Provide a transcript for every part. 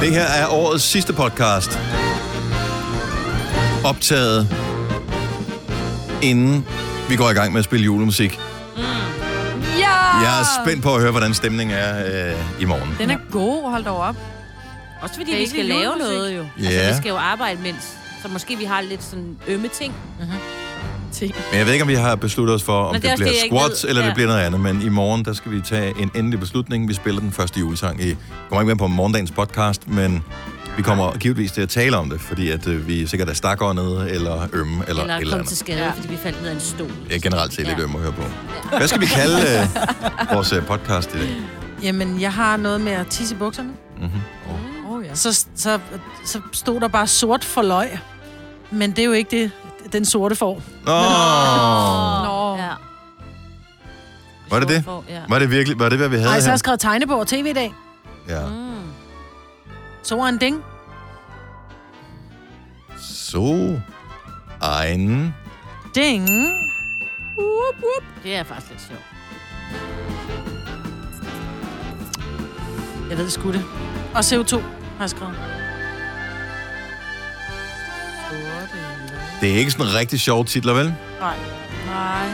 Det her er årets sidste podcast. Optaget inden vi går i gang med at spille julemusik. Ja! Jeg er Ah. spændt på at høre, hvordan stemningen er øh, i morgen. Den er god, hold da op. Også fordi Ja, vi I skal skal lave julemusik. noget jo. Ja. Altså, vi skal jo arbejde mens. Så måske vi har lidt sådan ømme ting. Mm-hmm. Ting. Men jeg ved ikke, om vi har besluttet os for, om det, Men det er det også bliver det, jeg ikke squats, ved. eller ja. det Ja. bliver noget andet. Men i morgen, der skal vi tage en endelig beslutning. Vi spiller den første julesang i... Jeg kommer ikke med på morgendagens podcast, men vi kommer givetvis til at tale om det, fordi at, øh, vi sikkert er stakåndede, eller ømme, eller, Eller, eller et eller komme til andet. skade, Ja. fordi vi faldt ned af en stol. Jeg er generelt set lidt Ja. ømme at høre på. Hvad skal vi kalde øh, vores øh, podcast i dag? Jamen, jeg har noget med at tisse i bukserne. Mm-hmm. Oh. Oh, ja. Så, så, så stod der bare sort for løg. Men det er jo ikke det, den sorte får. Nå. Nå. Ja. Var det det? Hvorfor? Ja. Var det virkelig, var det, hvad vi havde Ej, så har jeg her? skrevet tegnebog og tv i dag. Ja. Mm. Så er en ding. Så egen Ding. Det er faktisk lidt sjovt. Jeg ved sgu det. Og CO2 har jeg skrevet. Det er ikke sådan rigtig sjove titler, vel? Nej. Nej.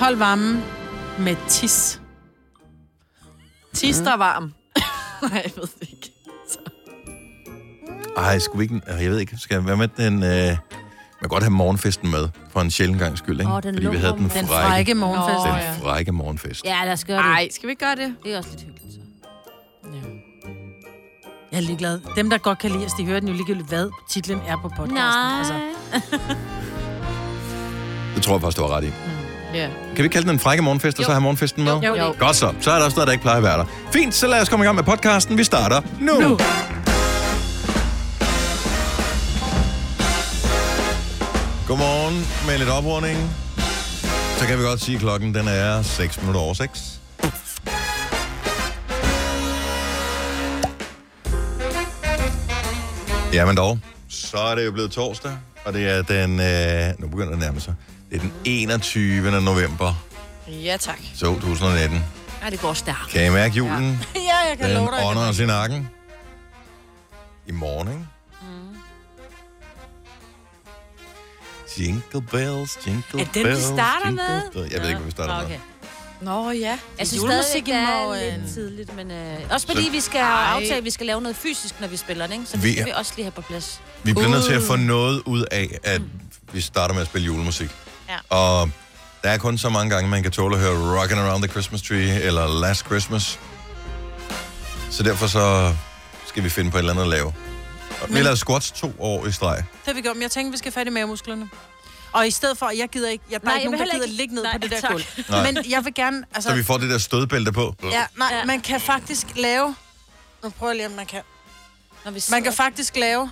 Hold varmen med tis. øh, Tis, der er varm. Nej, jeg ved det ikke. Ej, skulle vi ikke... øh, Jeg ved ikke, skal jeg være med den... Øh... Man kan godt have morgenfesten med, for en sjældent gang skyld, ikke? Åh, den Fordi vi lå havde om- den Den frække, frække morgenfest. Nå. Nå. Åh, ja. den frække morgenfest. Ja, lad os gøre det. Nej, skal vi ikke gøre det? Det er også lidt hyggeligt, så. Jeg er ligeglad. Dem, der godt kan lide os, de hører den jo ligegyldigt, hvad titlen er på podcasten. Nej. Altså, Det tror jeg faktisk, du var ret i. Mm, Ja. Kan vi ikke kalde den en frække morgenfest, og så have morgenfesten med? Jo, jo. Godt så. Så er der også noget, der ikke plejer at være der. Fint, så lad os komme i gang med podcasten. Vi starter nu. nu. Godmorgen med lidt oprunding. Så kan vi godt sige, at klokken den er 6 minutter over 6. Jamen dog, så er det jo blevet torsdag, og det er den, øh, nu begynder det at nærme sig, det er den 21. november Ja, tak. 2019. Ja, det går stærkt. Kan I mærke julen? ja, jeg kan Den love dig. jeg kan ånder os i nakken. I morgen, ikke? Jingle bells, jingle Er bells. det den, vi starter jingle med? bells. Jeg ved ikke, hvad vi starter okay. med. Nå, ja. Jeg synes julemusik stadigvæk, i det er morgen. lidt tidligt, men øh, også fordi vi skal aftale, at vi skal lave noget fysisk, når vi spiller den, ikke? Så det Vi skal er- vi også lige have på plads. Uh. Vi bliver nødt til Uh. at få noget ud af, at vi starter med at spille julemusik. Ja. Og der er kun så mange gange, man kan tåle at høre Rockin' Around the Christmas Tree eller Last Christmas. Så derfor så skal vi finde på et eller andet at lave. Og vi lavede squats to år i streg. Det har vi gjort, men jeg tænkte, vi skal have fat i mavemusklerne. Og i stedet for, jeg gider ikke, jeg, der Nej, er jeg ikke vil nogen, der heller gider ikke- ligge ned Nej, på det der tak. gulv. Nej. Men jeg vil gerne, altså... Så vi får det der stødbælte på. Ja, nej, Ja. ja. man kan faktisk lave... Nu prøver jeg lige, om man kan. Når vi Man sidder- kan faktisk lave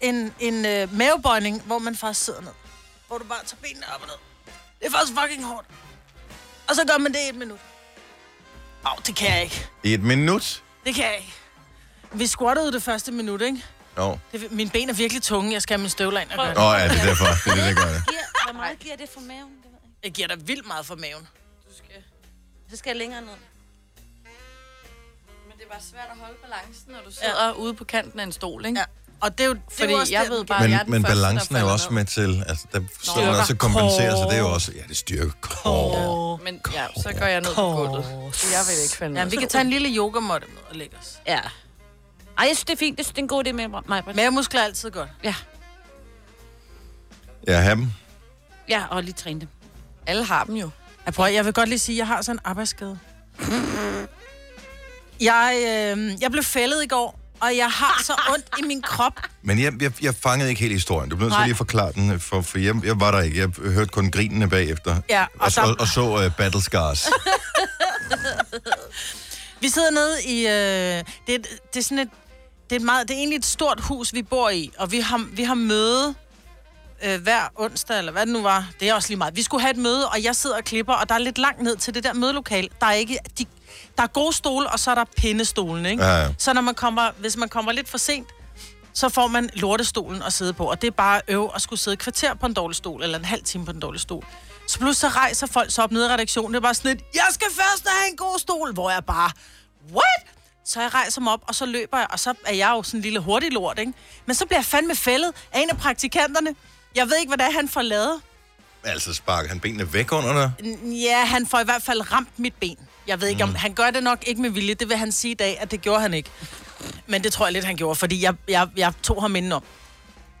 en, en øh, mavebøjning, hvor man faktisk sidder ned. Hvor du bare tager benene op og ned. Det er faktisk fucking hårdt. Og så gør man det i et minut. Au, det kan jeg ikke. I et minut? Det kan jeg ikke. Vi squattede det første minut, ikke? Nå. Det, mine ben er virkelig tunge. Jeg skal have mine støvler ind og gøre det. Nå, ja, det er derfor. Det er det, der gør det. Giver, hvor meget giver det for maven? Det ved jeg Jeg giver dig vildt meget for maven. ikke. Så skal jeg længere ned. Men det er bare svært at holde balancen, når du sidder ja. ude på kanten af en stol, ikke? Ja. Ja. Og det er jo, Fordi det er jo jeg der, ved den- bare, at jeg Men, er den men første, der balancen er jo falder også ned. med til, altså, der skal man Styrker også kompensere, så det er jo core. også, ja, det styrker core. Åh. Men ja, så går jeg ned på gulvet. Jeg vil ikke falde ned. Ja, vi kan tage en lille yogamåtte med og lægge os. Ja. Ej, jeg synes, det er fint. Jeg synes, det er en god idé med mig. Britt. Mavemuskler er altid godt. Ja. Ja, have dem. ja, og lige træne dem. Alle har dem jo. Jeg, prøver, jeg vil godt lige sige, at jeg har sådan en arbejdsskade. Jeg, øh, jeg blev fældet i går, og jeg har så ondt i min krop. Men jeg, jeg, jeg fangede ikke hele historien. Du bliver nødt til Nej. lige at forklare den, for, for jeg, jeg var der ikke. Jeg hørte kun grinene bagefter. Ja, og, og så, der- og, og så uh, Battle Scars. Vi sidder nede i... Øh, det, er- det er sådan et... Det er, et meget, det er egentlig et stort hus, vi bor i, og vi har, vi har møde øh, hver onsdag, eller hvad det nu var. Det er også lige meget. Vi skulle have et møde, og jeg sidder og klipper, og der er lidt langt ned til det der mødelokale. Der er, ikke, de, der er gode stole, og så er der pindestolen, ikke? Ja, ja. Så når man kommer, hvis man kommer lidt for sent, så får man lortestolen at sidde på, og det er bare øv at skulle sidde et kvarter på en dårlig stol, eller en halv time på en dårlig stol. Så pludselig så rejser folk sig op nede i redaktionen, det er bare sådan lidt, jeg skal først have en god stol, hvor jeg bare, what? Så jeg rejser mig op, og så løber jeg, og så er jeg jo sådan en lille hurtig lort, ikke? Men så bliver jeg fandme fældet af en af praktikanterne. Jeg ved ikke, hvad det er, han får lavet. Altså, sparker han benene væk under dig? N- Ja, han får i hvert fald ramt mit ben. Jeg ved Mm. ikke, om han gør det nok ikke med vilje. Det vil han sige i dag, at det gjorde han ikke. Men det tror jeg lidt, han gjorde, fordi jeg, jeg, jeg tog ham indenom.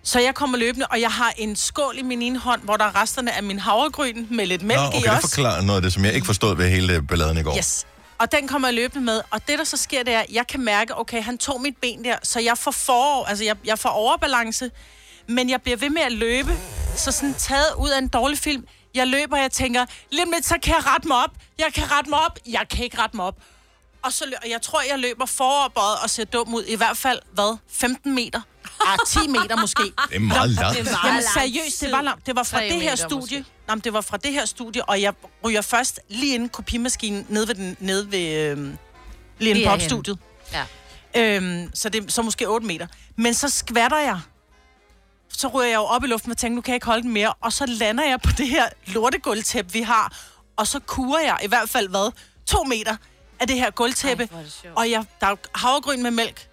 Så jeg kommer løbende, og jeg har en skål i min ene hånd, hvor der er resterne af min havregryn med lidt mælk Nå, okay, i det også. forklarer noget af det, som jeg ikke forstod ved hele øh, balladen i går. Yes. Og den kommer jeg løbende med, og det der så sker, det er, at jeg kan mærke, okay, han tog mit ben der, så jeg får forår, altså jeg, jeg får overbalance, men jeg bliver ved med at løbe, så sådan taget ud af en dårlig film, jeg løber, og jeg tænker, lidt med, så kan jeg rette mig op, jeg kan rette mig op, jeg kan ikke rette mig op. Og så lø- og jeg tror, jeg løber foroverbøjet og ser dum ud, i hvert fald, hvad, 15 meter? Ah, 10 meter måske. Det er meget langt. Det er meget Jamen lang seriøst, det tid. var langt. Det var fra Tre det her meter studie. måske. Jamen, det var fra det her studie, og jeg ryger først lige inden kopimaskinen ned ved, den, ned ved øhm, lige inden Lige popstudiet. Ja. Øhm, så det er så måske 8 meter. Men så skvatter jeg. Så ryger jeg jo op i luften og tænker, nu kan jeg ikke holde den mere. Og så lander jeg på det her lortegulvtæppe, vi har. Og så kurer jeg i hvert fald, hvad? To meter af det her gulvtæppe. Ej, hvor er det sjovt. og jeg, der er jo havregryn med mælk.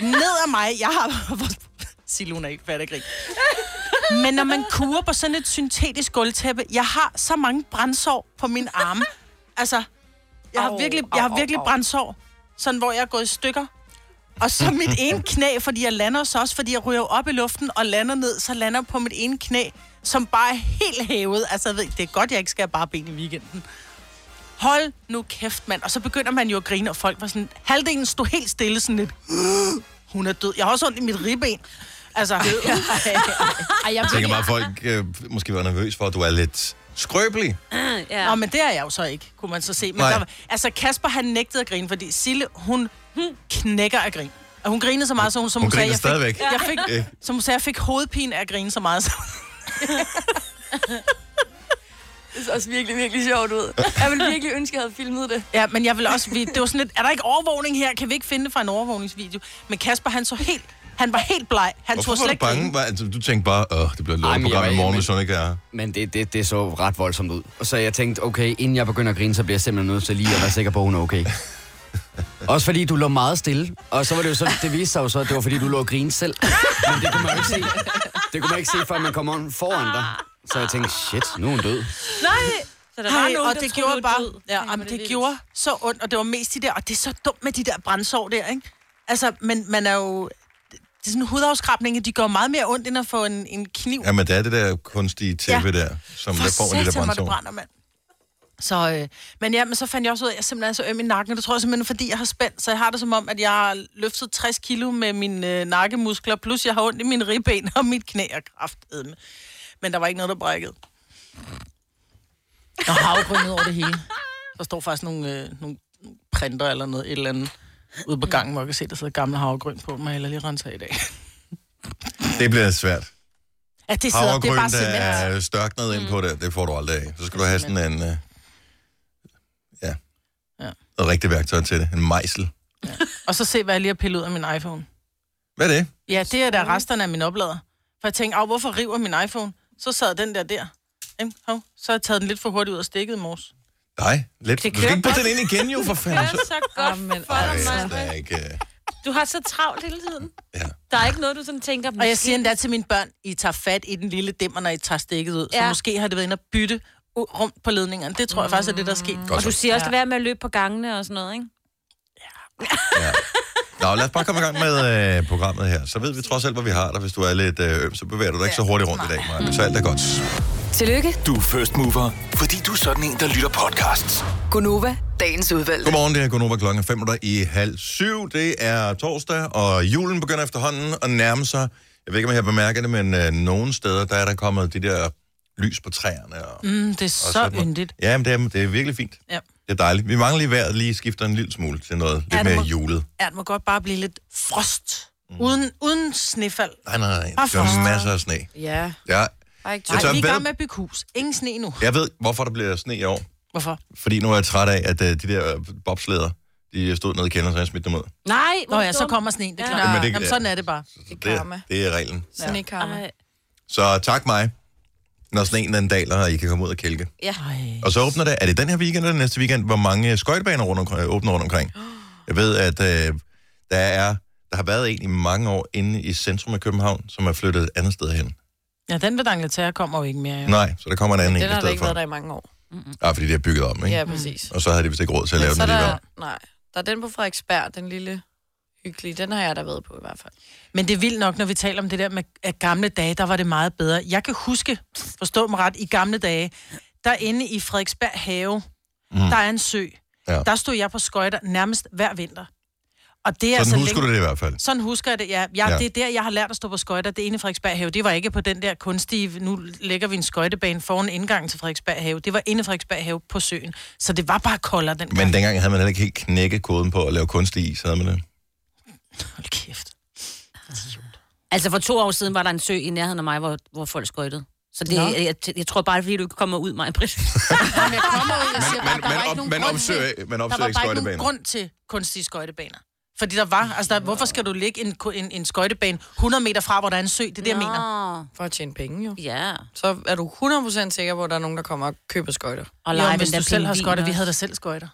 Ned af mig. Jeg har... Sig Luna ikke færdig grin. Men når man kurer på sådan et syntetisk gulvtæppe, jeg har så mange brændsår på min arme. Altså, jeg har Au, virkelig, au, jeg har au, virkelig au. brændsår. Sådan, hvor jeg er gået i stykker. Og så mit ene knæ, fordi jeg lander så også, fordi jeg ryger op i luften og lander ned, så lander jeg på mit ene knæ, som bare er helt hævet. Altså, jeg ved, det er godt, jeg ikke skal have bare ben i weekenden. Hold nu kæft, mand. Og så begynder man jo at grine, og folk var sådan... Halvdelen stod helt stille, sådan lidt... Hun er død. Jeg har også ondt i mit ribben. Altså, Ej, jeg Jeg tænker bare, at folk øh, måske var nervøs for, at du er lidt skrøbelig. Ah, ja. Nå, men det er jeg jo så ikke, kunne man så se. Men Nej. der, var- altså, Kasper, han nægtede at grine, fordi Sille, hun Hmm. knækker af grin. Og hun grinede så meget, så hun, som Hun hun, sagde, griner jeg fik, stadigvæk. jeg fik, Ja. som hun sagde, jeg fik hovedpine af at grine så meget. Så. Det ser også virkelig, virkelig sjovt ud. Jeg ville virkelig ønske, at jeg havde filmet det. Ja, men jeg vil også, vi, det var sådan lidt, er der ikke overvågning her? Kan vi ikke finde det fra en overvågningsvideo? Men Kasper, han så helt, han var helt bleg. Han Hvorfor tog var slet du ikke grine. bange? Var, altså, du tænkte bare, åh, det bliver et Ej, men jeg lorteprogram var- i morgen, men- hvis hun ikke er her." Men det, det, det så ret voldsomt ud. Og så jeg tænkte, okay, inden jeg begynder at grine, så bliver jeg simpelthen nødt til lige at være sikker på, at hun er okay. Også fordi du lå meget stille. Og så var det jo så, det viste sig jo så, at det var fordi, du lå og grine selv. Men det kunne man jo ikke se. Det kunne man ikke se, før man kom on foran dig. Så jeg tænkte, shit, nu er hun død. Så der var Hej, nogen, og der troede, det gjorde du var bare, død. ja, Ej, hvor er jamen, det, vildt. gjorde så ondt, og det var mest de der, og det er så dumt med de der brændsår der, ikke? Altså, men man er jo, det er sådan hudafskrabninger, de gør meget mere ondt, end at få en, en kniv. Ja, Jamen, der er det der kunstige tæppe ja. der, som der får en lille hvor det brændsår. brænder, mand. Så, øh, men ja, men så fandt jeg også ud af, at jeg simpelthen er så øm i nakken, og det tror jeg simpelthen, er, fordi jeg har spændt, så jeg har det som om, at jeg har løftet 60 kilo med mine øh, nakkemuskler, plus jeg har ondt i mine ribben og mit knæ og kraftedme. Men der var ikke noget, der brækkede. Og havgrøn ned over det hele. Der står faktisk nogle, øh, nogle printer eller noget, et eller andet ude på gangen, hvor jeg kan se, der sidder gamle havgrøn på mig, eller lige renser i dag. Det bliver svært. Ja, det, sidder, det er Havregryn, bare der cement. Mm. er størknet ind på det, det får du aldrig af. Så skal du have sådan en... Øh, ja. Ja. Et rigtigt værktøj til det. En mejsel. Og så se, hvad jeg lige har pillet ud af min iPhone. Hvad er det? Ja, det er der resterne af min oplader. For jeg tænkte, "Au, hvorfor river min iPhone? Så sad den der der. Ikke? Hov, Så har jeg taget den lidt for hurtigt ud og stikket i morges. Nej, lidt. Du skal ikke putte den ind igen, jo, for fanden. Så. Så godt Jamen, for dig, Ej, Maja. der er ikke, øh, altså, Du har så travlt hele tiden. ja. Der er ikke noget, du sådan tænker... Og jeg siger endda til mine børn, I tager fat i den lille dimmer, når I tager stikket ud. Ja. Så Ja. måske har det været inde at bytte u- rundt på ledningerne. Det tror jeg faktisk er det, der er sket. Og du siger også, at være med at løbe på gangene og sådan noget, ikke? Ja. Nå, lad os bare komme i gang med øh, programmet her. Så ved vi trods alt, hvad vi har der. Hvis du er lidt øh, øm, så bevæger du dig ikke så hurtigt rundt i dag, Maja. Så alt er godt. Tillykke, Du er first mover, fordi du er sådan en, der lytter podcasts. Gunova, dagens udvalgte. Godmorgen, det er Gunnova klokken 5 i halv syv. Det er torsdag, og julen begynder efterhånden at nærme sig. Jeg ved ikke, om jeg har bemærket det, men øh, nogle steder, der er der kommet de der lys på træerne. Og, Mm, det er og så sådan noget. yndigt. Ja, men det er, det er virkelig fint. Ja. Det er dejligt. Vi mangler lige vejret, lige skifter en lille smule til noget lidt det mere må- julet. Ja, det må godt bare blive lidt frost. Mm. Uden, uden snefald. Nej, nej, nej. Bare Der er frost. masser af sne. Ja, Ja, bare ikke Jeg Nej, tør vi er i gang ved- med at bygge hus. Ingen sne nu. jeg ved, hvorfor der bliver sne i år. Hvorfor? Fordi nu er jeg træt af, at øh, de der øh, bobsleder, de stod nede i kælderen, så jeg smitte dem ud. Nej, Nå ja, så kommer sneen, det er Ja. klart. Jamen, det- Jamen, sådan er det bare. Så Det er det, karma. er, det er reglen. sådan ikke karma. Ej, Så tak mig, når sneen den daler, og I kan komme ud og kælke. Ej. Og så åbner det, er det den her weekend eller næste weekend, hvor mange skøjtebaner rundt omkring, åbner rundt omkring? Jeg ved, at øh, der, er, der har været en i mange år inde i centrum af København, som er flyttet et andet sted hen. Ja, den ved Angleterre kommer jo ikke mere. Jo. Ja. Nej, så der kommer en anden Den en i har der stedet ikke for. været der i mange år. Ah, fordi det er bygget om, ikke? Ja, præcis. Og så havde de vist ikke råd til at lave Men den så er alligevel. der, nej, der er den på Frederiksberg, den lille hyggelige. Den har jeg da været på i hvert fald. Men det er vildt nok, når vi taler om det der med at gamle dage, der var det meget bedre. Jeg kan huske, forstå mig ret, i gamle dage, derinde i Frederiksberg Have, mm. der er en sø. Mhm. Ja. Ja. Der stod jeg på skøjter nærmest hver vinter. Og det er Sådan så husker du det i hvert fald. Sådan husker jeg det, ja. Jeg, Ja. ja. Det er der, jeg har lært at stå på skøjter. Det ene i Frederiksberg Have, det var ikke på den der kunstige, nu lægger vi en skøjtebane foran indgangen til Frederiksberg Have. Det var inde i Frederiksberg Have på søen. Så det var bare koldere den gang. Men dengang havde man heller ikke helt knækket koden på at lave kunstig is, havde man det? Hold kæft. Altså for to år siden var der en sø i nærheden af mig, hvor, hvor folk skøjtede. Så det, Nå. jeg, jeg, jeg, tror bare, fordi du ikke kommer ud, mig, Britt. Jamen, jeg kommer ud og siger, Man, bare, der man, var op, ikke nogen man, grund til... opsøger, man Der opsøger var ikke bare ikke nogen skøjtebaner. grund til kunstige skøjtebaner. Fordi der var, altså der, hvorfor skal du ligge en, ku- en, en skøjtebane 100 meter fra, hvor der er en sø? Det er det, jeg mener. For at tjene penge jo. Ja, Så er du 100% sikker på, at der er nogen, der kommer og køber skøjter. og Jo, lege men den hvis der du selv har pingvin skøjter, vi også. havde da selv skøjter.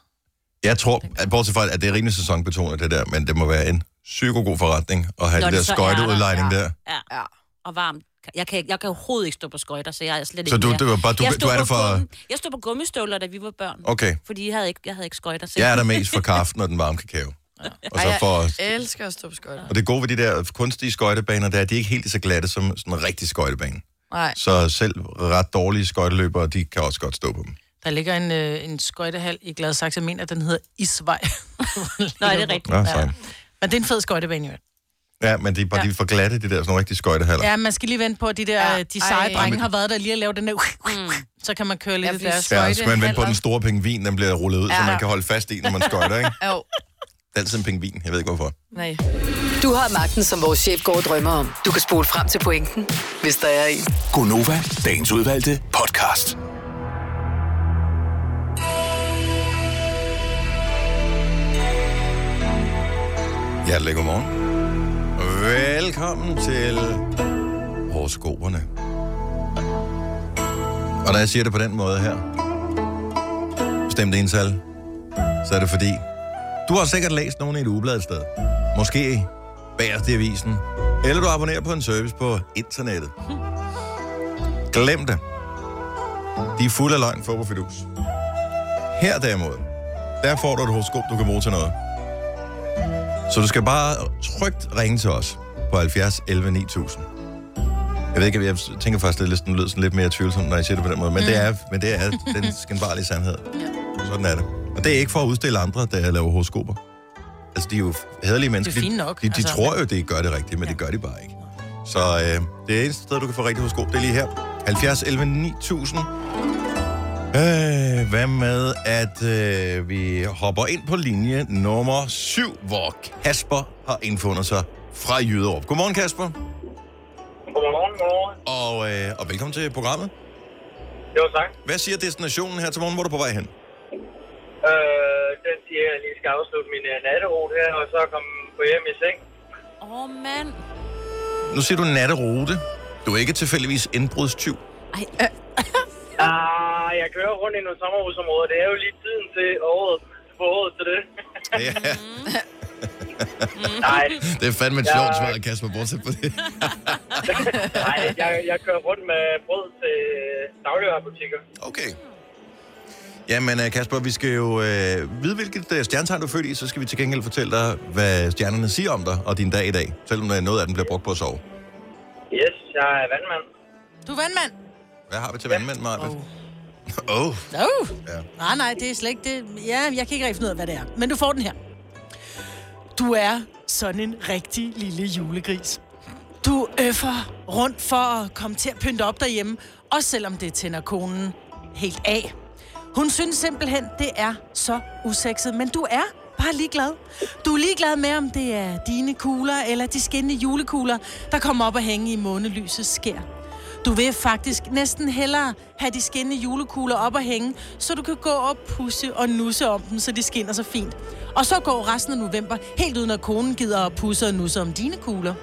Jeg tror, at bortset fra, at det er rimelig sæsonbetonet, det der, men det må være en psykogod forretning at have Når det der det så er skøjteudlejning der, der. Ja. ja. Og varmt. Jeg kan, jeg kan overhovedet ikke stå på skøjter, så jeg er slet Så ikke du, mere. det var bare, du, jeg du stod er på der for... Gummi, jeg stod på gummistøvler, da vi var børn. Okay, Fordi jeg havde ikke, jeg havde ikke skøjter. Så jeg er der mest for kaffen og den varme kakao. Og, så for, Jeg elsker at stå på skøjter. og det gode ved de der kunstige skøjtebaner, det er, at de er ikke helt lige så glatte som sådan en rigtig skøjtebane. Nej. Så selv ret dårlige skøjteløbere, de kan også godt stå på dem. Der ligger en, øh, en skøjtehal i Gladsaxe, jeg mener, den hedder Isvej. Nå, er det rigtigt? Ja, ja. Men det er en fed skøjtebane, jo. ja men det er bare, de er for glatte, de der sådan nogle rigtige skøjtehaller. Ja, man skal lige vente på, at de der ja, de Ej. seje Ej, drenge har været der lige at lave den der... Mm. Så kan man køre lidt Jeg i bliver deres... så- Ja, så skal man vente på skøjtehaller. den store pingvin, den bliver rullet ud, ja. så Ja. man kan holde fast i, når man skøjter, ikke? Det Jo, er altid en pingvin, jeg ved ikke hvorfor. nej. Du har magten, som vores chef går og drømmer om. Du kan spole frem til pointen, hvis der er en. Gonova, dagens udvalgte podcast. Hjertelig godmorgen. Velkommen til horoskoperne. Og når jeg siger det på den måde her, bestemt ental, så er det fordi, du har sikkert læst nogen i et ugeblad et sted. Måske bagerst i avisen. Eller du abonnerer på en service på internettet. Glem det. De er fulde af løgn for på fidus. Her derimod, der får du et horoskop, du kan bruge til noget. Så du skal bare trygt ringe til os på 70 11 9000. Jeg ved ikke, jeg tænker faktisk, at listen lyder sådan lidt mere tvivlsom, når jeg siger det på den måde. Men, mm. det, er, men det er den skinbarlige sandhed. Ja. Sådan er det. Og det er ikke for at udstille andre, der laver horoskoper. Altså, de er jo hederlige mennesker. Det er fint nok, De, de, de altså. tror jo, det gør det rigtigt, men ja. det gør de bare ikke. Så øh, det eneste sted, du kan få rigtig horoskop, det er lige her. 70 11 9000. Øh, hvad med, at øh, vi hopper ind på linje nummer 7, hvor Kasper har indfundet sig fra Jyderup. Godmorgen, Kasper. Godmorgen, godmorgen. Og, øh, og velkommen til programmet. Jo, tak. Hvad siger destinationen her til morgen, hvor er du på vej hen? Øh, den siger, at jeg lige skal afslutte min øh, natterute her, og så komme på hjem i seng. Åh, oh, mand. Nu siger du natterute. Du er ikke tilfældigvis indbrudstyv. Ej, Ah, jeg kører rundt i nogle sommerhusområder. Det er jo lige tiden til året, på året til det. Ja, Mm. nej, det er fandme et sjovt svar, Kasper, bortset på det. nej, jeg, jeg kører rundt med brød til dagligvarerbutikker. Okay. Jamen, øh, Kasper, vi skal jo øh, vide, hvilket øh, stjernetegn du er født i, så skal vi til gengæld fortælle dig, hvad stjernerne siger om dig og din dag i dag, selvom øh, noget af den bliver brugt på at sove. Yes, jeg er vandmand. Du er vandmand? Hvad har vi til vandmænd, Marvind? Åh, oh. Oh. Ja. Ja. Nej, nej, det er slet ikke det. Ja, jeg kan ikke rigtig finde ud af, hvad det er. Men du får den her. Du er sådan en rigtig lille julegris. Du øffer rundt for at komme til at pynte op derhjemme, også selvom det tænder konen helt af. Hun synes simpelthen, det er så usekset, men du er bare ligeglad. Du er ligeglad med, om det er dine kugler eller de skinnende julekugler, der kommer op og hænge i månelysets skær. Du vil faktisk næsten hellere have de skinnende julekugler op og hænge, så du kan gå og pusse og nusse om dem, så de skinner så fint. Og så går resten af november helt uden at konen gider at pusse og nusse om dine kugler.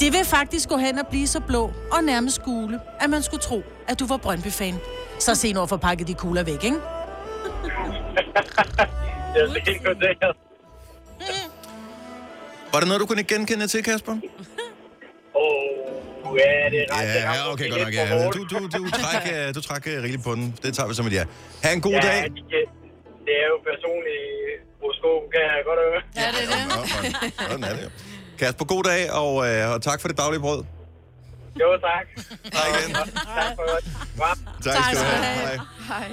Det vil faktisk gå hen og blive så blå og nærmest gule, at man skulle tro, at du var Brøndby-fan. Så se nu at få pakket de kugler væk, ikke? Jeg er sent vurderet. Var det noget, du kunne ikke genkende til, Kasper? Åh, ja, det er ret. Det ramte Ja, okay, måske godt nok. lidt for Ja. hårdt. Du, du, du, træk, øh, du træk øh, rigeligt på den. Det tager vi som et ja. Ha' en god ja, dag. De, kan- det er jo personligt horoskop, kan jeg godt høre. Ja, det er det. Nå, for- Sådan er det jo. Kasper, god dag, og, øh, og tak for det daglige brød. Jo, tak. Hej igen. Tak for det. Godt. Tak skal du have. Hej.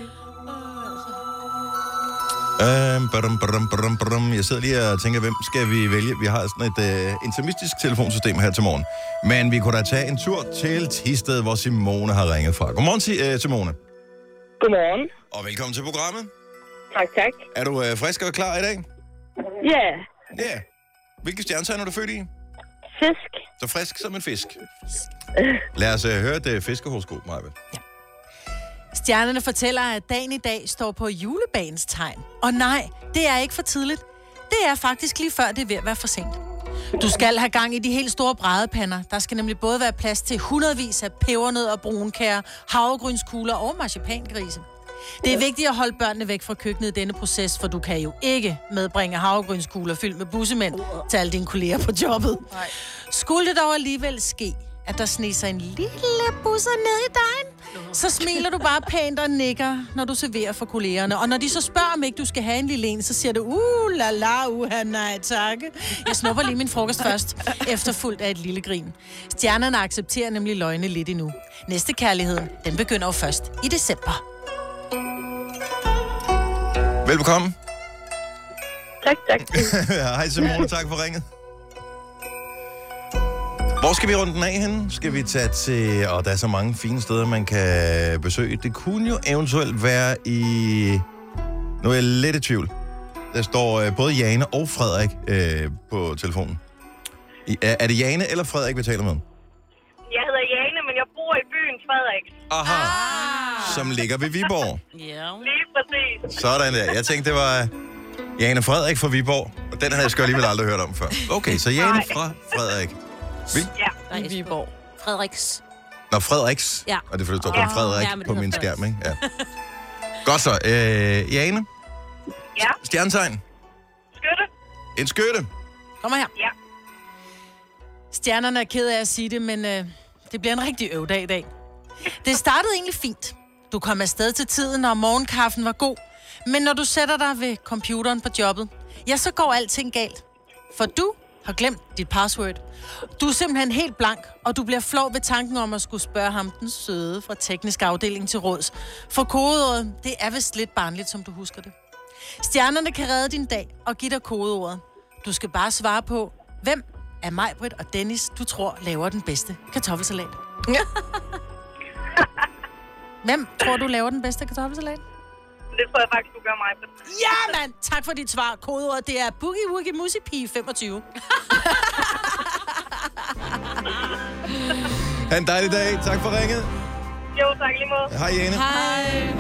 Hej. Øhm, badum, badum, badum, badum. Jeg sidder lige og tænker, hvem skal vi vælge? Vi har sådan et øh, intimistisk telefonsystem her til morgen. Men vi kunne da tage en tur til Tisted, hvor Simone har ringet fra. Godmorgen, Si- øh, Simone. Godmorgen. Og velkommen til programmet. Tak, tak. Er du øh, frisk og klar i dag? Ja, Ja. Yeah. Hvilke stjernetegn er du født i? fisk. Så frisk som en fisk. Lad os øh, høre et øh, fiskehoroskop, Maja. Stjernerne fortæller, at dagen i dag står på julebanens tegn. Og nej, det er ikke for tidligt. Det er faktisk lige før, det er ved at være for sent. Du skal have gang i de helt store brædepander. Der skal nemlig både være plads til hundredvis af pebernød og brunkager, havregrynskugler og marcipangrise. Det er vigtigt at holde børnene væk fra køkkenet i denne proces, for du kan jo ikke medbringe havregrynskugler fyldt med bussemænd til alle dine kolleger på jobbet. Nej. Skulle det dog alligevel ske, at der sne sig en lille busser ned i dejen, så smiler du bare pænt og nikker, når du serverer for kollegerne. Og når de så spørger, om ikke du skal have en lille en, så siger du, uh, la la, uha, nej, tak. Jeg snupper lige min frokost først, efterfulgt af et lille grin. Stjernerne accepterer nemlig løgne lidt endnu. Næste kærlighed, den begynder jo først i december. Velbekomme. Tak, tak. Hej Simone, tak for ringet. Hvor skal vi runde den af henne? Skal vi tage til... Og der er så mange fine steder, man kan besøge. Det kunne jo eventuelt være i... Nu er jeg lidt i tvivl. Der står øh, både Jane og Frederik øh, på telefonen. I, er, er det Jane eller Frederik, vi taler med? Jeg hedder Jane, men jeg bor i byen Frederik. Aha. Som ligger ved Viborg. Ja. Lige præcis. Sådan der. Jeg tænkte, det var Jane Frederik fra Viborg. Og den havde jeg sgu alligevel aldrig hørt om før. Okay, så Jane Nej. fra Frederik. Der er Viborg. Frederiks. Nå, Frederiks. Ja. Og det føles kun Frederik Ja, men det på hedder min Frederik. skærm, ikke? Ja. Godt så. Øh, Jane, Ja, stjernetegn. skytte. En skytte. Kom her. Ja. Stjernerne er ked af at sige det, men øh, det bliver en rigtig øvdag i dag. Det startede egentlig fint. Du kom afsted til tiden, og morgenkaffen var god. Men når du sætter dig ved computeren på jobbet, ja, så går alting galt. For du har glemt dit password. Du er simpelthen helt blank, og du bliver flov ved tanken om at skulle spørge ham den søde fra teknisk afdeling til råds. For kodeordet, det er vist lidt barnligt, som du husker det. Stjernerne kan redde din dag og give dig kodeordet. Du skal bare svare på, hvem af mig, Britt og Dennis, du tror laver den bedste kartoffelsalat? Hvem tror du laver den bedste kartoffelsalat? Det tror jeg faktisk, du gør mig. Ja, mand! Tak for dit svar. Kodeordet, det er Boogie Woogie Musi Pige 25. Ha' en dejlig dag. Tak for ringet. Jo, tak lige måde. Hej, Jane. Hej.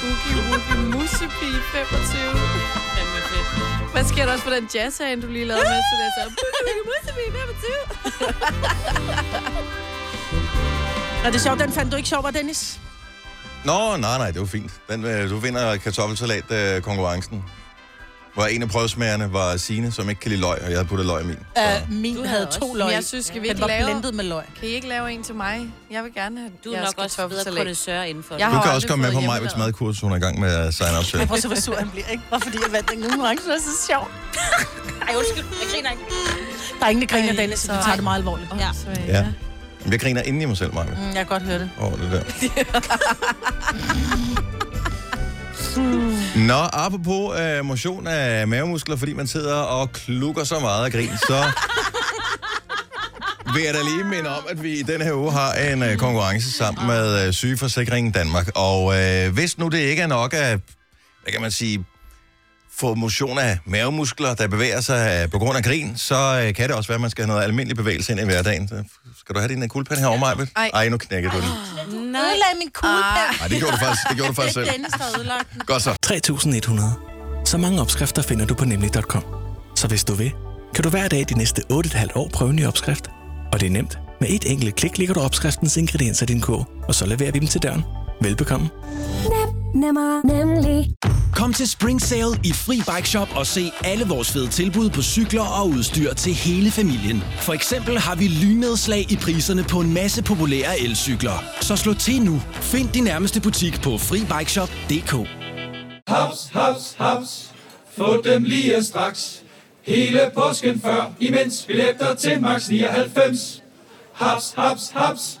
Boogie Woogie Mussepige 25. Hvad sker der også på den jazz du lige lavede med til det? Så Boogie Woogie Mussepige 25. Og det er sjovt, den fandt du ikke sjov, var Dennis? Nå, nej, nej, det var fint. Den, øh, du vinder kartoffelsalat-konkurrencen. Hvor en af prøvesmagerne var Sine, som ikke kan lide løg, og jeg havde puttet løg i min. Så- Ja. Uh, min Du du havde havde også. to Men løg. Jeg synes, skal vi Den ikke var lave... blendet med løg. Kan I ikke lave en til mig? Jeg vil gerne have Du er nok også bedre kondensør indenfor. Jeg Du har kan aldrig også komme med på fået Majvids hjemmelavet. madkurs, hun er i gang med at sign up til. Prøv at se, hvor sur han bliver, ikke? Bare fordi jeg vandt den konkurrence, det er så sjovt. Ej, undskyld. Jeg griner ikke. Der er ingen, der griner, Ej, Dennis, så vi så- tager det meget alvorligt. øh, Ja. Ja. Men jeg griner inden i mig selv, Maja. Mm, jeg kan godt høre det. Åh, oh, det der. Nå, apropos øh, motion af mavemuskler, fordi man sidder og klukker så meget af grin, så vil jeg da lige minde om, at vi i denne her uge har en øh, konkurrence sammen med øh, Sygeforsikringen Danmark. Og øh, hvis nu det ikke er nok at, hvad kan man sige, få motion af mavemuskler, der bevæger sig øh, på grund af grin, så øh, kan det også være, at man skal have noget almindelig bevægeelse ind i hverdagen. Så skal du have din øh, kuglepen her over mig? Ej. Ej, nu knækker du den. Nej. Udlag min kuglepen. Nej, det gjorde du faktisk, det gjorde du faktisk selv. Ah. Dennis, der har ødelagt den. Godt så. 3100. Så mange opskrifter finder du på nemlig.com. Så hvis du vil, kan du hver dag de næste 8,5 år prøve en ny opskrift. Og det er nemt. Med et enkelt klik ligger du opskriftens ingredienser i din kog, og så leverer vi dem til døren. Velbekomme. Nemmer, nemlig. Kom til Spring Sale i Fri Bike Shop og se alle vores fede tilbud på cykler og udstyr til hele familien. For eksempel har vi lynedslag i priserne på en masse populære elcykler. Så slå til nu. Find din nærmeste butik på FriBikeShop.dk Haps, haps, haps. Få dem lige straks. Hele påsken før, imens billetter til max 99. Haps, haps, haps.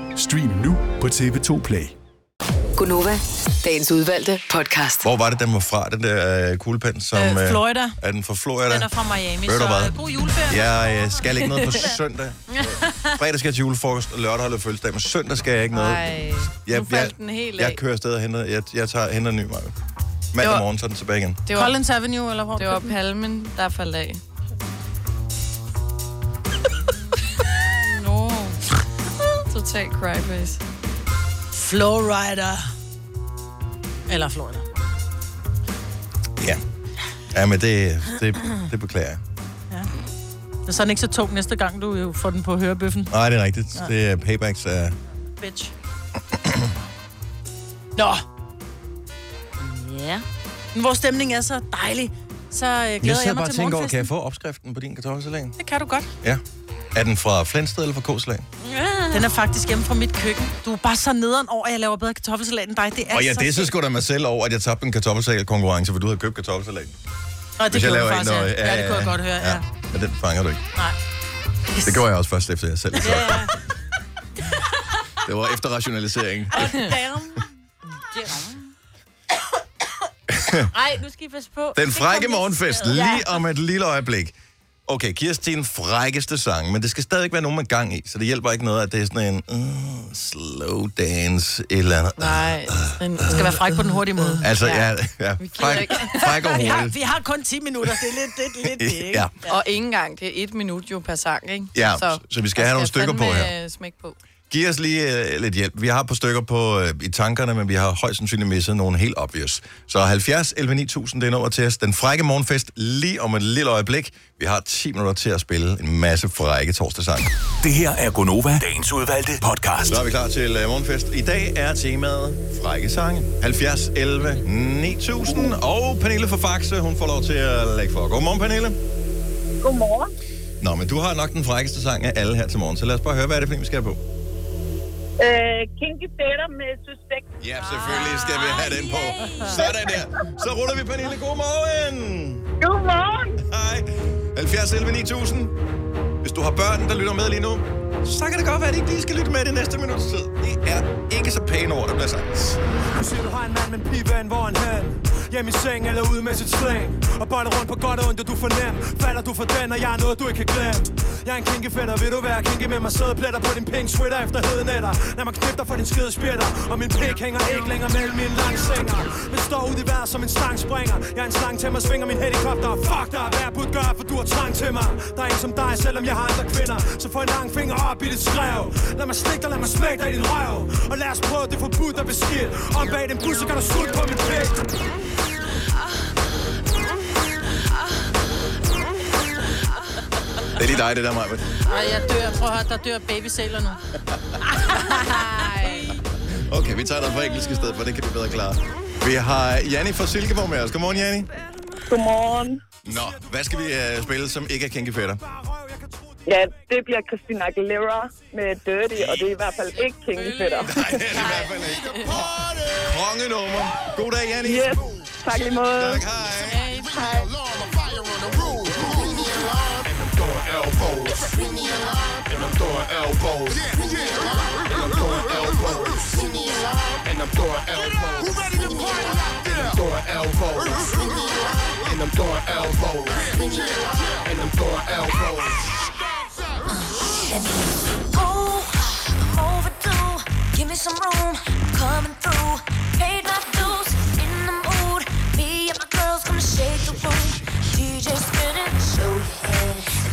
Stream nu på TV2 Play. Gunova, dagens udvalgte podcast. Hvor var det, den var fra, den der øh, kuglepen? Som, Øh, øh, Florida. Er den fra Florida? Den er fra Miami, Ved du så hvad? øh, god juleferie. Jeg øh, skal ikke noget på søndag. Fredag skal jeg til julefrokost, og lørdag holder jeg fødselsdag, men søndag skal jeg ikke noget. Ej, jeg, nu faldt den helt af. jeg kører afsted og henter, jeg, jeg tager, henter en ny mig. Mandag morgen, så er den tilbage igen. Det var, Collins Avenue, eller hvor? Det var palmen, der faldt af. no. Total cryface. Flowrider. Eller Florida. Ja. Ja, men det, det, det beklager jeg. Så er den ikke så tung næste gang, du jo får den på hørebøffen. Nej, det er rigtigt. Nej. Det er paybacks af... Bitch. Nå. Ja. Men Vores stemning er så dejlig. Så øh, glæder Jeg jeg, sidder bare mig og til tænker over, kan morgenfesten. jeg få opskriften på din kartoffelsalat? Det kan du godt. Ja. Er den fra Flensted eller fra K-salat? Den er faktisk hjemme fra mit køkken. Du er bare så nederen over, at jeg laver bedre kartoffelsalat end dig. Det er Og jeg så disser fedt. sgu da mig selv over, at jeg tabte en kartoffelsalat-konkurrence, for du havde købt kartoffelsalat. Og det Hvis jeg gjorde laver du en, øh, faktisk, ja. og- ja. det kunne jeg godt høre, ja. Men den fanger du ikke. Nej. Det gjorde jeg også først efter, jeg selv havde solgt den. Det var efter rationalisering. Nej, nu skal I passe på. Den frække morgenfest, lige om et lille øjeblik. Okay, Kirsten frækkeste sang, men det skal stadig være nogen med gang i, så det hjælper ikke noget, at det er sådan en uh, slow dance et eller andet. Nej, den skal være fræk på den hurtige måde. Altså, ja, ja fræk, fræk og vi, har, hurtigt. vi har kun 10 minutter, det er lidt det, lidt det ikke? Ja. Og ikke engang, det er et minut jo per sang, ikke? Ja, så vi skal der have nogle stykker på fandme, her. øh, Smæk på. Giv os lige øh, lidt hjælp. Vi har på stykker på øh, i tankerne, men vi har højst sandsynligt misset nogle helt obvious. Så 70 11 9000, det er nummer til os. Den frække morgenfest lige om et lille øjeblik. Vi har 10 minutter til at spille en masse frække torsdagssange. Det her er Gonova, dagens udvalgte podcast. Så er vi klar til øh, morgenfest. I dag er temaet frække sange. 70 11 9000. Og Pernille fra Faxe, hun får lov til at lægge for. Godmorgen, Pernille. Godmorgen. Nå, men du har nok den frækkeste sang af alle her til morgen, så lad os bare høre, hvad er det for en, vi skal have på. Øh, Kinky Peter med suspekt. Ja, selvfølgelig skal vi have den på. Sådan der. Så ruller vi, Pernille. Godmorgen. Godmorgen. Hej. 70 11 9000. Hvis du har børn, der lytter med lige nu, så kan det godt være, at de ikke lige skal lytte med det næste minuts tid. Det er ikke så pæne ord, der bliver sagt. Nu siger du har en mand, men pibe en hvor er en han Hjem i seng eller ude med sit slæng Og bolle rundt på godt og ondt, og du for nem Falder du for den, og jeg er noget, du ikke kan glemme Jeg er en kinkefætter, vil du være kinke med mig Sædepletter på din pink sweater efter hedenetter Lad mig knippe dig for din skide spjætter Og min pik hænger ikke længere mellem mine langstænger Men står ud i vejret som en stangspringer Jeg er en slang til mig, svinger min helikopter Fuck dig, hvad jeg burde gøre, for du har trang til mig Der er en som dig, selvom jeg har andre kvinder Så få en lang finger op i dit skrev Lad mig slikke dig, lad mig smække dig i din røv Og lad os prøve det forbudt og beskidt Om bag den bus, så kan du slutte på min pik Det er lige dig, det der, Maja. Ej, jeg dør. Prøv at høre, der dør babysæler nu. Okay, vi tager dig fra engelsk i stedet, for det kan du bedre klare. Vi har Janni fra Silkeborg med os. Godmorgen, Janni. Godmorgen. Nå, hvad skal vi uh, spille, som ikke er kinkefætter? Ja, det bliver Christina Aguilera med Dirty, og det er i hvert fald ikke Kinky Peter. Nej, det er det i hvert fald ikke. Kongenummer. God dag, Janni. Yes, tak lige måde. Tak, hej. Hej. Give me some room, coming through. Paid my dues, in the mood. Me and my girls gonna shake the room.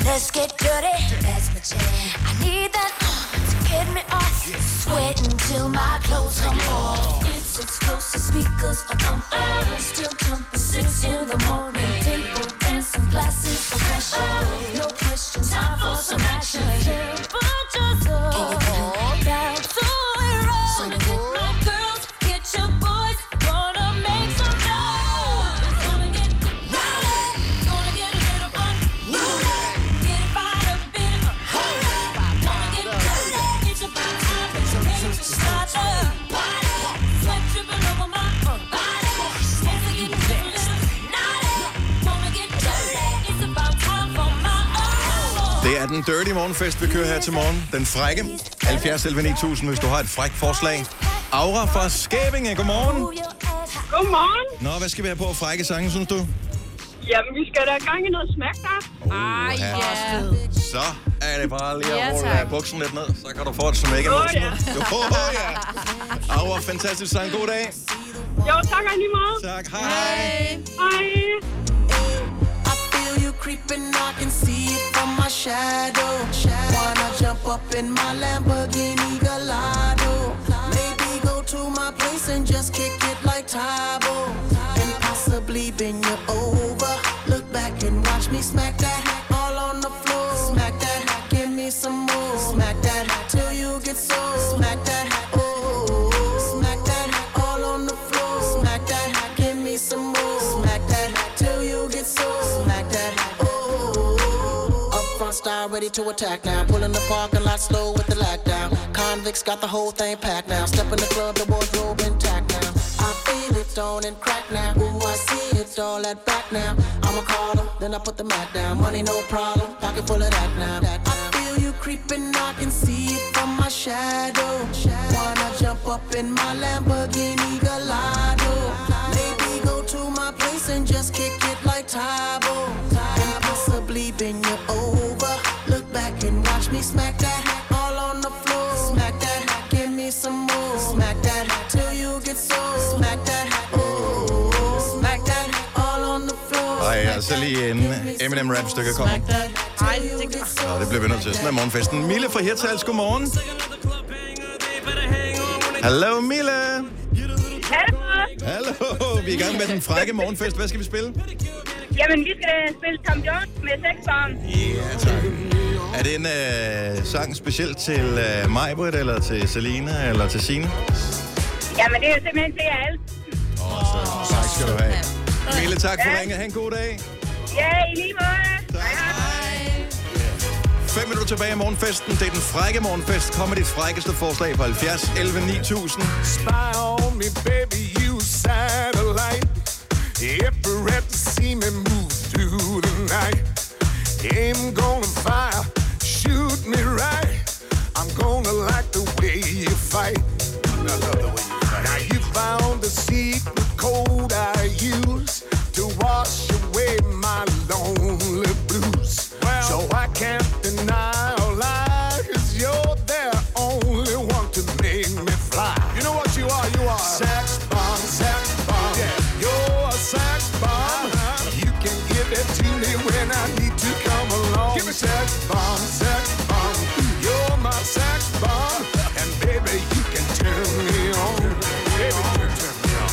Let's get dirty. That's my jam. I need that to get me off. Sweating till my clothes come off. It's explosive speakers are pumping. Still jumping six in the morning. Table dancing, glasses of pressure. No question, time for some action. Temperature's up. Down to zero. So get my girls, get your boys. Gonna make some noise. It's gonna get rowdy. Gonna get a little fun. Get fired up in a hurry. Gonna get dirty. It's about time. It's a minute to start the party. Sweat dripping over my body. Smells like it's a little naughty. Gonna get dirty. It's about time for my Det own. er den dirty morgenfest, vi kører her til morgen. Den frække. 70 11 9000, hvis du har et frækt forslag. Aura fra Skævinge, godmorgen. Godmorgen. Nå, hvad skal vi have på frække sange, synes du? Jamen, vi skal da i gang i noget smagdag. Ej, ja. Så er det bare lige Ja, at rulle tak. øh, buksen lidt ned, så kan du få et smæk af Åh, musen. ja. Åh, ja. Aura, fantastisk sang. God dag. Jo, tak og i lige meget. Tak, hej. Hej. I feel you creeping, I can see it from my shadow. Wanna jump up in my Lamborghini Gallardo? Maybe go to my place and just kick it like Tybo. And possibly bend you over. Look back and watch me smack that all on the floor. Smack that, give me some more. Smack that till you get so. Smack that, oh. Smack that all on the floor. Smack that, give me some more. Smack that till you get so. Smack that, oh. Up front style, ready to attack now. Pulling the parking lot slow with the lack down. Convicts got the whole thing packed now. Step in the club, the wardrobe intact now. I feel it on and crack now. Ooh, I see it all at back now. I'ma call 'em, then I put the mat down. Money no problem, pocket full of that now. That now. I feel you creeping, I can see it from my shadow. Wanna jump up in my Lamborghini Gallardo? Maybe go to my place and just kick it like Tybo. And possibly bend you over. Look back and watch me smack that all on the floor. Smack that, give me some more. Smack that till you get so. Smack that, oh. Smack that all on the floor. Og ja, så lige en Eminem rap stykke kommer. Ej, det er Nå, det bliver vi nødt til. Sådan er morgenfesten. Mille fra Hirtals, godmorgen. Hallo, Mille. Hallo. Hallo. Vi er i gang med den frække morgenfest. Hvad skal vi spille? Jamen, vi skal spille Tom Jones med sekseren. Ja, tak. Er det en øh, sang specielt til øh, Majbrit, eller til Selina, eller til Signe? Jamen, det er simpelthen til jer alle. Tak skal du have. Mille, tak for ringet. Ha' en god dag. Ja, i lige måde. Hej, hej. 5 minutter tilbage i morgenfesten. Det er den frække morgenfest. Kom med dit frækkeste forslag på 70 11 9000. Spy on me, baby, you satellite. Ever at to see me move through the night. Aim gonna fire, shoot me right. I'm gonna like the way you fight. I love the way you fight. Now you found the secret code I use to wash away my lonely blues. so I can't deny or lie, cause you're the only one to make me fly. You know what you are? You are sex bomb, sex bomb. Yeah. Uh-huh. You're a sex bomb. You can give it to me when I need to come along. Give me sex bomb, sex bomb. You're my sex bomb, and baby, you can turn me on. Baby, you can turn me on.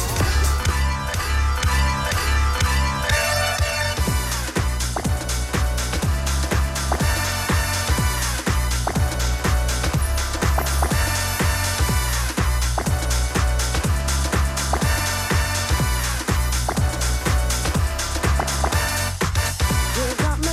You got me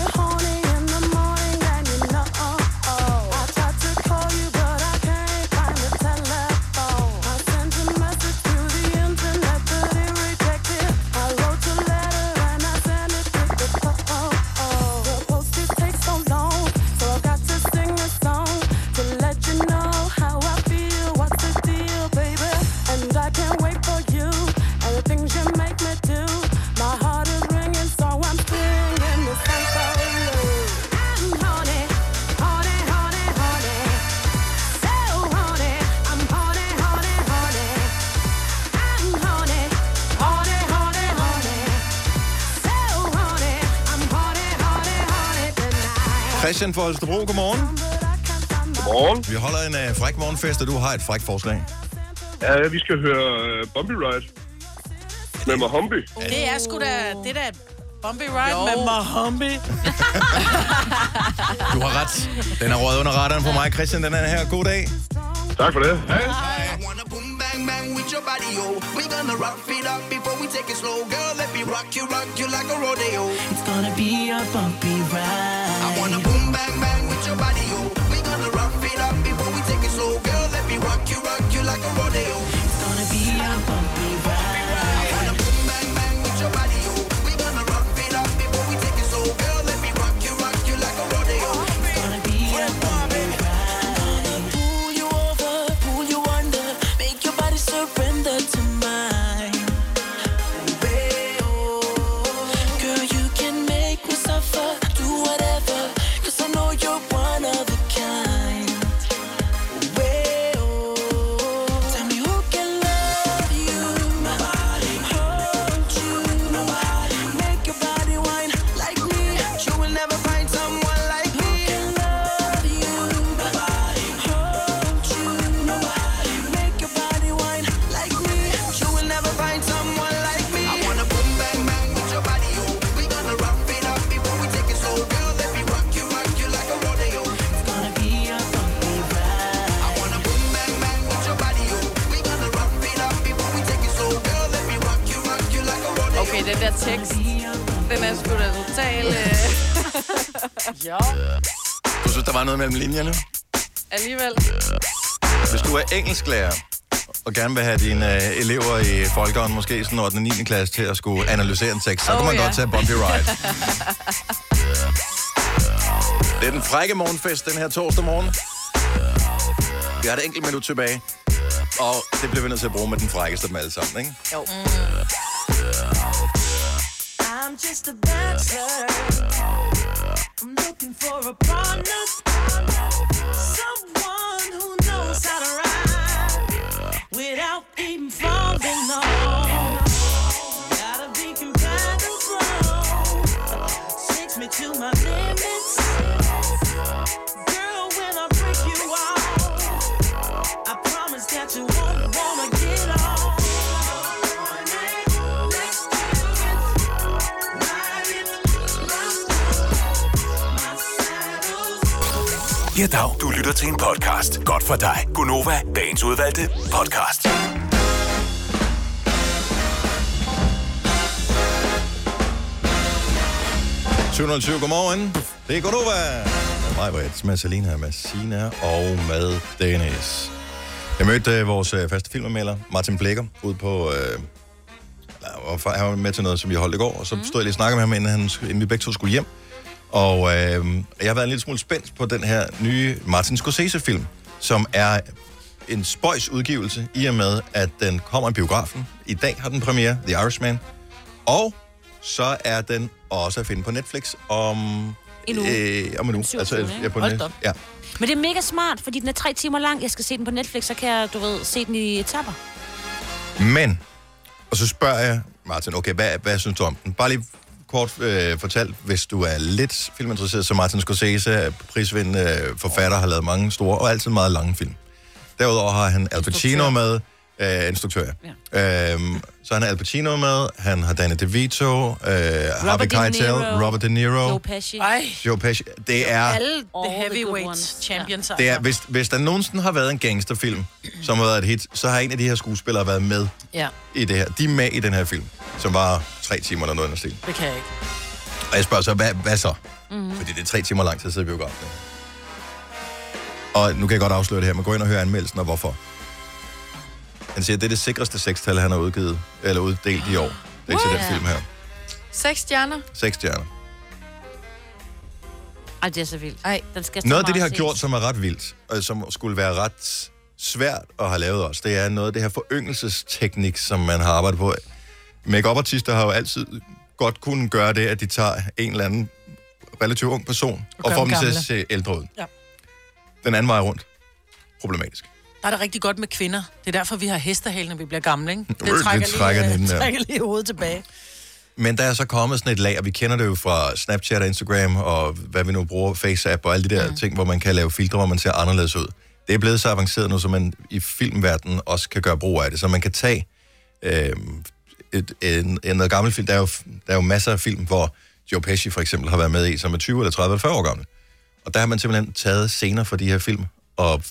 Christian fra Holstebro, godmorgen. Godmorgen. Vi holder en uh, fræk morgenfest, og du har et fræk forslag. Ja, vi skal høre uh, Bumpy Ride. Med Mahombi. Det er sgu da... Det der Bombi Ride jo. med Mahombi. Du har ret. Den er røget under radaren for mig, Christian. Den er her. God dag. Tak for det. Hej. Bang bang with your body, yo. We gonna rough it up before we take it slow, girl. Let me rock you, rock you like a rodeo. It's gonna be a bumpy ride. I wanna boom bang bang with your body, yo. We gonna rough it up before we take it slow, girl. Let me rock you, rock you like a rodeo. It's gonna be a bumpy ride. I wanna boom bang bang with your body, yo. We gonna rough it up before we take it slow, girl. Let me rock you, rock you like a rodeo. It's gonna be a bumpy ride. Pull you over, pull you under, make your body surrender to mine. Girl, you can make me suffer, do whatever, 'cause I know you're one of a kind. Tell me who can love you, hold you, make your body wine like me. You will never find someone like me. love you, hold you, make your body wine like me. You will never find someone like me. I wanna boom bang bang with your body, yo. We gonna rough it up before we take it slow, girl. Let me rock you, rock you like a rodeo. It's gonna be a bumpy ride. I wanna boom bang bang with your body, yo. We gonna rough it up before we take it slow, girl. Let me rock you, rock you like a rodeo. Okay, den der tekst, den er sgu da total... øh, ja, Du synes, der var noget mellem linjerne? alligevel. Hvis du er engelsklærer, og gerne vil have dine øh, elever i folkeånden, måske sådan 8. og 9. klasse, til at skulle analysere en tekst, så oh, Oh, kan man ja. yeah. godt tage Bumpy Ride. Det er den frække morgenfest den her torsdag morgen. Vi har et enkelt minut tilbage, og det bliver vi nødt til at bruge med den frækkeste af dem alle sammen, ikke? Mm. Jo. I'm just a bachelor. I'm looking for a partner. Someone who knows how to ride without even falling off. Gotta be compatible. Takes me to my limits. Girl, when I break you off, I promise that you won't wanna get off. Let's do it. Ride it. Ja, dag. Du lytter til en podcast. Godt for dig. Gunova, dagens udvalgte podcast. Ja. 720, godmorgen. Det er Godova. Med mig, Britt, med Selina, med Sina og med Dennis. Jeg mødte øh, vores øh, faste filmanmelder, Martin Blækker, ude på... Øh, han var fra- han var med til noget, som vi holdt i går, og Mhm. så stod jeg lige og snakkede med ham, inden, han, inden vi begge to skulle hjem. Og øh, jeg har været en lille smule spændt på den her nye Martin Scorsese-film, som er en spøjs udgivelse, i og med, at den kommer i biografen. I dag har den premiere, The Irishman. Og så er den også at finde på Netflix om... En uge. Øh, om en uge. Altså, 27., ja, på ikke? Hold net. da op. Ja. Men det er mega smart, fordi den er tre timer lang. Jeg skal se den på Netflix, så kan jeg, du ved, se den i etapper. Men, og så spørger jeg Martin, okay, hvad, hvad synes du om den? Bare lige kort øh, fortalt, hvis du er lidt filminteresseret, så Martin Scorsese er prisvindende øh, forfatter, har lavet mange store og altid meget lange film. Derudover har han Al Pacino med, øh, instruktør, ja. øhm, så han har Al Pacino med, han har Danny DeVito, øh, Harvey De Keitel, Niro. Robert De Niro, Joe Pesci. Ej. Joe Pesci. Det er... Alle the heavyweight champions. Det er, altså. hvis, hvis der nogensinde har været en gangsterfilm, som har været et hit, så har en af de her skuespillere været med Ja, i det her. De er med i den her film, som var tre timer eller noget andet stil. det kan jeg ikke. Og jeg spørger så, hvad, hvad så? Mm-hmm. Fordi det er tre timer lang tid, sidder vi jo godt. Og nu kan jeg godt afsløre det her, men gå ind og hør anmeldelsen og hvorfor. Han siger, at det er det sikreste sekstal, han har udgivet, eller uddelt i år. Det er til den What? film her. Seks stjerner. Seks stjerner. Ej, det er så vildt. Ej, den skal så Noget af det, de meget har ses. gjort, som er ret vildt, og som skulle være ret svært at have lavet også, det er noget af det her foryngelsesteknik, som man har arbejdet på. Make-up-artister har jo altid godt kunnet gøre det, at de tager en eller anden relativt ung person og, gør får dem dem til at gamle. se ældre ud. Ja. Den anden vej rundt. Problematisk. Der er det rigtig godt med kvinder. Det er derfor, vi har hestehale, når vi bliver gamle, ikke? det trækker lige, den øh, ind der. trækker lige hovedet tilbage. Men der er så kommet sådan et lag, og vi kender det jo fra Snapchat og Instagram, og hvad vi nu bruger, FaceApp og alle de der mm. ting, hvor man kan lave filtre, hvor man ser anderledes ud. Det er blevet så avanceret nu, så man i filmverdenen også kan gøre brug af det. Så man kan tage øh, et, en, en noget gammel film. Der er, jo, der er jo masser af film, hvor Joe Pesci for eksempel har været med i, som er 20 eller 30 eller 40 år gammel. Og der har man simpelthen taget scener fra de her film, og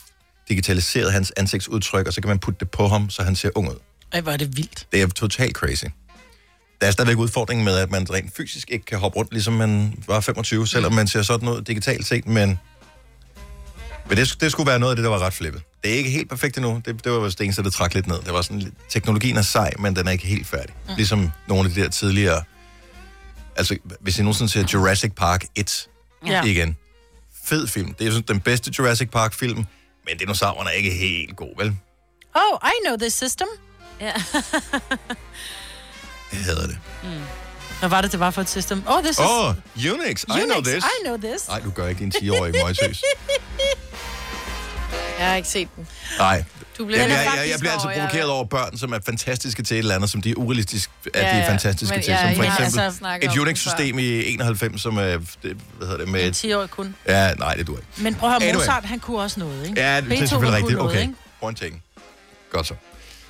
digitaliseret hans ansigtsudtryk, og så kan man putte det på ham, så han ser ung ud. Ej, hvor er det vildt. Det er totalt crazy. Der er stadigvæk udfordringen med, at man rent fysisk ikke kan hoppe rundt, ligesom man var 25, selvom man ser sådan ud digitalt set, men, men det, det skulle være noget af det, der var ret flippet. Det er ikke helt perfekt endnu. Det, det var vist det eneste, der trak lidt ned. Det var sådan, lidt- teknologien er sej, men den er ikke helt færdig. Mm. Ligesom nogle af de der tidligere... Altså, hvis I nogensinde ser Jurassic Park 1 Ja. ja. igen. Fed film. Det er sådan, den bedste Jurassic Park-film, men dinosaurerne er ikke helt god, vel? Oh, I know this system. Ja. Jeg hader det. mm. Hvad var det, det var for et system? Oh, this Åh, oh, is... Unix. I know Unix, this. I know this. Nej, du gør ikke en 10-årig møgtøs. Jeg har ikke set den. Nej. Du Du bliver- bliver jeg, Den er jeg, jeg, faktisk jeg bliver altså over, provokeret over børn, som er fantastiske til et eller andet, som de er urealistisk, at Ja, de ja. er fantastiske Men til. ja, Som for jeg har eksempel altså snakket om et dem Unix-system i 91, som er... Det, hvad hedder det? Med et, 10 år kun. ja, nej, det dur ikke. Men prøv at høre, Anyway. Mozart, han kunne også noget, Mm-hmm. ikke? Ja, det, det er Beethoven kunne selvfølgelig rigtigt. noget, Okay, ikke? pointing. Godt så.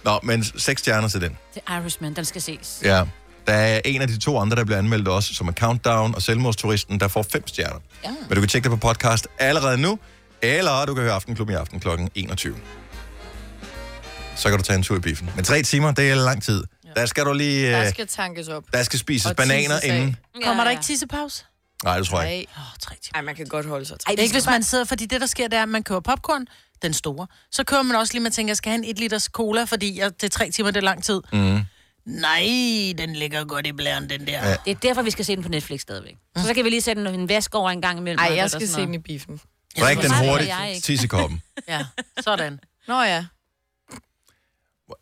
Nå, men seks stjerner til den. Det er Irishman, den skal ses. Ja. Der er en af de to andre, der bliver anmeldt også, som er Countdown og Selvmordsturisten, der får fem stjerner. Ja. Men du kan tjekke det på podcast allerede nu, eller du kan høre Aftenklubben i aften kl. 21. Så kan du tage en tur i biffen. Men tre timer, det er lang tid. Der skal du lige... Der øh, skal tankes op. der skal spises Og bananer tisses af. inden. Ja, Kommer ja. der ikke tissepause? Nej, det tror jeg ikke. Nej. Ej, man kan godt holde sig. Ej, ikke hvis man sidder, fordi det, der sker, det er, at man køber popcorn, den store. Så køber man også lige, man tænker, jeg skal have en 1 liters cola, fordi jeg, det er tre timer, det er lang tid. Mm. Nej, den ligger godt i blæren, den der. Ja. Det er derfor, vi skal se den på Netflix stadigvæk. Så, så kan vi lige sætte en, en vask over en gang imellem. Ej, og jeg lidt skal og sådan se den i noget. biffen. Drik den Nej, hurtigt. jeg ikke. Tissekoppen. Ja, sådan. Nå ja.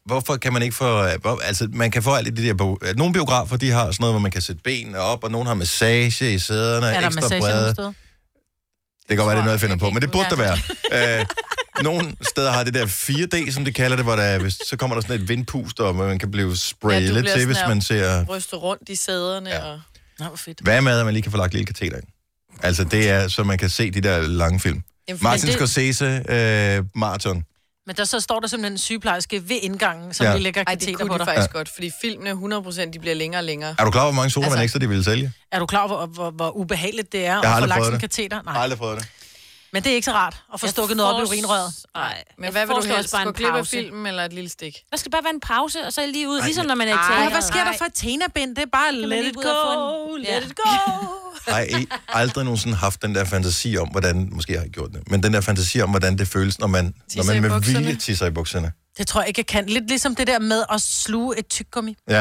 Hvorfor kan man ikke få... hvor- Altså, man kan få alt i de der... bo- Nogle biografer, de har sådan noget, hvor man kan sætte benene op, og nogle har massage i sæderne, er der ekstra massage brede. nogen steder? Det kan godt være, det er noget, jeg finder på, men det burde der være. Øh, nogle steder har det der 4D, som de kalder det, hvor der, er- hvis, så kommer der sådan et vindpust, og man kan blive sprayet ja, lidt til, hvis man ser... Ryste rundt i sæderne ja. og... Nå, hvor fedt. Hvad med, at man lige kan få lagt lille kateter ind? Altså, det er, så man kan se de der lange film. Jamen, Martin men det- Scorsese, øh, Marathon. Men der så står der simpelthen en sygeplejerske ved indgangen, som ja. Ja. lige lægger Ej, det kateter kunne på de dig. faktisk Ja. godt, fordi filmene 100% de bliver længere og længere. Er du klar, over, hvor mange sodavand altså, Altså- ekstra de ville sælge? Er du klar over, hvor, hvor, hvor ubehageligt det er har at få aldrig lagt prøvet sådan en det. kateter? Jeg har aldrig prøvet det. Men det er ikke så rart at få Jeg stukket noget op i forestiller- urinrøret. Nej. Men hvad vil du helst? Gå glip af filmen eller et lille stik? Der skal bare være en pause, og så lige ud, Ej, ligesom men- når man er i Ej, teateret. hvad sker der for et tenabind? Det er bare Kan man let lige it gå ud og få go, en- let Ja. it go. Har I aldrig nogensinde haft den der fantasi om, hvordan, måske har jeg gjort det, men den der fantasi om, hvordan det føles, når man, når i man med bukserne. vilje tisser i bukserne. Det tror jeg ikke, jeg kan. Lidt ligesom det der med at sluge et tyggegummi. Ja.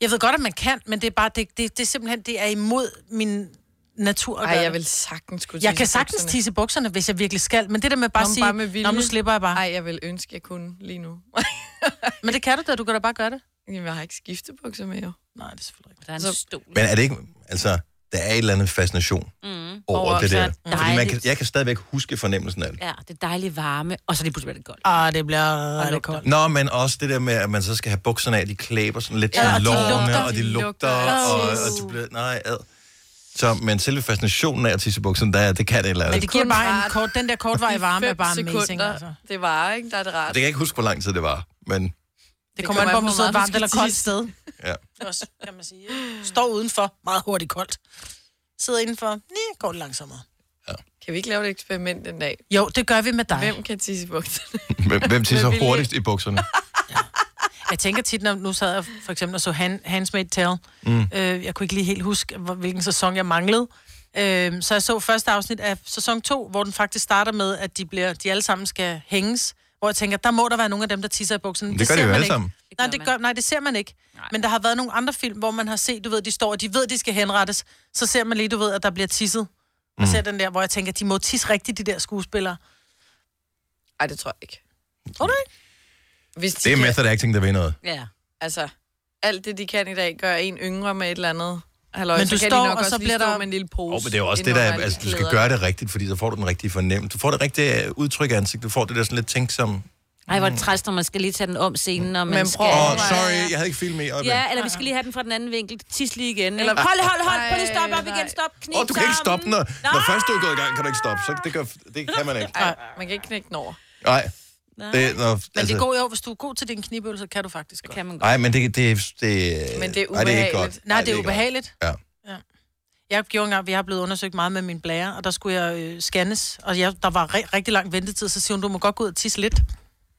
Jeg ved godt, at man kan, men det er bare, det, det, det er simpelthen, det er imod min natur. Ej, jeg vil sagtens kunne Jeg tisse kan i sagtens bukserne. tisse i bukserne, hvis jeg virkelig skal, men det der med bare Nå, at men sige, bare med vilje. Nå, nu slipper jeg bare. Ej, jeg vil ønske, jeg kunne lige nu. Men det kan du da, du kan da bare gøre det. Jamen, jeg har ikke skiftebukser med, jo. Nej, det er selvfølgelig ikke. Der er en stol. Men er det ikke, altså, der er et eller andet fascination Mm. over det der. Fordi man kan, dejligt. jeg kan stadigvæk huske fornemmelsen af det. Ja, det dejlige varme, og så lige pludselig bliver det koldt. Ah, det bliver rigtig koldt. Nå, men også det der med, at man så skal have bukserne af, de klæber sådan lidt til Ja, ja, og de lugter. lårene, og de De lugter, lugter. og, og Åh. du bliver, nej, ad. Så, men selve fascinationen af at tisse i bukserne, der, er- det kan det et eller Men andet. det Det, giver kun bare en rart. kort, den der kortvarige varme er bare amazing. sekunder, Altså. det var, ikke? Der er det rart. det kan jeg ikke huske, hvor lang tid det var, men Det kommer an på, om du sidder hvor meget varmt du eller skal koldt tisse. sted. ja. Også, kan man sige. Står udenfor, meget hurtigt koldt. Sidder indenfor, nej, går det langsommere. Kan vi ikke lave et eksperiment en dag? Jo, det gør vi med dig. Hvem kan tisse i bukserne? Hvem, hvem tisser Med vilje. hurtigst i bukserne? Jeg tænker tit, når nu sad jeg for eksempel og så Han, Hands Made Tale. Mm. Mm. Øh, jeg kunne ikke lige helt huske, hvor- hvilken sæson jeg manglede. Øh, så jeg så første afsnit af sæson 2, hvor den faktisk starter med, at de, bliver, de alle sammen skal hænges. Hvor jeg tænker, der må der være nogle af dem, der tisser i bukserne. Det gør de ser jo man alle ikke. sammen. Nej, det gør, nej, det ser man ikke. Nej. Men der har været nogle andre film, hvor man har set, du ved, de står, og de ved, de skal henrettes. Så ser man lige, du ved, at der bliver tisset. Mm. Og Mm. ser den der, hvor jeg tænker, de må tisse rigtigt, de der skuespillere. Nej, det tror jeg ikke. Tror du ikke? Hvis de Det er kan- method acting, der ved noget. Ja. Altså, alt det, de kan i dag, gør en yngre med et eller andet. Halløj, Men så du kan står, de nok og også så lige bliver stå der- med en lille pose. Oh, men det er jo også det, inden der under er, alle altså, du skal klæderne. gøre det rigtigt, fordi så får du den rigtige fornemmelse. Du får det rigtige øh, udtryk af ansigt, du får det der sådan lidt tænksom Ej, hvor er det træls, når man skal lige tage den om scenen, og man Men skal... prøv- Åh, sorry, jeg havde ikke filmet i øjeblikket. Ja, eller vi skal lige have den fra den anden vinkel. Tis lige igen. Eller... Eller- Hold, hold, hold, prøv lige Ej, at stoppe op nej. igen. Stop, knip Åh, oh, du kan ikke sammen. stoppe den, når, når først du er gået i gang, kan du ikke stoppe. Så det, gør, det kan man ikke. Nej, man kan ikke knække den over. Nej. Nej. Det, når, Men det er god jo, hvis du er god til din knibøl, så kan du faktisk godt. Kan man Nej, men det, det, det, Men det er ubehageligt. Nej, det er ikke godt. Nej, det er ikke ubehageligt. godt. Ja. Jeg gjorde engang, vi har blevet undersøgt meget med min blære, og der skulle jeg øh, scannes, og jeg, der var re- rigtig lang ventetid, så siger hun, du må godt gå ud og tisse lidt.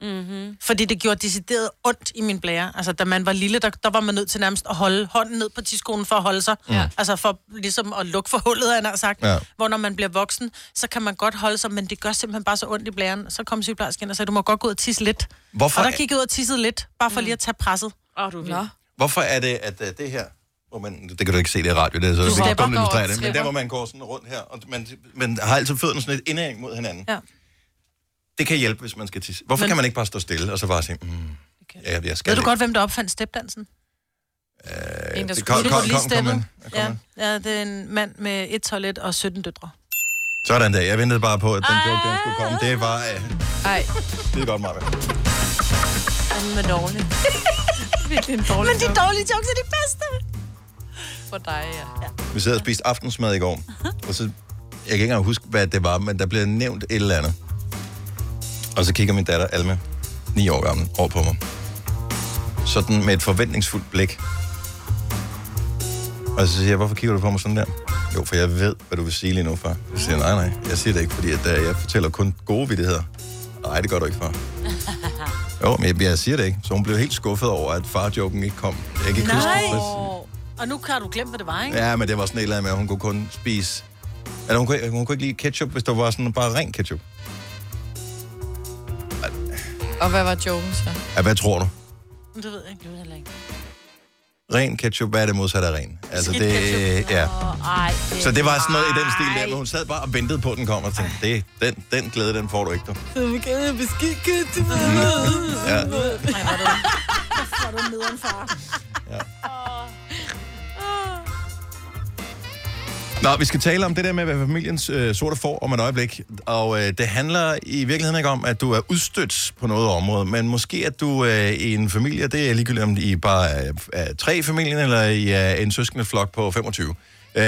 Mm-hmm. Fordi det gjorde decideret ondt i min blære. Altså, da man var lille, der, der var man nødt til nærmest at holde hånden ned på tidskonen for at holde sig. Ja. Altså for ligesom at lukke for hullet, han har sagt. Ja. Hvor når man bliver voksen, så kan man godt holde sig, men det gør simpelthen bare så ondt i blæren. Så kom sygeplejersken og sagde, du må godt gå ud og tisse lidt. Hvorfor Og der er- gik jeg ud og tissede lidt, bare for lige at tage presset. Mm. Åh, oh, du vil. Hvorfor er det, at øh, det her... Hvor man, det kan du ikke se, det er radio, det er så Du det er slipper. dumt at illustrere det. Slipper. Men der, hvor man går sådan rundt her, og man, man har altid fødderne sådan lidt indhæng mod hinanden. Ja. Det kan hjælpe, hvis man skal tisse. Hvorfor Men- men... kan man ikke bare stå stille, og så bare sige, mm, ja, jeg skal Ved du lidt." godt, hvem der opfandt stepdansen? Øh, En, der det skulle kom, kom, lige kom, kom, steppet. man. Ja, ja, det er en mand med et toilet og 17 døtre. Sådan der. Jeg ventede bare på, at den joke, den skulle komme. Det var... Øh, Nej, det er godt, Maja. han med dårlig. Men de dårlige jokes er de bedste. For dig, ja. ja. Vi sad og spiste aftensmad i går, og så... Jeg kan ikke engang huske, hvad det var, men der blev nævnt et eller andet. Og så kigger min datter, Alma, 9 år gammel, over på mig. Sådan med et forventningsfuldt blik. Og så siger jeg, hvorfor kigger du på mig sådan der? Jo, for jeg ved, hvad du vil sige lige nu, far. Så siger jeg, nej, nej, jeg siger det ikke, fordi at, øh, jeg fortæller kun gode vidtigheder. Nej, det gør du ikke, far. Jo, men jeg, jeg siger det ikke. Så hun blev helt skuffet over, at farjoken ikke kom. Jeg kan ikke huske Nej. det. Og nu har du glemt, hvad det var, ikke? Ja, men det var sådan et eller andet med, at hun kunne kun spise... Eller hun kunne, hun kunne ikke lide ketchup, hvis der var sådan bare ren ketchup. Og hvad var joken så? Ja, hvad tror du? Det ved jeg ikke. Det ved heller ikke. Ren ketchup, hvad er det modsatte af ren? Altså, Skidt det, ketchup. ja. Ej, Så det var sådan noget i den stil der, hvor hun sad bare og ventede på, at den kom, og tænkte, det, den, den glæde, den får du ikke, du. Så vi kan have beskikket til mig. Ja. Får du nederen, far. Nå, vi skal tale om det der med, hvad familiens øh, sorte får om et øjeblik. Og øh, det handler i virkeligheden ikke om, at du er udstødt på noget område, men måske at du øh, i en familie, og det er ligegyldigt om I bare er, er tre i familien, eller I er en søskende flok på 25. Øh,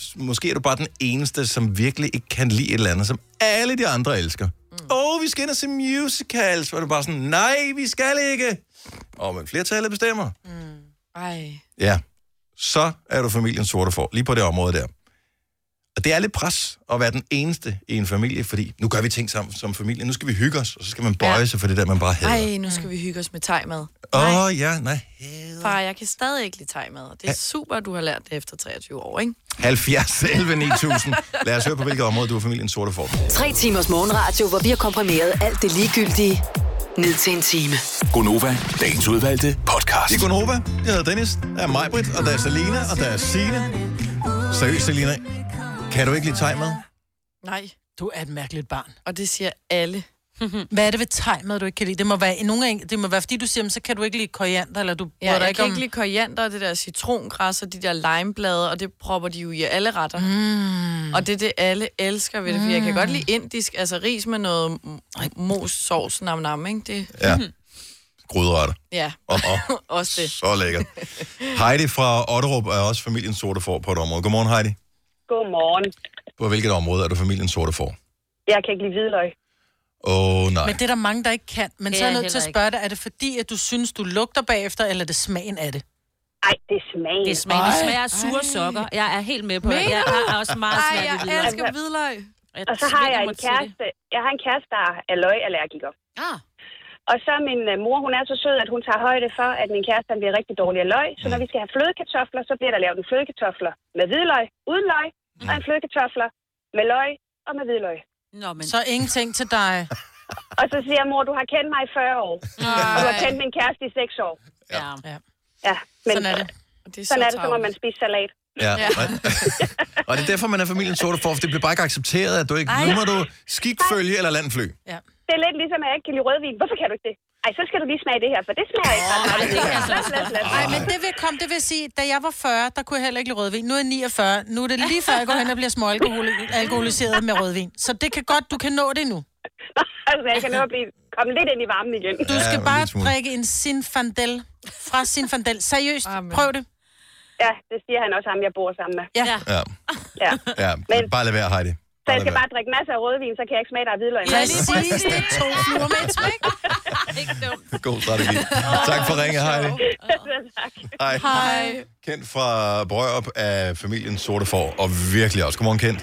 s- måske er du bare den eneste, som virkelig ikke kan lide et eller andet, som alle de andre elsker. Åh, mm. oh, vi skal ind og se musicals, hvor du bare sådan, nej, vi skal ikke. Og men flertallet bestemmer. Ej. Ja, så er du familien sorte for, lige på det område der. Og det er lidt pres at være den eneste i en familie, fordi nu gør vi ting sammen som familie, nu skal vi hygge os, og så skal man bøje sig for det der, man bare havde. Ej, nu skal vi hygge os med tegmad. Åh oh, ja, nej. Far, jeg kan stadig ikke lide tegmad. og Det er Ja. super, du har lært det efter 23 år, ikke? 70, 11, 9000. Lad os høre på, hvilket område du er familien sorte for. Tre timers morgenradio, hvor vi har komprimeret alt det ligegyldige ned til en time. Gonova, dagens udvalgte podcast. Det er Gunova, jeg hedder Dennis, der er Majbrit, og der er Selina, og der er Signe. Seriøst, Selina, kan du ikke lide tegmad? Nej. Du er et mærkeligt barn. Mhm. Og det siger alle. Hvad er det ved tegmad, du ikke kan lide? Det må være, nogle af, det må være fordi du siger, "Men så kan du ikke lide koriander, eller du Ja, bryder dig jeg ikke kan om... ikke lide koriander og det der citrongræs og de der limeblade, og det propper de jo i alle retter. Mm. Og det er det, alle elsker ved det, for jeg kan Mm. godt lide indisk, altså ris med noget m- mos, sovs, nam nam, ikke? Det, Ja. Grydretter. ja, Og, og også det. så lækkert. Heidi fra Otterup er også familien sorte for på et område. Godmorgen, Heidi. Godmorgen. På hvilket område er du familien sorte for? Jeg kan ikke lide hvidløg. Åh, oh, nej. Men det er der mange, der ikke kan. Men Det så er jeg er nødt til at heller ikke. spørge dig, er det fordi, at du synes, du lugter bagefter, eller er det smagen af det? Ej, det er smagen. Det er smagen. Det smager af sure sokker. Jeg er helt med på det. Jeg har også meget Ej, svært ved jeg hvidløg. elsker hvidløg. Og så har tvinger jeg mig en til kæreste, jeg har en kæreste, der er løgallergiker. Ah. Og så er min øh, mor, hun er så sød, at hun tager højde for, at min kæreste han bliver rigtig dårlig af løg. Så Mm. når vi skal have flødekartofler, så bliver der lavet en flødekartofler med hvidløg, uden løg, Mm. og en flødekartofler med løg og med hvidløg. Nå, men... Så ingenting til dig. Og så siger jeg, mor, du har kendt mig i 40 år. Og du har kendt min kæreste i 6 år. Ja. ja. Ja, men Sådan er det. Det er sådan så er det, så må tarveligt. man spise salat. Ja. ja. og det er derfor, man er familien sorte for, for det bliver bare ikke accepteret, at du ikke... Ej. Nu må du skikfølge eller landfly. Det er lidt ligesom, at jeg ikke kan lide rødvin. Hvorfor kan du ikke det? Ej, så skal du lige smage det her, for det smager ikke ret meget. Lad, lad, lad, Nej, men det vil komme, det vil sige, da jeg var 40, der kunne jeg heller ikke lide rødvin. Nu er jeg 49. Nu er det lige før, jeg går hen og bliver småalkoholiseret med rødvin. Så det kan godt, du kan nå det nu. Altså, jeg kan nå at blive komme lidt ind i varmen igen. Du skal bare drikke en Sinfandel fra Sinfandel. Seriøst, prøv det. Ja, det siger han også ham, jeg bor sammen med. Ja. Ja. ja. ja. Men- Bare lad være, Heidi. Så jeg skal bare drikke masser af rødvin, så kan jeg ikke smage dig af hvidløg. Ja, lige præcis. Det er to fluer med et smæk. God strategi. tak for ringe, Heidi. Hej. Hej. Kent fra Brørup af familien Sorte Får, og virkelig også. Godmorgen, Kent.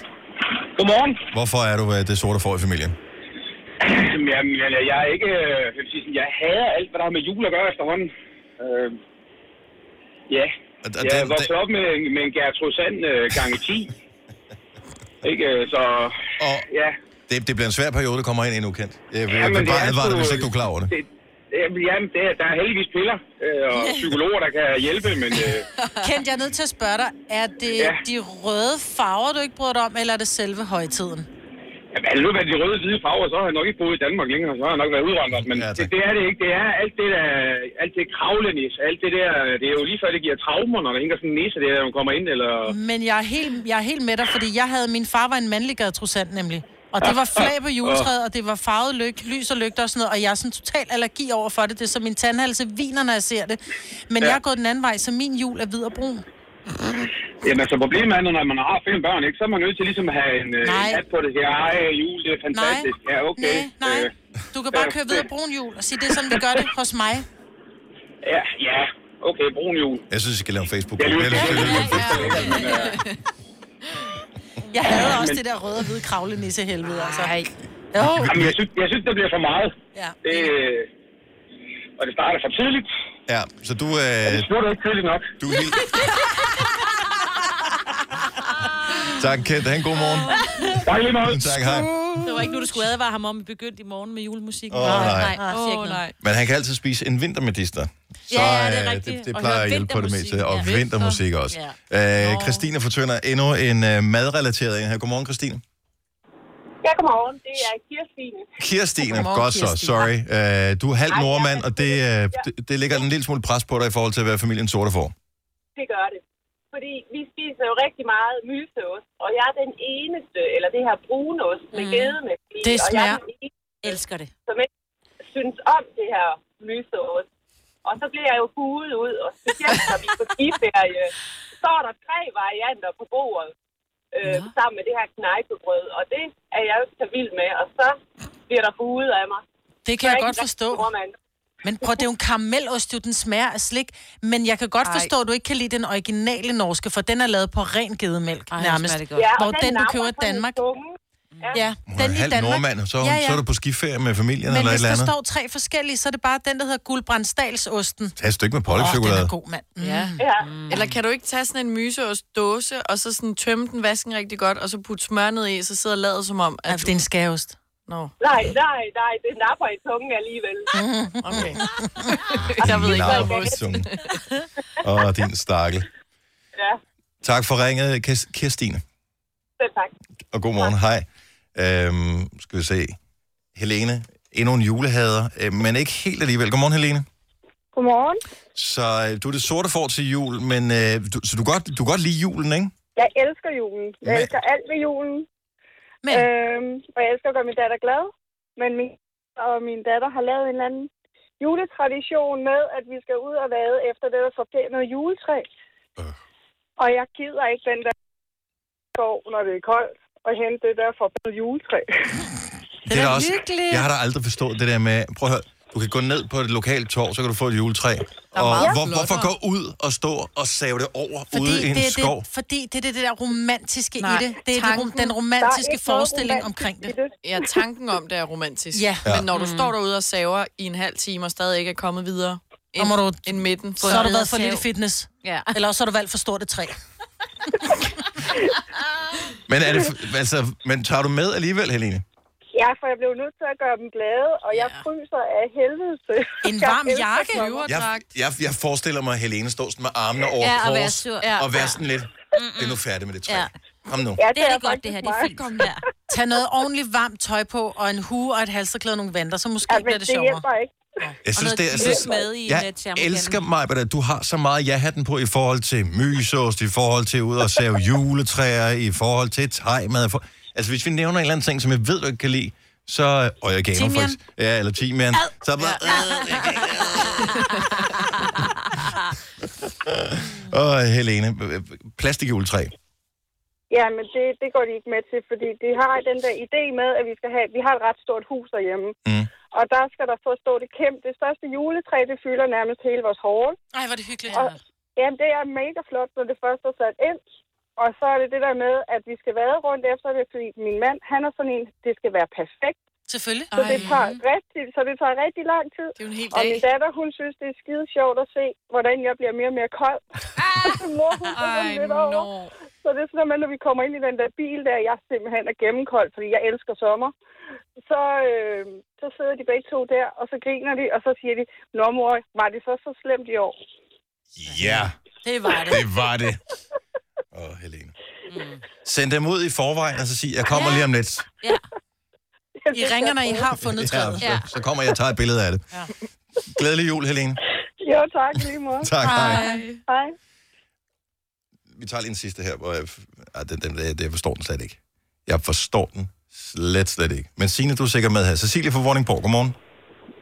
Godmorgen. Hvorfor er du øh, det Sorte Får i familien? Jamen, jeg, jeg er ikke... øh, Jeg, vil sige sådan, jeg hader alt, hvad der har med jul at gøre efterhånden. Øh, ja. Jeg er vokset op med, en- med en Gertrud Sand øh, gange 10. ikke? øh, Så... Og ja. Det, det bliver en svær periode, der kommer ind endnu, Kent. Jeg vil, Jamen, jeg vil det bare er advare dig, sgu- hvis ikke du er klar over det. det jamen, jamen, det er, der er heldigvis piller øh, og psykologer, der kan hjælpe, men... Øh, Kent, jeg er nødt til at spørge dig, er det Ja. ja. de røde farver, du ikke bryder dig om, eller er det selve højtiden? Jamen, havde det nu været de røde hvide farver, så har jeg nok ikke boet i Danmark længere, så har jeg nok været udvandret, men ja, det, det, er det ikke. Det er alt det der, alt det kravlenis, alt det der, det er jo lige før, det giver traumer, når der hænger sådan en næse der, når man kommer ind, eller... Men jeg er, helt, jeg er helt med dig, fordi jeg havde, min far var en mandlig gadetrussant nemlig. Og det var flag på juletræet, og det var farvet lyk, lys og lygter og sådan noget, og jeg er sådan total allergi over for det. Det er så min tandhalse viner, når jeg ser det. Men Ja. ja. jeg er gået den anden vej, så min jul er hvid og brun. Jamen, så problemet er, når man har fem børn, ikke, så er man nødt til ligesom at have en øh, Nej. hat på det, siger, ej, jul, det er fantastisk, ja, okay. Øh. Nej, nej. Du kan bare køre hvid og brun jul og sige, det er sådan, vi gør det hos mig. Ja, ja, okay, brun jul. Jeg synes, I skal lave en facebook Jeg lyder Jeg havde Ja, også men- det der røde og hvide kravle nisse helvede, altså. Ej. Jo. Jamen, jeg synes, jeg synes, det bliver for meget. Ja. Det, og det starter for tidligt. Ja, så du... Øh, det slutter ikke tidligt nok. Du er helt... tak, Kent. Ha' en god morgen. Tak lige meget. Tak, hej. Det var ikke nu, du skulle advare ham om, at begyndt i morgen med julemusik. Åh, nej. nej. Oh, nej. Men han kan altid spise en vintermedister. Så Ja, ja, det er øh, rigtigt. det, det Og plejer høre at hjælpe på det vintermusik. meste. Og Ja. ja. vintermusik også. Ja. Øh, Christine fortønder endnu en øh, madrelateret en her. Godmorgen, Christine. Ja, godmorgen. Det er Kirstine. Kirstine, godt så. Sorry. Øh, du er halv Ej, ja, nordmand, og det, øh, det, det lægger en lille smule pres på dig i forhold til, hvad familien sorte får. Det gør det. Fordi vi spiser jo rigtig meget myseost, og jeg er den eneste, eller det her brunost med mm. gedemælk i, Det og jeg er smager. den eneste, Elsker det. som ikke synes om det her myseost. Og så bliver jeg jo hudet ud, og specielt når vi er på skiferie, så står der tre varianter på bordet, øh, sammen med det her knejpebrød, og det er jeg jo ikke så vild med, og så bliver der hudet af mig. Det kan Så jeg er godt ikke forstå. rigtig nordmand. Men prøv, det er jo en karamelost, jo, den smager af slik. Men jeg kan godt Ej. forstå, at du ikke kan lide den originale norske, for den er lavet på ren gedemælk Ej, Ej, hvor nærmest. smager det godt. Ja, og Hvor den den, du napper køber i sådan i Danmark. Ja, Hun er den i halv Danmark. nordmand, så, ja, ja. så er du på skiferie med familien Men eller et hvis eller der andet. står tre forskellige, så er det bare den, der hedder guldbrandsdalsosten. Tag et stykke med Åh, den pålægtschokolade. er god, mand. Mm. Ja. Eller kan du ikke tage sådan en myseostdåse, og så sådan tømme den vasken rigtig godt, og så putte smør ned i, så sidder ladet som om... At ja, for det er en skæreost. Nå. Nej, nej, nej, det napper i tungen alligevel. Okay. Jeg ved ikke, hvad Åh, din stakkel. Ja, Tak for ringet, Kis- Kirstine. selv tak. Og god morgen, hej. Øhm, skal vi se. Helene, endnu en julehader, øh, men ikke helt alligevel. Godmorgen, Helene. Godmorgen. Så øh, du er det sorte for til jul, men øh, du, så du godt, du godt lide julen, ikke? Jeg elsker julen. Jeg Men- elsker alt ved julen. Men... Øhm, og jeg elsker at gøre min datter glad. Men min, og min datter har lavet en eller anden juletradition med, at vi skal ud og vade efter det, der forpænede juletræ. Øh. Og jeg gider ikke den der går, når det er koldt, og hente det der forpænede juletræ. Det er da også, jeg har da aldrig forstået det der med, prøv at høre, du kan gå ned på et lokalt torv, så kan du få et juletræ. Og meget hvor, flottere. hvorfor gå ud og stå og save det over fordi ude i en det, er skov? det, fordi det er det, det der romantiske Nej, i det. Det er tanken, tanken- det, den Der er romantiske ikke noget forestilling romantisk omkring det. Ja, tanken om det er romantisk. Ja. Men når du Mm. står derude og saver i en halv time, og stadig ikke er kommet videre end, må du- end midten... Så har du været for lidt i fitness. Ja. Eller også har du valgt for stort et træ. Men, er det, f- altså, men tager du med alligevel, Helene? Ja, for jeg blev nødt til at gøre dem glade, og jeg fryser af helvede. til. En Jeg varm elsker jakke? sommer. Jeg, jeg, jeg forestiller mig, at Helene står sådan med armene over Ja, kors, og være sur. Ja. og være sådan lidt, det er nu færdigt med det træ. Ja. Kom nu. Ja, det er godt, det her. Det er fint. Kom her. Tag noget ordentligt varmt tøj på, og en hue og et halserklæde og nogle vanter, så måske Ja, ja, men bliver det det sjovere. hjælper ikke. Jeg synes, noget det er, jeg lys synes, med i en, øh, jeg termokande. elsker mig, at du har så meget ja-hatten på i forhold til mysost, i forhold til ud og save juletræer, i forhold til tegmad. For... Altså, hvis vi nævner en eller anden ting, som jeg ved, du ikke kan lide, så... Og jeg gav ham Timian. faktisk... Ja, eller timian. Så bare... Åh, Helene. Plastikjuletræ. Ja, men det, det går de ikke med til, fordi de har den der idé med, at vi skal have, vi har et ret stort hus derhjemme. Mm. Og der skal der så stå det kæmpe, det største juletræ, det fylder nærmest hele vores hall. Ej, hvor er det hyggeligt. Og, jamen, det er mega flot, når det først er sat ind. Og så er det det der med, at vi skal vade rundt efter det, fordi min mand, han er sådan en, det skal være perfekt. Selvfølgelig. Så det tager rigtig, så det tager rigtig lang tid. Det er en hel Og dag. min datter, hun synes, det er skide sjovt at se, hvordan jeg bliver mere og mere kold. Ah, så mor, hun så Ej, lidt over. Så det er sådan, at når vi kommer ind i den der bil der, jeg simpelthen er gennemkold, fordi jeg elsker sommer. Så, øh, så sidder de begge to der, og så griner de, og så siger de, Nå mor, var det så så slemt i år? Ja, Det var det. det var det. Åh, Helene. Send dem ud i forvejen, og så sig, jeg kommer lige om lidt. I ringer, når I har fundet træet. Ja, så, så kommer jeg og tager et billede af det. Ja. Glædelig jul, Helene. Jo, tak lige måde. Tak, hej. Hej. Vi tager lige en sidste her, hvor jeg, ah, den, den, den, jeg forstår den slet ikke. Jeg forstår den slet, slet ikke. Men Signe, du er sikkert med her. Cecilie fra Vordingborg, godmorgen.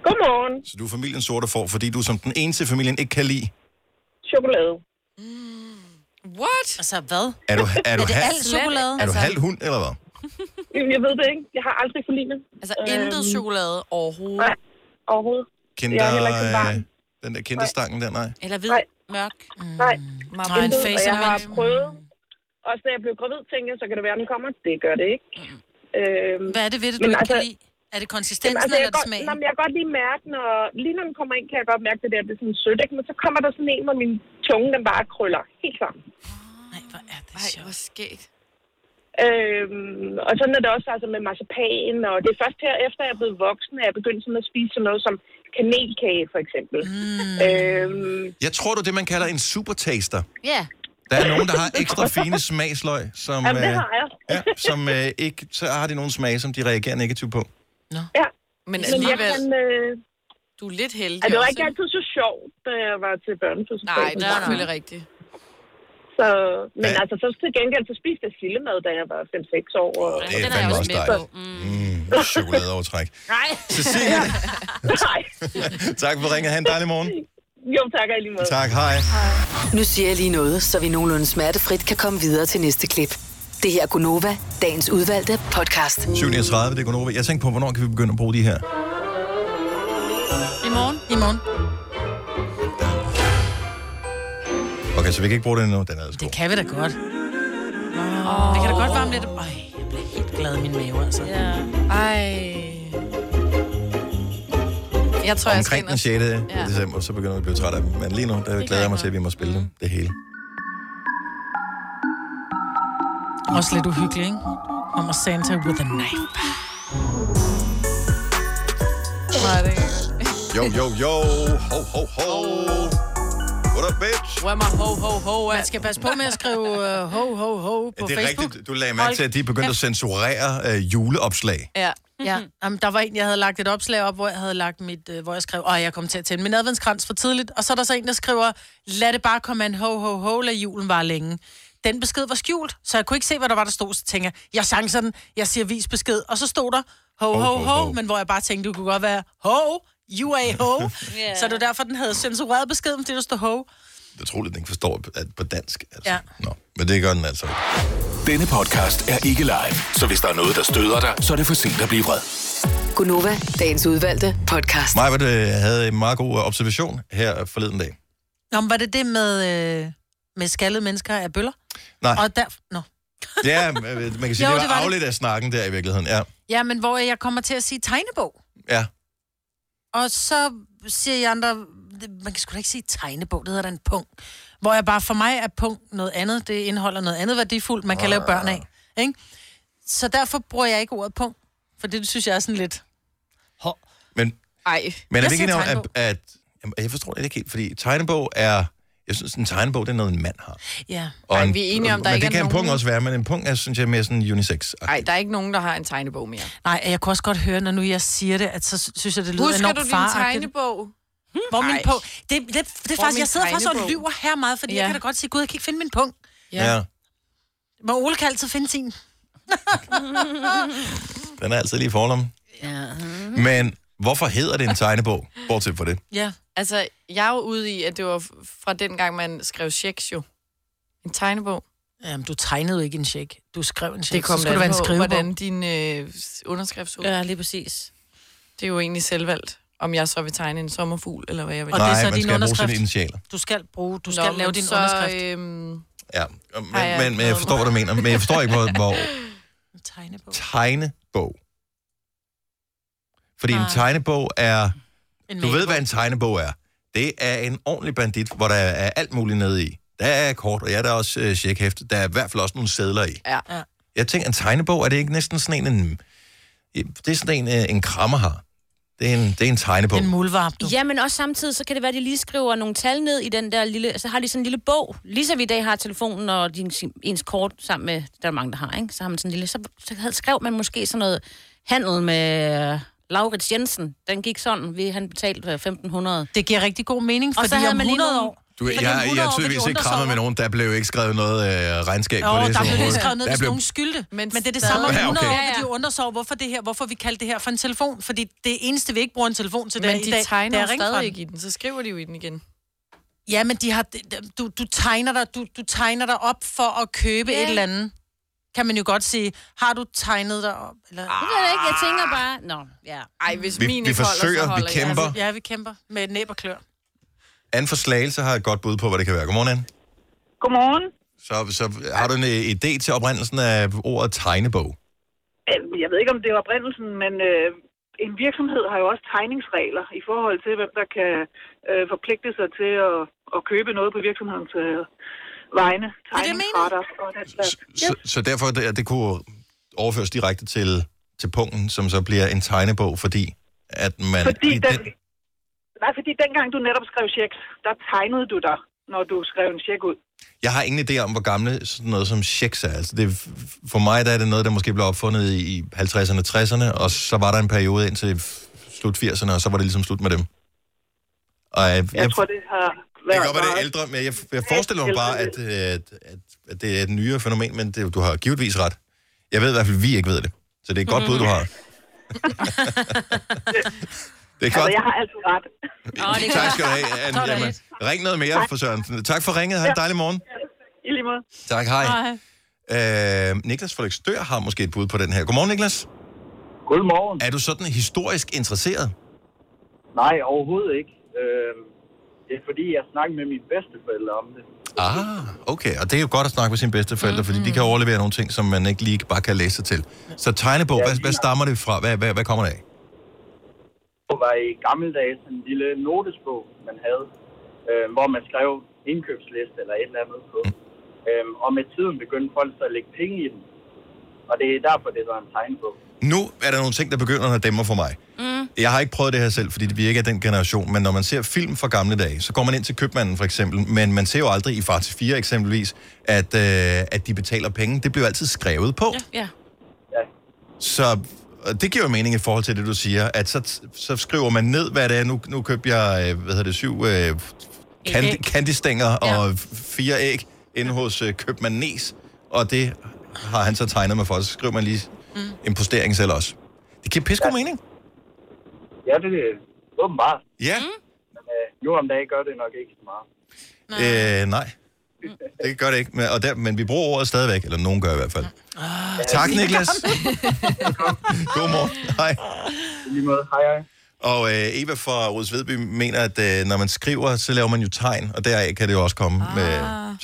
Godmorgen. Så du er familien sorte får, fordi du som den eneste i familien ikke kan lide. Chokolade. What? Altså, hvad? Er du, er du, Er det halv, alt chokolade? Er du Altså- halv hund, eller hvad? Jamen, jeg ved det ikke. Jeg har aldrig kunne lide det. Øhm, Altså, intet chokolade overhovedet? Nej, overhovedet. Kinder, øh, den der kinderstangen der, nej. Eller hvid, mørk. Mm. Nej. Mamma en Intet, face og jeg har image. prøvet. Mm. Også da jeg blev gravid, tænkte jeg, så kan det være, den kommer. Det gør det ikke. Øhm, Hvad er det ved det, du men ikke kan lide? Er det konsistensen, Jamen, altså, eller jeg er det godt- smagen? Nå, men jeg kan godt lige mærke, når, lige når den kommer ind, kan jeg godt mærke det der, det er sådan sødt, ikke? Men så kommer der sådan en, hvor min tunge, den bare krøller helt sammen. Ej, hvor skægt. Øhm, og sådan er det også altså med marcipan, og det er først her efter, jeg er blevet voksen, at jeg begyndte sådan at spise sådan noget som kanelkage, for eksempel. Mm. Øhm, Jeg tror, du er det, man kalder en supertaster. yeah. Der er nogen, der har ekstra fine smagsløg, som, Jamen, det øh, har jeg. ja, som øh, ikke, så har de nogle smage, som de reagerer negativt på. Ja. Men jeg alligevel, kan, øh, du er lidt heldig altså, det var også, ikke altid så sjovt, da jeg var til børnefødselsdag. Nej, det er selvfølgelig rigtigt. Så, men altså, så til gengæld, så spiste jeg sillemad, da jeg var 5-6 år. Og... Det er fandme også dejligt. Mm. Chokoladeovertræk. Nej. Cecilie. Nej. tak for ringet. Ha' en dejlig morgen. Jo, tak og i lige måde. Tak, hej. Nu siger jeg lige noget, så vi nogenlunde smertefrit kan komme videre til næste klip. Det her er Gunova, dagens udvalgte podcast. 7.39, det er Gunova. Jeg tænkte på, hvornår kan vi begynde at bruge de her? I morgen? I morgen. Okay, så vi kan ikke bruge den endnu. Den er altså ellers god. Det kan vi da godt. Oh. Det kan da godt varme lidt. Øj, jeg bliver helt glad i min mave, altså. Ja. Ej. Jeg tror, jeg skal Omkring ind og... den 6. Ja. december, så begynder vi at blive træt af dem. Men lige nu, der glæder jeg mig til, at vi må spille dem. Det hele. Også lidt uhyggelig, ikke? Kommer Santa with a knife. Nej, det Jo, jo, jo. Ho, ho, ho. What up, bitch? Where my ho, ho, ho Man skal passe på med at skrive øh, ho, ho, ho Ja, på det er Facebook. rigtigt. Du lagde mærke til, at de begyndte at censurere øh, juleopslag. Ja. ja. Jamen, der var en, jeg havde lagt et opslag op, hvor jeg havde lagt mit, øh, hvor jeg skrev, åh, jeg kom til at tænde min adventskrans for tidligt. Og så er der så en, der skriver, lad det bare komme en ho, ho, ho, lad julen var længe. Den besked var skjult, så jeg kunne ikke se, hvad der var, der stod. Så tænker jeg, jeg chancer den, jeg siger vis besked. Og så stod der, ho, ho, ho, ho, men hvor jeg bare tænkte, du kunne godt være, ho, you a ho. Ja. yeah. Så det var derfor, den havde censureret beskeden, fordi der stod ho. Det er troligt, at den ikke forstår at på dansk. Ja. Men det gør den altså ikke. Denne podcast er ikke live, så hvis der er noget, der støder dig, så er det for sent at blive vred. Gunova, dagens udvalgte podcast. Maja havde en meget god øh, observation her forleden dag. Nå, men var det det med, øh, med skaldede mennesker af bøller? Nej. Og der... Nå. Ja, øh, man kan sige, Jo, jo, det var, det det var det. afledt af snakken der i virkeligheden. Ja, Ja, men hvor jeg kommer til at sige tegnebog. ja. Og så siger jeg andre, man kan sgu da ikke sige tegnebog, det hedder da en punkt. Hvor jeg bare, for mig er punkt noget andet, det indeholder noget andet værdifuldt, man kan lave børn af. Ah. Ikke? Så derfor bruger jeg ikke ordet punkt, for det synes jeg er sådan lidt... Men, Ej. men er det ikke noget, at, at, jamen, jeg forstår det ikke helt, fordi tegnebog er, jeg synes, en tegnebog, det er noget, en mand har. Ja. Ej, en, vi er enige om, der men ikke det er kan en nogen- punkt også være, men en punkt er, synes jeg, mere sådan unisex. Nej, der er ikke nogen, der har en tegnebog mere. Nej, jeg kunne også godt høre, når nu jeg siger det, at så synes jeg, det lyder Husker enormt du din faragtigt. Hm? tegnebog? Hvor min Ej. punkt... Det, det, det, det er Hvor faktisk, min jeg sidder faktisk og tegnebog? lyver her meget, fordi ja. Ja. jeg kan da godt sige, gud, jeg kan ikke finde min punkt. Ja. ja. Men Ole kan altid finde sin. Den er altid lige i forlommen. Men hvorfor hedder det en tegnebog, bortset fra det? Ja. Altså, jeg er jo ude i, at det var f- fra den gang, man skrev checks jo. En tegnebog. Jamen, du tegnede jo ikke en check. Du skrev en check. Det kom så så skulle det være en på, skrivebog. hvordan din øh, s- underskrift så Ja, lige præcis. Det er jo egentlig selvvalgt, om jeg så vil tegne en sommerfugl, eller hvad jeg vil. Og det er Nej, så man din skal bruge underskrift. sine initialer. Du skal bruge, du Nå, skal lave men din så, underskrift. Øhm, Ja, men, Ej, ja. men, men jeg forstår, hvad du mener. Men jeg forstår ikke, hvor... hvor... Tegnebog. Tegnebog. Fordi Ah. en tegnebog er... Du ved, hvad en tegnebog er. Det er en ordentlig bandit, hvor der er alt muligt nede i. Der er kort, og ja, der er også øh, checkhæfte. Der er i hvert fald også nogle sædler i. Ja. ja. Jeg tænker, en tegnebog, er det ikke næsten sådan en... en det er sådan en, øh, en krammer har. Det er en, det er en tegnebog. En mulvarp. Ja, men også samtidig, så kan det være, at de lige skriver nogle tal ned i den der lille... Så har de sådan en lille bog. Ligesom vi i dag har telefonen og din, ens kort sammen med... Der er mange, der har, ikke? Så har man sådan en lille... Så, så havde- skrev man måske sådan noget handel med... øh, Laurits Jensen, den gik sådan, vi, han betalte øh, 1500. Det giver rigtig god mening, og så fordi havde om man lige 100 nogle- Du, fordi jeg, om jeg, 100 år, er vil de tydeligvis ikke undre sig krammet med nogen. Der blev ikke skrevet noget øh, regnskab Jo, på det. som der blev det overhovedet. skrevet ned, Der hvis blev- nogen skyldte. Men, men det er det stadig- samme om Ja, 100 okay. år, hvor de undrer sig over, hvorfor, det her, hvorfor vi kaldte det her for en telefon. Fordi det eneste, vi ikke bruger en telefon til det øh, men i de dag, tegner det jo er ringfang. stadig ikke i den, så skriver de jo i den igen. Ja, men de har, du, du, tegner dig, du, du tegner dig op for at købe Ja. yeah. et eller andet. Kan man jo godt sige, har du tegnet dig op? Eller? Det ved jeg ikke, jeg tænker bare... Nå, ja. Ej, hvis Vi- min vi ikke holder, så forsøger, vi holder jeg. kæmper. Altså, Ja, vi kæmper med næb og klør. Anne for Slagelse har et godt bud på, hvad det kan være. Godmorgen, Anne. Godmorgen. Så, så har du en øh, idé til oprindelsen af ordet tegnebog? Øh, Jeg ved ikke, om det var oprindelsen, men øh, en virksomhed har jo også tegningsregler i forhold til, hvem der kan øh, forpligte sig til at, at købe noget på virksomhedens øh, vegne. Tegningsretter og den slags. Så, så derfor det, det kunne overføres direkte til, til punkten, som så bliver en tegnebog, fordi at man... Fordi i den, nej, fordi dengang du netop skrev checks, der tegnede du dig, når du skrev en check ud. Jeg har ingen idé om, hvor gamle sådan noget som checks er. Altså det, er f- for mig der er det noget, der måske blev opfundet i 50'erne, 60'erne, og så var der en periode indtil f- slut 80'erne, og så var det ligesom slut med dem. Og øh, jeg, Jeg, jeg tror, det har været... Det kan godt være, det er ældre, men jeg, jeg forestiller mig bare, at, øh, at, at, at det er et nyere fænomen, men det, du har givetvis ret. Jeg ved i hvert fald, at vi ikke ved det. Så det er et godt bud, du har. det er godt. Altså, jeg har altid ret. Åh, det er tak skal du have, Anne. Jamen, ring noget mere for Søren. Tak for ringet. Ha' en dejlig morgen. I lige måde. Tak, hej. Øh, Niklas fra Lykstør har måske et bud på den her. Godmorgen, Niklas. Godmorgen. Er du sådan historisk interesseret? Nej, overhovedet ikke. Øh, det er fordi, jeg snakkede med mine bedsteforældre om det. Ah, okay. Og det er jo godt at snakke med sine bedsteforældre, mm-hmm. fordi de kan overlevere nogle ting, som man ikke lige bare kan læse sig til. Så tegnebog, ja, hvad, hvad stammer det fra? Hvad, hvad, hvad kommer det af? Det var i gamle dage sådan en lille notesbog, man havde, øh, hvor man skrev indkøbsliste eller et eller andet på. Øh, og med tiden begyndte folk så at lægge penge i den. Og det er derfor, det var en tegnebog. Nu er der nogle ting, der begynder at dæmme for mig. Mm. Jeg har ikke prøvet det her selv, fordi vi ikke er den generation, men når man ser film fra gamle dage, så går man ind til købmanden for eksempel, men man ser jo aldrig i Far til 4 eksempelvis, at, øh, at de betaler penge. Det bliver altid skrevet på. Ja. Ja. Så og det giver jo mening i forhold til det, du siger, at så, så skriver man ned, hvad det er. Nu, nu købte jeg, øh, hvad hedder det, syv øh, candy, candystænger ja. og f- fire æg inde hos øh, købmand Nes, og det har han så tegnet mig for, så skriver man lige mm. en postering selv også. Det giver pisse god mening. Ja, det er åbenbart. Ja. Mm. Men øh, nu om dagen gør det nok ikke så meget. Nej. Øh, nej. Det gør det ikke, men, og der, men vi bruger ordet stadigvæk, eller nogen gør i hvert fald. Ah, Tak, Niklas. Godmorgen. Hej. lige måde. Hej, hej. Og øh, Eva fra Ruds Vedby mener, at øh, når man skriver, så laver man jo tegn, og deraf kan det jo også komme ah, med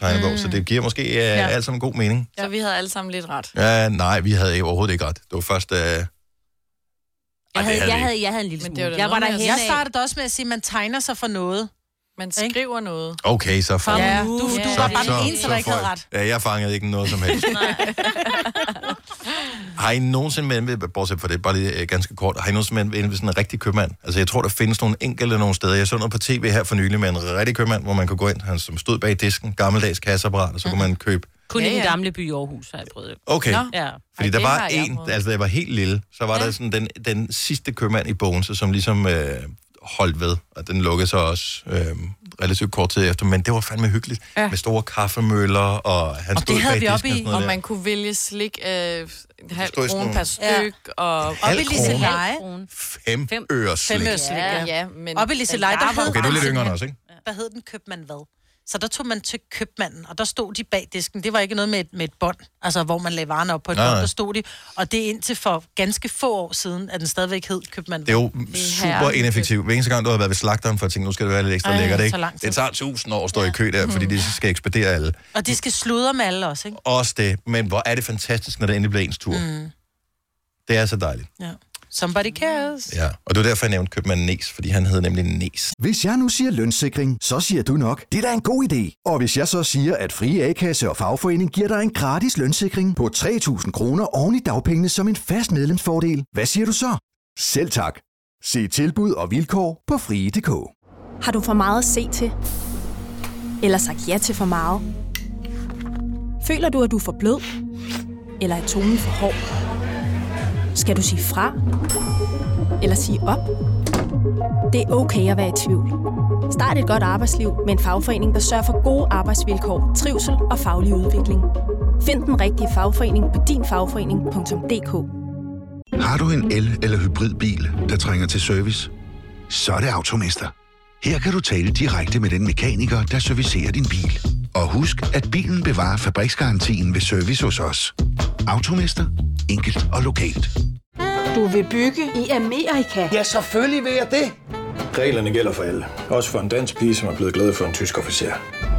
tegnebog, mm. så det giver måske øh, ja. alt sammen god mening. Så vi havde alle sammen lidt ret. Ja, nej, vi havde overhovedet ikke ret. Det var først... Øh... Jeg, Jeg havde, jeg, havde, jeg havde en lille Men det var smule. da Jeg var noget der med at hen Jeg startede da også med at sige, at man tegner sig for noget. Man skriver noget. Okay, så Kom Ja, nu. du- du var bare den eneste, der ikke havde får- ret. Ja, jeg fangede ikke noget som helst. har I nogensinde været med, bortset fra det, bare lige øh, ganske kort, har I nogensinde været inde ved sådan en rigtig købmand? Altså, jeg tror, der findes nogle enkelte nogle steder. Jeg så noget på tv her for nylig med en rigtig købmand, hvor man kunne gå ind, han som stod bag disken, gammeldags kasseapparat, og så kunne man købe Kun Ja, i den ja. gamle by i Aarhus har jeg prøvet det. Okay. Nå. Ja. Fordi der var en, altså da jeg var helt lille, så var ja. der sådan den, den sidste købmand i Bogense, som ligesom øh, holdt ved, og den lukkede så også øh, relativt kort tid efter, men det var fandme hyggeligt, Ja. ja. med store kaffemøller, og han stod Det havde bag disken vi og oppe i, sådan noget og der. man kunne vælge slik af øh, en halv stod i sådan krone per nogle- styk. Ja. Og Halv Oppe i krone? Liseleje. Fem, Fem øres slik. Femørslik, ja. Ja, men... Oppe i Liseleje, der hed Okay, du er lidt yngre end os, ikke? Hvad hed den? Købmand hvad? Så der tog man til købmanden, og der stod de bag disken. Det var ikke noget med et, med et bånd, altså hvor man lagde varerne op på et Nej, bånd. nej. Der stod de, og det er indtil for ganske få år siden, at den stadigvæk hed købmand Det er jo super ineffektivt. Hver eneste gang, du har været ved slagteren for at tænke, nu skal det være lidt ekstra Ej, lækkert, det ikke? tager lang tid. Det tager tusind år at stå i kø der, fordi de skal ekspedere alle. Og de skal sludre med alle også, ikke? Også det, men hvor er det fantastisk, når det endelig bliver ens tur. Mm. Det er så dejligt. Ja. Somebody cares. Ja, og det var derfor, jeg nævnte købmanden Nes, fordi han hed nemlig Nes. Hvis jeg nu siger lønssikring, så siger du nok, det er da en god idé. Og hvis jeg så siger, at frie A-kasse og fagforening giver dig en gratis lønssikring på 3.000 kroner oven i dagpengene som en fast medlemsfordel, hvad siger du så? Selv tak. Se tilbud og vilkår på frie.dk. Har du for meget at se til? Eller sagt ja til for meget? Føler du, at du er for blød? Eller er tonen for hård? Skal du sige fra? Eller sige op? Det er okay at være i tvivl. Start et godt arbejdsliv med en fagforening, der sørger for gode arbejdsvilkår, trivsel og faglig udvikling. Find den rigtige fagforening på dinfagforening.dk. Har du en el- eller hybridbil, der trænger til service? Så er det Automester. Her kan du tale direkte med den mekaniker, der servicerer din bil. Og husk, at bilen bevarer fabriksgarantien ved service hos os. Automester. Enkelt og lokalt. Du vil bygge i Amerika? Ja, selvfølgelig vil jeg det. Reglerne gælder for alle. Også for en dansk pige, som er blevet glad for en tysk officer.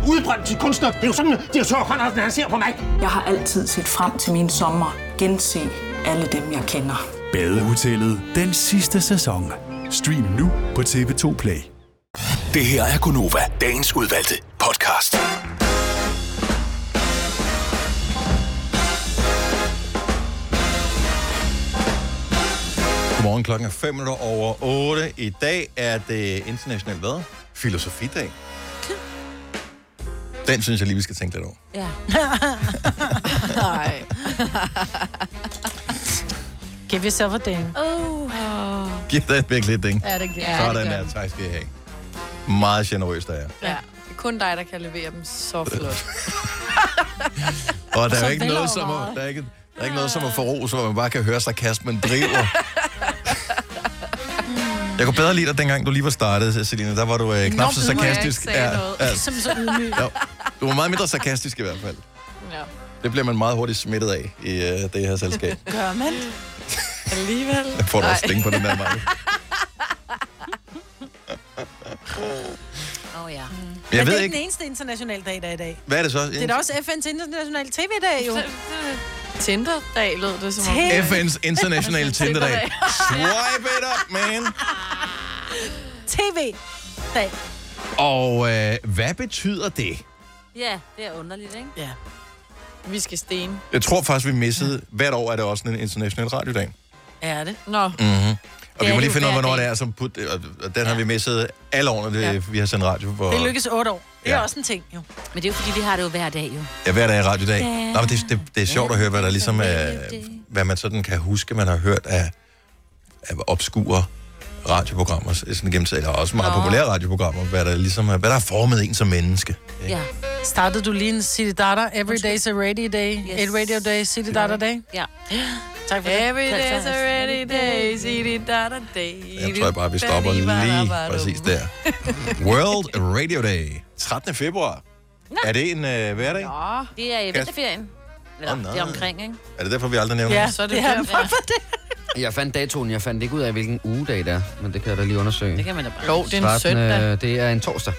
Udbrændt til kunstner. Det er jo sådan, at de har tørt, Andersen, han ser på mig. Jeg har altid set frem til min sommer. Gense alle dem, jeg kender. Badehotellet den sidste sæson. Stream nu på TV2 Play. Det her er Gunova, dagens udvalgte podcast. Godmorgen klokken er 5 minutter over 8. I dag er det international hvad? Filosofidag. Den synes jeg lige, vi skal tænke lidt over. Ja. Nej. Give yourself a ding. Oh. Giv den virkelig et ding. Ja, det giver- Ja, det Sådan gør der, den. tak skal I have. Meget generøst af jer. Ja. Det er kun dig, der kan levere dem så flot. Og der er Så jo ikke noget, som velovervejet. at, der er ikke, der er ikke noget som at få ros, hvor man bare kan høre sarkasmen driver. Jeg kunne bedre lide dig, dengang du lige var startet, Selina. Der var du øh, knap så sarkastisk. Som så ydmyg. Ja. Du var meget mindre sarkastisk i hvert fald. Ja. Det bliver man meget hurtigt smittet af i øh, det her selskab. Gør man? Alligevel. Jeg får da også Nej. sting på den der vej. Oh, ja. Jeg Mm. Men ved det er ikke- den eneste internationale dag, der er i dag. Hvad er det så? Det er da også FN's internationale tv-dag, jo. Tinder-dag lød det som om. FN's internationale Tinder-dag. Swipe it up, man. TV-dag. Og øh, hvad betyder det? ja, det er underligt, ikke? Ja. Vi skal stene. Jeg tror faktisk, vi missede. Hvert år er det også en international radiodag. Er det? Nå. Mm-hmm. Og vi Det er må lige jo finde ud af, hver hvornår dag. det er, som put, og og den har vi misset alle årene, det, Ja. vi har sendt radio for. Det lykkes otte år. Det er Ja. også en ting, jo. Men det er jo fordi, vi har det jo hver dag, jo. Ja, hver dag er radiodag. Ja. Ja. Nå, men det, det, det er sjovt at høre, hvad der ligesom er, hvad man sådan kan huske, man har hørt af, af obskure radioprogrammer, sådan gennem tiden, og også meget Nå. populære radioprogrammer, hvad der ligesom er, hvad der har formet en som menneske. Ja. Startede du lige en City Data? Every day's a radio day. Yes. A radio day, City Data day. Ja. Tak for det. Every day's a ready day, see it da da day. Jeg tror bare, vi stopper lige præcis der. World Radio Day, 13. februar. Nå. Er det en øh, hverdag? Nå. Det er i Kas- vinterferien. Eller, Åh, nej. det er omkring, ikke? Er det derfor, vi aldrig nævner Ja, det? så er det det er derfor. derfor. Jeg fandt datoen, jeg fandt ikke ud af, hvilken ugedag det er, men det kan jeg da lige undersøge. Det kan man da bare. Jo, det er en 13., øh, søndag. Det er en torsdag.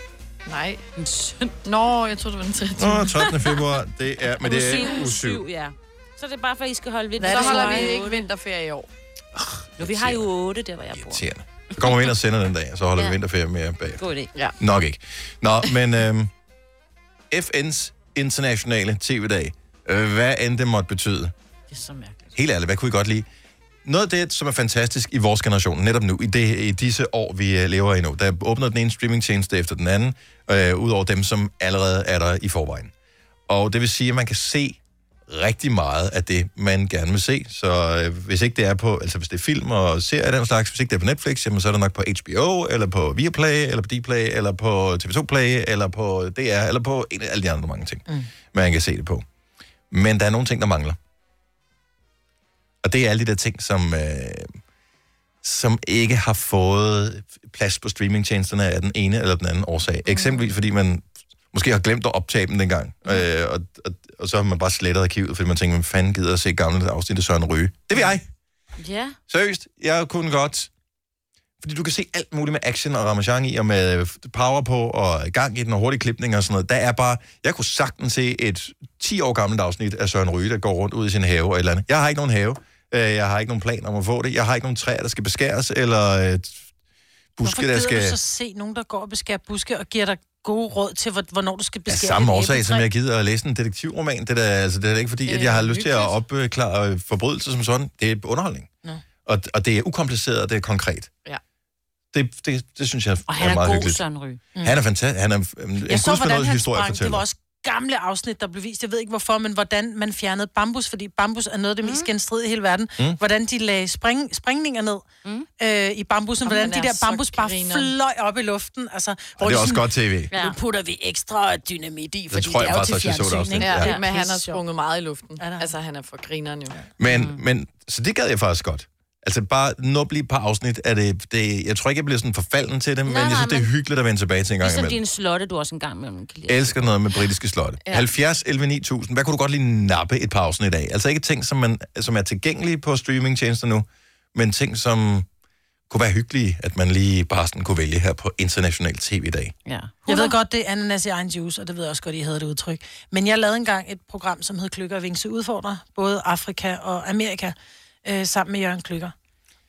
Nej, en søndag. Nå, jeg troede, det var den 13. Nå, 13. februar, det er, men det er Uge uge syv, 7. ja. Så er det bare for, at I skal holde vinter. Så holder vi ikke vinterferie i år. Nu, vi har jo otte, der hvor jeg bor. Irriterende. Så kommer vi ind og sender den dag, og så holder Ja. vi vinterferie mere bag. God idé. Ja. Nok ikke. Nå, men øhm, FN's internationale tv-dag, øh, hvad end det måtte betyde. Det er så mærkeligt. Helt ærligt, hvad kunne vi godt lide? Noget af det, som er fantastisk i vores generation, netop nu, i, det, i disse år, vi øh, lever i nu, der åbner den ene streamingtjeneste efter den anden, øh, ud over dem, som allerede er der i forvejen. Og det vil sige, at man kan se rigtig meget af det, man gerne vil se. Så øh, hvis ikke det er på, altså hvis det er film og serier af den slags, hvis ikke det er på Netflix, jamen, så er det nok på HBO, eller på Viaplay, eller på Dplay, eller på TV2 Play, eller på DR, eller på en, alle de andre mange ting, mm. man kan se det på. Men der er nogle ting, der mangler. Og det er alle de der ting, som, øh, som ikke har fået plads på streamingtjenesterne af den ene eller den anden årsag. Eksempelvis fordi man måske har glemt at optage dem dengang, øh, og, og, og så har man bare slettet arkivet, fordi man tænker, hvem fanden gider at se gamle afsnit af Søren Ryge? Det vil jeg! Ja. Seriøst, jeg kunne godt. Fordi du kan se alt muligt med action og ramachan i, og med øh, power på, og gang i den, og hurtig klipning og sådan noget. Der er bare... Jeg kunne sagtens se et 10 år gammelt afsnit af Søren Ryge, der går rundt ud i sin have og et eller andet. Jeg har ikke nogen have. Øh, Jeg har ikke nogen plan om at få det. Jeg har ikke nogen træer, der skal beskæres, eller øh, buske, Hvorfor der gider skal... du så se nogen, der går og beskærer buske og giver dig gode råd til, hvor- hvornår du skal Af beskære samme et årsag, som æbletræ? jeg gider at læse en detektivroman. Det er da, altså, det er da ikke Øh, fordi, at jeg har lyst til at opklare øh, forbrydelser som sådan. Det er underholdning. Nå. Og, og det er ukompliceret, og det er konkret. Ja. Det, det, det synes jeg Og er han er meget god, hyggeligt. Søren Ryge. Mm. Han er fantastisk. Han er øhm, en Jeg så, hvordan gudsbenået han historie sprang. Det fortæller. var også gamle afsnit, der blev vist. Jeg ved ikke hvorfor, men hvordan man fjernede bambus, fordi bambus er noget af det mest genstridige i hele verden. Mm. Mm. Hvordan de lagde spring, sprængninger ned mm. øh, i bambusen. Og Hvordan man de er der så bambus bare griner. fløj op i luften. Altså, hvor det er de også godt tv. Ja. Nu putter vi ekstra dynamit i, fordi det, tror jeg er jo faktisk også, til jeg så det fjernsyn. afsnit. ikke? Ja. Ja, ja. men han har sprunget meget i luften. Altså, han er for grineren jo. Men, mm. men, så det gad jeg faktisk godt. Altså bare nå blive et par afsnit af det, det. Jeg tror ikke, jeg bliver sådan forfalden til det, men Nej, jeg synes, nej, det er men- hyggeligt at vende tilbage til en gang Ligesom imellem. dine slotte, du også en gang imellem kan lide. elsker noget med britiske slotte. Ja. Ja. 70, 11, 9000. Hvad kunne du godt lige nappe et par afsnit af? Altså ikke ting, som, man, som er tilgængelige på streamingtjenester nu, men ting, som kunne være hyggelige, at man lige bare sådan kunne vælge her på international tv i dag. Ja. Jeg ved godt, det er ananas i egen juice, og det ved jeg også godt, I havde det udtryk. Men jeg lavede engang et program, som hed Klykker og Vingse udfordrer, både Afrika og Amerika, øh, sammen med Jørgen Klykker.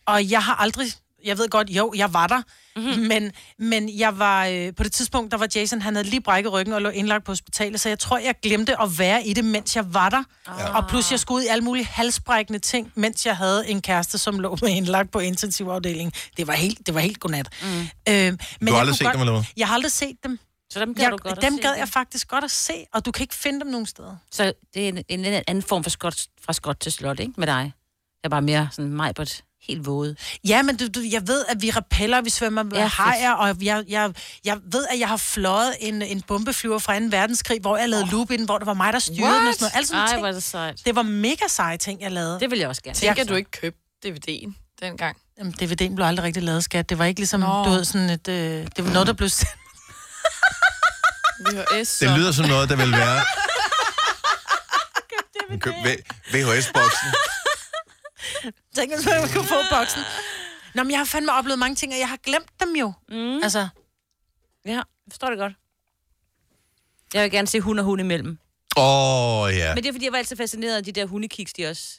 Og jeg har aldrig, jeg ved godt, jo, jeg var der, mm-hmm. men, men jeg var, øh, på det tidspunkt, der var Jason, han havde lige brækket ryggen og lå indlagt på hospitalet, så jeg tror, jeg glemte at være i det, mens jeg var der. Ja. Og plus, jeg skulle ud i alle mulige halsbrækkende ting, mens jeg havde en kæreste, som lå med indlagt på intensivafdelingen. Det var helt, det var helt godnat. Mm. Øh, men har jeg aldrig kunne set dem, eller hvad? Jeg har aldrig set dem. Så dem gad du godt at Dem se, gad ja. jeg faktisk godt at se, og du kan ikke finde dem nogen steder. Så det er en, en, en anden form for skot, fra skot til slot, ikke? Med dig. Det er bare mere sådan mig på et helt våde. Ja, men du, du, jeg ved, at vi repeller, vi svømmer med Ja, ja, hajer, og jeg, jeg, jeg ved, at jeg har fløjet en, en bombeflyver fra 2. verdenskrig, hvor jeg lavede oh. loop ind, hvor det var mig, der styrede den og sådan noget. Alle sådan Ej, nogle hvor er ting. det sejt. Det var mega seje ting, jeg lavede. Det ville jeg også gerne. Tænk, at du ikke købte DVD'en dengang. Jamen, DVD'en blev aldrig rigtig lavet, skat. Det var ikke ligesom, Nå. Nå. du ved, sådan et... Øh, det var noget, der blev sendt. VHS. Det lyder som noget, der vil være... Køb V- VHS-boksen. Tænk, hvis man kunne få boksen. Nå, men jeg har fandme oplevet mange ting, og jeg har glemt dem jo. Mm. Altså, Ja, jeg forstår det godt. Jeg vil gerne se hund og hund imellem. Åh, oh, ja. Men det er, fordi jeg var altid fascineret af de der hundekiks, de også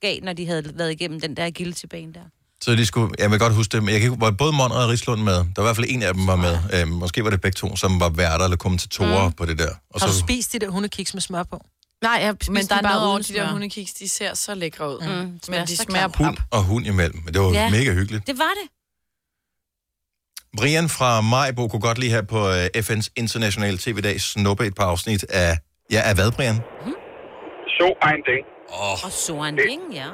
gav, når de havde været igennem den der guillotine der. Så de skulle, jeg vil godt huske det, men jeg kan, ikke- var både Mon og Rislund med. Der var i hvert fald en af dem var med. Øh, måske var det begge to, som var værter eller kommentatorer mm. på det der. har du spist de der hundekiks med smør på? Nej, jeg Men spiste der er den bare noget over uden de der smør. hundekiks, de ser så lækre ud. Mm. Mm. Smager Men de så smager hund og hund imellem. Men det var ja. mega hyggeligt. Det var det. Brian fra Majbo kunne godt lige her på øh, FN's internationale tv-dag snuppe et par afsnit af... Ja, af hvad, Brian? Så ein Ding. Oh. Og så en ding, ja.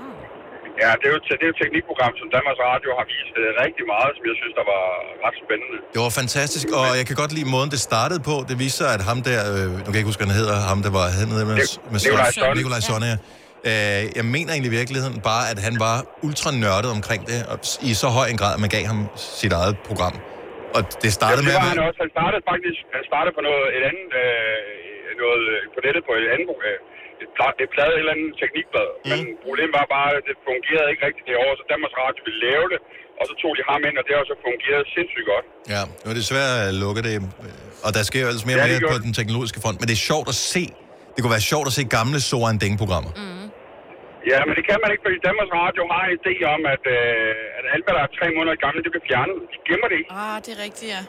Ja, det er jo, det er jo et teknikprogram, som Danmarks Radio har vist øh, rigtig meget, som jeg synes, der var ret spændende. Det var fantastisk, og jeg kan godt lide måden, det startede på. Det viste sig, at ham der, øh, nu kan jeg ikke huske, hvad han hedder, ham der var hernede med, med Nikolaj Sonne. Nikolaj Sonne. Ja. Øh, jeg mener egentlig i virkeligheden bare, at han var ultra nørdet omkring det, og s- i så høj en grad, at man gav ham sit eget program. Og det startede Jamen, med... Altså, det var at- han også. Han startede faktisk han startede på noget, et andet, øh, noget øh, på nettet på et andet øh, et, pla- et plade, et eller andet teknikblad. Mm. Men problemet var bare, at det fungerede ikke rigtigt det år, så Danmarks Radio ville lave det, og så tog de ham ind, og det har så fungeret sindssygt godt. Ja, nu er det svært at lukke det. øh, Og der sker jo altså mere og Ja, det mere gjorde på den teknologiske front. Men det er sjovt at se. Det kunne være sjovt at se gamle Soren Deng-programmer. Ja, men det kan man ikke, fordi Danmarks Radio har en idé om, at, øh, at alt, hvad der er tre måneder gammel, det bliver fjernet. De gemmer det ikke. Ah, det er rigtigt, ja.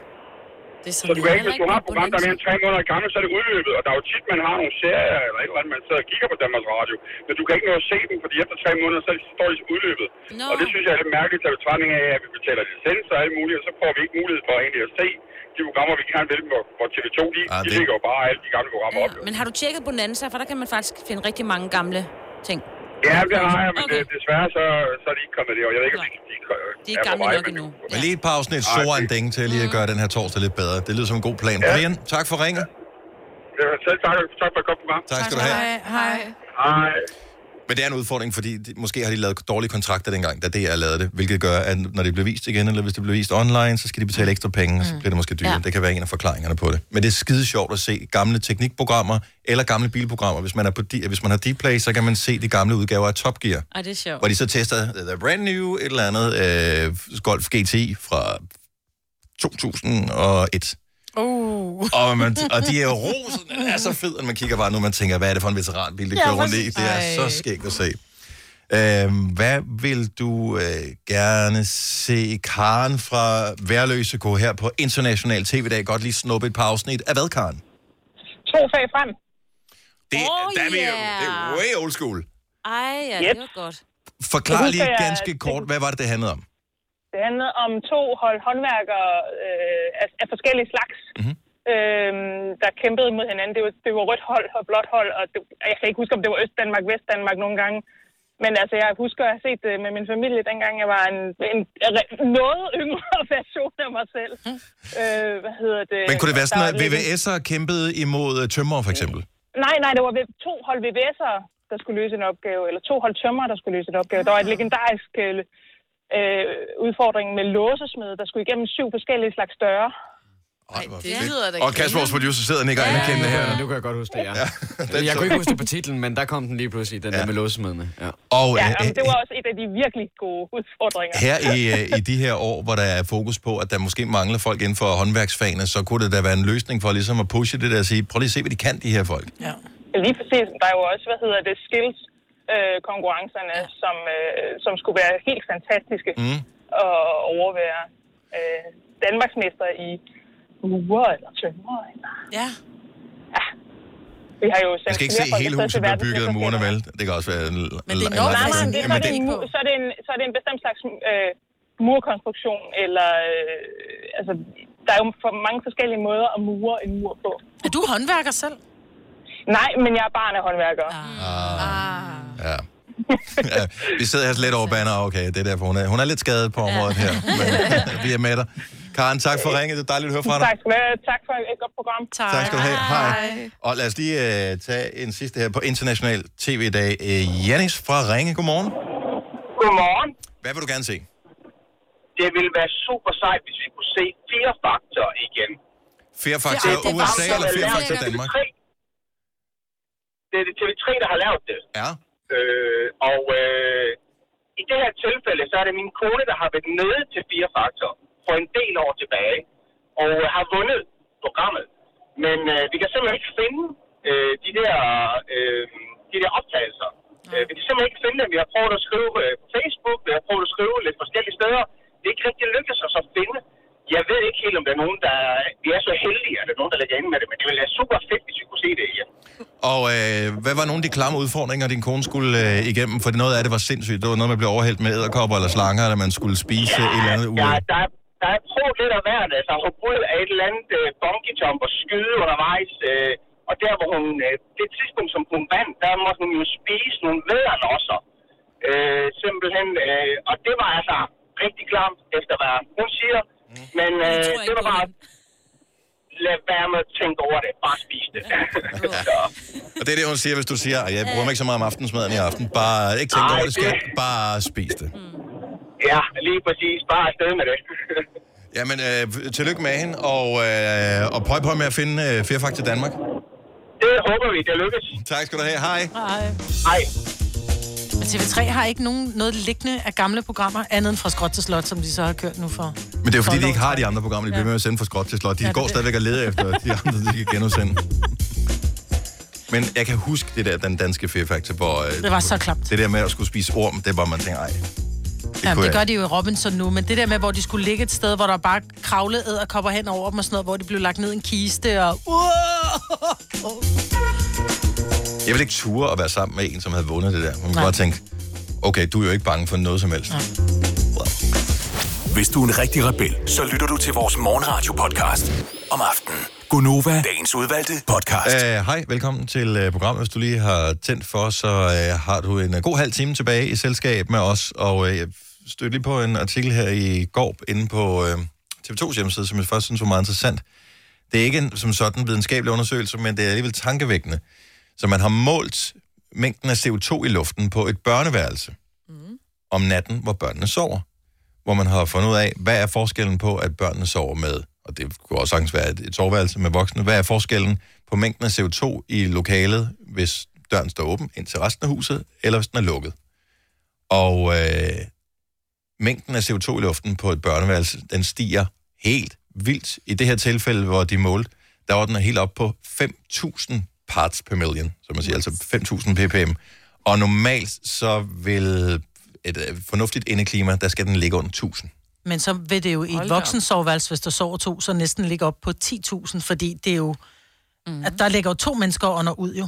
Det er Så du kan ikke, hvis du har et program, der er mere end tre måneder gammel, så er det udløbet. Og der er jo tit, man har nogle serier eller et eller andet, man sidder og kigger på Danmarks Radio. Men du kan ikke nå at se dem, fordi efter tre måneder, så er de- står de udløbet. No. Og det synes jeg er lidt mærkeligt, at betragtning af, at vi betaler licens og alt muligt, og så får vi ikke mulighed for egentlig at se, de programmer, vi gerne vil på, på TV2, ah, de, de det- ligger jo bare alle de gamle programmer op. jo. Men har du tjekket Bonanza? For der kan man faktisk finde rigtig mange gamle ting. Ja, det har jeg, men okay. desværre så, så er de ikke kommet det, og jeg ved ikke, om de, de, De er gamle nok endnu. Men lige et par afsnit så en dænge til lige at gøre den her torsdag lidt bedre. Det lyder som en god plan. Brian, tak for ringet. Selv tak, tak for et godt program. Tak skal du have. Hej. Hej. Men det er en udfordring, fordi de, måske har de lavet dårlige kontrakter dengang, da DR lavede det, hvilket gør, at når det bliver vist igen, eller hvis det bliver vist online, så skal de betale ekstra penge, og så bliver det måske dyrere. Ja. Mm. Ja. Det kan være en af forklaringerne på det. Men det er skide sjovt at se gamle teknikprogrammer eller gamle bilprogrammer. Hvis man, er på D- hvis man har Dplay, så kan man se de gamle udgaver af Top Gear, Ej, det er sjovt. hvor de så tester øh, The Brand New, et eller andet øh, Golf GTI fra 2001. Uh. Og, man, og de er jo rosen, den er så fed, at man kigger bare nu, man tænker, hvad er det for en veteranbil, det Ja, kører rundt i? præcis. Det er Ej. så skægt at se. Øhm, hvad vil du øh, gerne se Karen fra Værløse gå her på International TV i dag? Godt lige snuppe et par afsnit af hvad, Karen? To fag frem. Det, Oh, der er vi, jo- yeah. det er way old school. Ej, ja, yep. det var godt. Forklar Jeg lige husker, jeg- ganske kort, hvad var det, det handlede om? Det handlede om to hold håndværkere øh, af, af forskellige slags, Mhm. mm-hmm. øh, der kæmpede mod hinanden. Det var, det var rødt hold og blåt hold, og det, jeg kan ikke huske, om det var Øst-Danmark, Vest-Danmark nogle gange. Men altså, jeg husker, at jeg har set det med min familie, dengang jeg var en, en re- noget yngre version af mig selv. Øh, hvad hedder det? Mhm. Men kunne det være Der sådan, var at lidt- VVS'er kæmpede imod øh, tømmer for eksempel? Nej, nej, der var ved- to hold VVS'ere, der skulle løse en opgave, eller to hold tømmer, der skulle løse en opgave. Der var et legendarisk øh, øh, udfordring med låsesmed, der skulle igennem syv forskellige slags døre. Det lyder da Og Kasper, vores producer, sidder og nikker ja, anerkendende her. Nu kan jeg godt huske det, ja. ja den jeg så- kunne ikke huske det på titlen, men der kom den lige pludselig, den ja. der med låsemødene. Ja. Og Ja, øh, jamen, det var også et af de virkelig gode udfordringer. Her i, øh, i de her år, hvor der er fokus på, at der måske mangler folk inden for håndværksfagene, så kunne det da være en løsning for ligesom at pushe det der og sige, prøv lige at se, hvad de kan, de her folk. Ja. Lige præcis. Der er jo også, hvad hedder det, skills øh, konkurrencerne, ja. som, øh, som skulle være helt fantastiske Mm. at overvære. Øh, Danmarksmester i uger eller tømmer. Eller. Ja. ja. Vi har jo sendt Man skal ikke flere se folk hele afsted til huset blive bygget af verdensmesterskabet. murene, vel? Det kan også være en... Men det er nok, nej, nej, det, er, så, er det en, mu- så, er det en, så er det en bestemt slags øh, murkonstruktion, eller øh, altså, der er jo for mange forskellige måder at mure en mur på. Er du håndværker selv? Ah. Nej, men jeg er barn af håndværker. Ah. Ja. ja. Vi sidder her lidt over banner, okay, det er derfor, hun er, hun er lidt skadet på området her. Men vi er med dig. Karen, tak for ringet. Det er dejligt at høre fra dig. tak, skal du have. tak for et godt program. Tak skal du have. Hej. Og lad os lige uh, tage en sidste her på International TV i dag. Uh, Janis fra Ringe, godmorgen. Godmorgen. Hvad vil du gerne se? Det ville være super sejt, hvis vi kunne se Fear Factor igen. Fear Factor Det er det USA Factor, eller der Fear laver Factor det. Danmark? Det er det TV3, der har lavet det. Ja. Øh, og øh, i det her tilfælde, så er det min kone, der har været nede til Fear Factor for en del år tilbage, og øh, har vundet programmet. Men øh, vi kan simpelthen ikke finde øh, de, der, øh, de der optagelser. Øh, vi kan simpelthen ikke finde dem. Vi har prøvet at skrive øh, på Facebook, vi har prøvet at skrive lidt forskellige steder. Det er ikke rigtig lykkedes os at finde. Jeg ved ikke helt, om der er nogen, der... Vi er så heldige, at der er nogen, der ligger inde med det, men det ville være super fedt, hvis vi kunne se det igen. Og øh, hvad var nogle af de klamme udfordringer, din kone skulle øh, igennem? For noget af det var sindssygt. Det var noget, man blev overhældt med æderkopper eller slanger, eller man skulle spise ja, et eller andet uge. Ja, der er, der er prøvet lidt af hvert. Altså, hun prøvede af et eller andet øh, bungee jump og skyde undervejs. Øh, og der, hvor hun... Øh, det tidspunkt, som hun vandt, der måtte hun jo spise nogle vædderlosser. Øh, simpelthen. Øh, og det var altså rigtig klamt efter, hvad hun siger. Men øh, det var bare... Lad være med at tænke over det. Bare spis det. Så, Og det er det, hun siger, hvis du siger, at jeg bruger mig ikke så meget om aftensmaden i aften. Bare ikke tænk Nej, over det, skat. det- Mm. Bare spis det. ja, lige præcis. Bare afsted med det. Jamen, øh, tillykke med hende, og, øh, og prøv på med at finde øh, Fear Factor Danmark. Det håber vi, det lykkes. Tak skal du have. Hej. Hej. Hej. Men TV3 har ikke nogen, noget liggende af gamle programmer, andet end fra Skråt til Slot, som de så har kørt nu for. Men det er jo fordi, de ikke har de andre programmer, de bliver med at sende fra skråt til slot. De ja, Ja, det går er det. stadigvæk og leder efter de andre, de kan genudsende. Men jeg kan huske det der, den danske Fear Factor, hvor... Øh, Det var så klamt. Det der med at skulle spise orm, det var man tænker, ej. Det, Jamen, kunne det jeg gør de jo i Robinson nu, men det der med, hvor de skulle ligge et sted, hvor der bare kravlede æderkopper hen over dem og sådan noget, hvor de blev lagt ned i en kiste og... Wow! Jeg ville ikke ture at være sammen med en, som havde vundet det der. Man kunne bare tænke, okay, du er jo ikke bange for noget som helst. Hvis du er en rigtig rebel, så lytter du til vores morgenradio-podcast om aftenen. Gunova, dagens udvalgte podcast. Øh, Hej, velkommen til øh, programmet. Hvis du lige har tændt for, så øh, har du en øh, god halv time tilbage i selskab med os. Og øh, jeg stødte lige på en artikel her i går inde på øh, TV2's hjemmeside, som jeg først synes var meget interessant. Det er ikke en, som sådan en videnskabelig undersøgelse, men det er alligevel tankevækkende. Så man har målt mængden af CO2 i luften på et børneværelse mm. om natten, hvor børnene sover. Hvor man har fundet ud af, hvad er forskellen på, at børnene sover med, og det kunne også sagtens være et, et soveværelse med voksne, hvad er forskellen på mængden af CO2 i lokalet, hvis døren står åben ind til resten af huset, eller hvis den er lukket. Og øh, mængden af CO2 i luften på et børneværelse, den stiger helt vildt. I det her tilfælde, hvor de målte, der var den helt op på 5.000 parts per million, som man siger, altså 5.000 ppm. Og normalt så vil et øh, fornuftigt indeklima, der skal den ligge under 1.000. Men så vil det jo i et voksensoveværelse, hvis der sover to, så næsten ligge op på 10.000, fordi det er jo... Mm. At der ligger jo to mennesker under ud jo.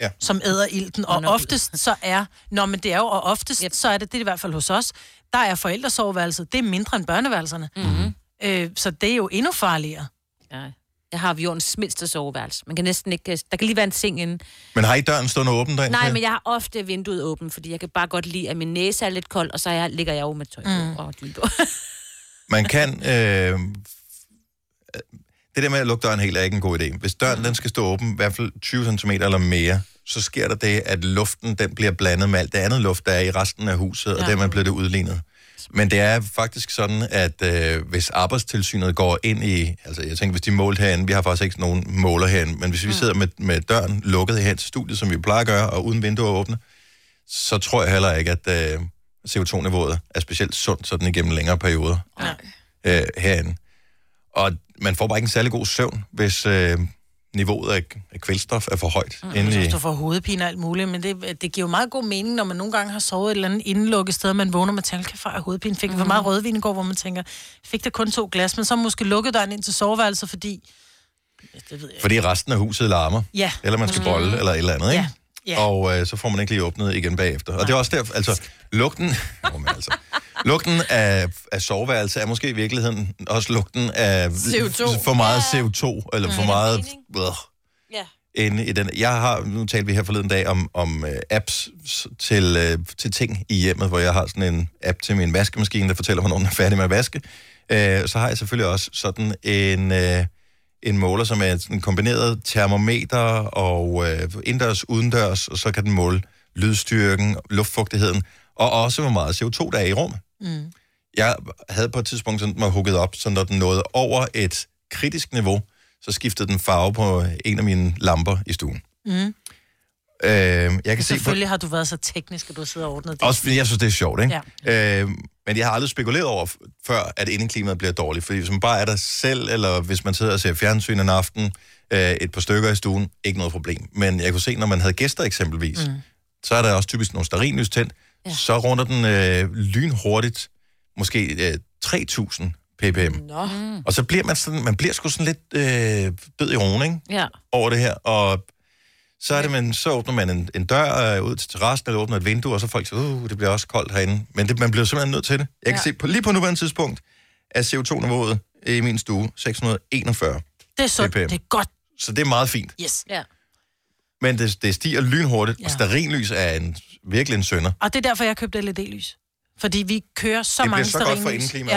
Ja. Som æder ilten. Og oftest så er... Nå, men det er jo... Og oftest yep. så er det, det er i hvert fald hos os, der er forældresoveværelset, det er mindre end børneværelserne. Mm. Øh, så det er jo endnu farligere. Mhm. Ja. Jeg har jordens mindste soveværelse. Man kan næsten ikke... øh, Der kan lige være en seng inde. Men har I døren stående åben derinde? Nej, men jeg har ofte vinduet åbent, fordi jeg kan bare godt lide, at min næse er lidt kold, og så er jeg, ligger jeg jo med tøj på mm. og dyne på. Man kan... Øh, det der med at lukke døren helt er ikke en god idé. Hvis døren den skal stå åben i hvert fald 20 cm eller mere, så sker der det, at luften den bliver blandet med alt det andet luft, der er i resten af huset, ja. og dermed bliver det udlignet. Men det er faktisk sådan, at øh, hvis arbejdstilsynet går ind i... Altså, jeg tænker, hvis de målte herinde... Vi har faktisk ikke nogen måler herinde, men hvis vi sidder med, med døren lukket her til studiet, som vi plejer at gøre, og uden vinduer åbne, så tror jeg heller ikke, at øh, CO2-niveauet er specielt sundt sådan igennem længere perioder øh, herinde. Og man får bare ikke en særlig god søvn, hvis øh, niveauet af, af kvælstof er for højt. Mm, Jeg inde i... synes, du får hovedpine og alt muligt, men det, det giver jo meget god mening, når man nogle gange har sovet et eller andet indelukket sted, og man vågner med tænker, fra hovedpine. Fik mm. for meget rødvin i går, hvor man tænker, fik der kun to glas, men så måske lukket døren ind til soveværelset, fordi... Fordi resten af huset larmer. Ja. Eller man skal Mm. bolle, eller et eller andet, ikke? Ja. Og øh, så får man ikke lige åbnet igen bagefter. Og det er også derfor, altså, lugten, oh, men altså, lugten af, af soveværelse er måske i virkeligheden også lugten af CO2. for meget CO2, eller Mm. for meget øh, Ja. inde i den. Jeg har, nu talte vi her forleden dag om, om øh, apps s- til, øh, til ting i hjemmet, hvor jeg har sådan en app til min vaskemaskine, der fortæller, hvornår den er færdig med at vaske. Øh, så har jeg selvfølgelig også sådan en... Øh, en måler, som er sådan en kombineret termometer og øh, indendørs, udendørs, og så kan den måle lydstyrken, luftfugtigheden, og også hvor meget CO2 der er i rummet. Mm. Jeg havde på et tidspunkt sådan, den var hugget op, så når den nåede over et kritisk niveau, så skiftede den farve på en af mine lamper i stuen. Mm. Øh, jeg kan se, på, Selvfølgelig har du været så teknisk, at du har siddet og ordnet det. også fordi jeg synes, det er sjovt, ikke? Ja. Øh, men jeg har aldrig spekuleret over, f- før at indeklimaet bliver dårligt. Fordi hvis man bare er der selv, eller hvis man sidder og ser fjernsyn en aften, øh, et par stykker i stuen, ikke noget problem. Men jeg kunne se, når man havde gæster eksempelvis, mm. så er der også typisk nogle starinlys tændt. Ja. Så runder den øh, lynhurtigt, måske øh, 3000 ppm. Mm. Nå. Mm. Og så bliver man sådan, man bliver sgu sådan lidt øh, død i roen, ikke? Ja. over det her, og så er det, man, så åbner man en, en dør øh, ud til terrassen, eller åbner et vindue, og så folk siger, uh, det bliver også koldt herinde. Men det, man bliver simpelthen nødt til det. Jeg kan Ja. ja. se, på, lige på nuværende tidspunkt, er CO2-niveauet i min stue 641 Det er sundt. ppm. Det er godt. Så det er meget fint. Yes. Ja. Men det, det stiger lynhurtigt, ja. og starinlys er en, virkelig en sønder. Og det er derfor, jeg købte LED-lys. Fordi vi kører så Det bliver mange så godt for stearinlys. indeklimaet.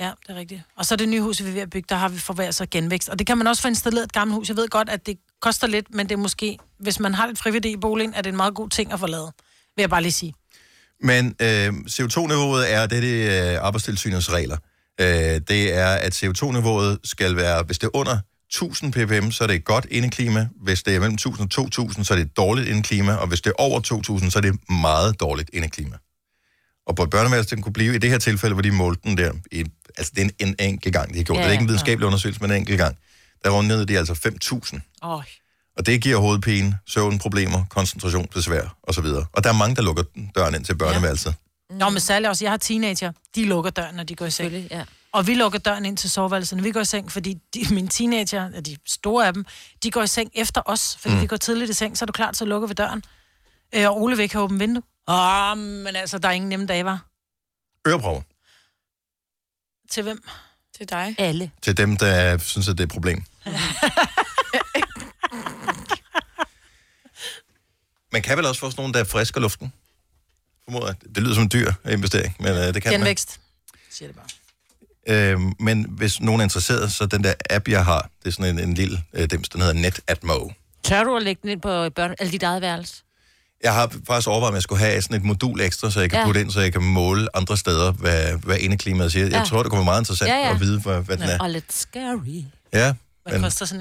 Ja. ja, det er rigtigt. Og så det nye hus, vi er ved at bygge, der har vi forværret sig genvækst. Og det kan man også få installeret et gammelt hus. Jeg ved godt, at det koster lidt, men det er måske, hvis man har lidt frivillig i boligen, er det en meget god ting at få lavet. Vil jeg bare lige sige. Men øh, CO2-niveauet er, det er det øh, arbejdstilsynets regler. Øh, det er, at CO2-niveauet skal være, hvis det er under 1000 ppm, så er det et godt indeklima. Hvis det er mellem 1000 og 2000, så er det et dårligt indeklima. Og hvis det er over 2000, så er det meget dårligt indeklima. Og på et børneværelse, den kunne blive i det her tilfælde, hvor de målte den der. I, altså, det er en, en enkelt gang, de har gjort. Ja, det er ikke ja. en videnskabelig undersøgelse, men en enkelt gang. Der rundede de altså 5000. Åh, Og det giver hovedpine, søvnproblemer, koncentrationsbesvær osv. Og der er mange, der lukker døren ind til børneværelset. Nå, men særligt også, jeg har teenager. De lukker døren, når de går i seng. Ja. Og vi lukker døren ind til soveværelset, når vi går i seng, fordi de, mine teenager, ja, de store af dem, de går i seng efter os, fordi mm. Mm. vi går tidligt i seng, så er du klart, så lukker vi døren. Øh, og Ole vil ikke have åbent vindue. Åh, men altså, der er ingen nemme dage, var. Øreprøver. Til hvem? Til dig. Alle. Til dem, der synes, at det er et problem. Man kan vel også få sådan nogle, der frisker luften? Formoder jeg. Det lyder som en dyr investering, men øh, det kan man. Genvækst. Siger det bare. Øh, men hvis nogen er interesseret, så den der app, jeg har, det er sådan en, en lille øh, dims, den hedder NetAtmo. Tør du at lægge den ind på børn, eller dit eget værelse? Jeg har faktisk overvejet, om jeg skulle have sådan et modul ekstra, så jeg kan Ja. ja. putte ind, så jeg kan måle andre steder, hvad, hvad indeklimaet siger. Jeg Ja. tror, det kunne være meget interessant Ja, ja, ja. ja. at vide, hvad, hvad den er. Og lidt scary. Ja, Hvad koster sådan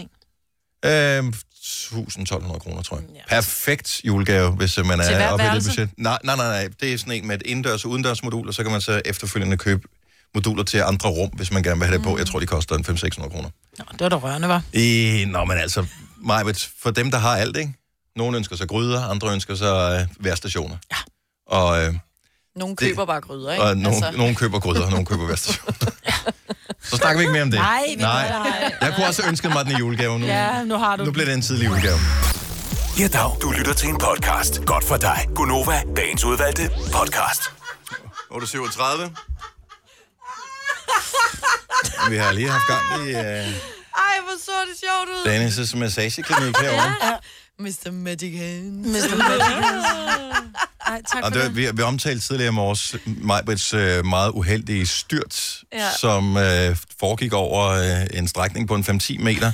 en? Øhm, 1.200 kroner, tror jeg. Ja. Perfekt julegave, hvis øh, man Til er hvert oppe i det værelse? budget. Nej, nej, nej, nej. Det er sådan en med et indendørs og udendørs modul, og så kan man så efterfølgende købe moduler til andre rum, hvis man gerne vil have det på. Mm. Jeg tror, de koster en 500-600 kroner. Det var da rørende, var. I, nå, men altså, Majbet, for dem, der har alt, ikke? Nogle ønsker sig gryder, andre ønsker sig øh, værstationer. Ja. Og, øh, Nogen Det- køber bare gryder, ikke? og nogen, altså. nogen køber gryder, og nogen køber værstationer. Så snakker vi ikke mere om det. Nej, vi Nej. gør det Jeg kunne også ønske mig den i julegave nu. Ja, nu har du Nu den. bliver det en tidlig julegave. Ja, dag. Du lytter til en podcast. Godt for dig. Gunova, dagens udvalgte podcast. 837. Vi har lige haft gang i uh, Ej, hvor så det sjovt ud. Danis' massageklinik herovre. Ja. Mr. Magic Hands. Mr. Magic Hands. Ej, tak Og for det, var- det. vi, vi omtalte tidligere i morges Majbrits øh, meget uheldige styrt, Ja. ja. som øh, foregik over øh, en strækning på en 5-10 meter,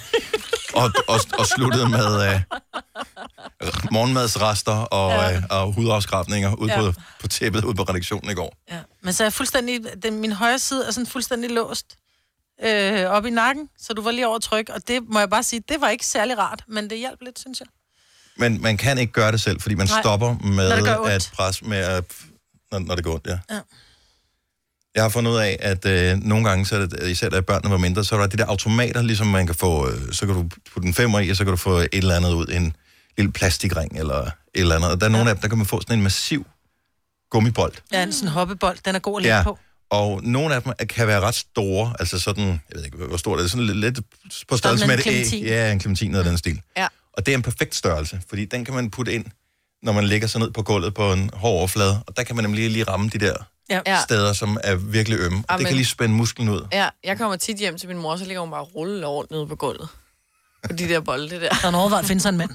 og, og, og sluttede med øh, morgenmadsrester og, Ja. ja. øh, og hudafskrabninger ud Ja. ja. på, på tæppet ude på redaktionen i går. Ja. Men så er jeg fuldstændig, den, min højre side er sådan fuldstændig låst øh, op i nakken, så du var lige over tryk, og det må jeg bare sige, det var ikke særlig rart, men det hjalp lidt, synes jeg. Men man kan ikke gøre det selv, fordi man Nej. Nej. stopper Når det med gør ondt. at presse med at... Når, når det går ondt, ja. Ja. Jeg har fundet ud af, at øh, nogle gange, så er det, især da børnene var mindre, så er der de der automater, ligesom man kan få, øh, så kan du putte en femmer i, og så kan du få et eller andet ud, en lille plastikring eller et eller andet. Og der er nogle af dem, der kan man få sådan en massiv gummibold. Ja, en sådan hoppebold, den er god at ligge ja. på. Og nogle af dem er- kan være ret store, altså sådan, jeg ved ikke, hvor stor er det, sådan lidt, lidt på størrelse med med en et æg. clementin. Ja, en clementin af den stil. Ja. Og det er en perfekt størrelse, fordi den kan man putte ind, når man ligger sig ned på gulvet på en hård overflade, og der kan man nemlig lige ramme de der Ja. ja. steder, som er virkelig ømme. Og Amen. det kan lige spænde musklen ud. Ja, jeg kommer tit hjem til min mor, så ligger hun bare og ruller rundt nede på gulvet. På de der bolde der. Der er en overvej at finde sig en mand.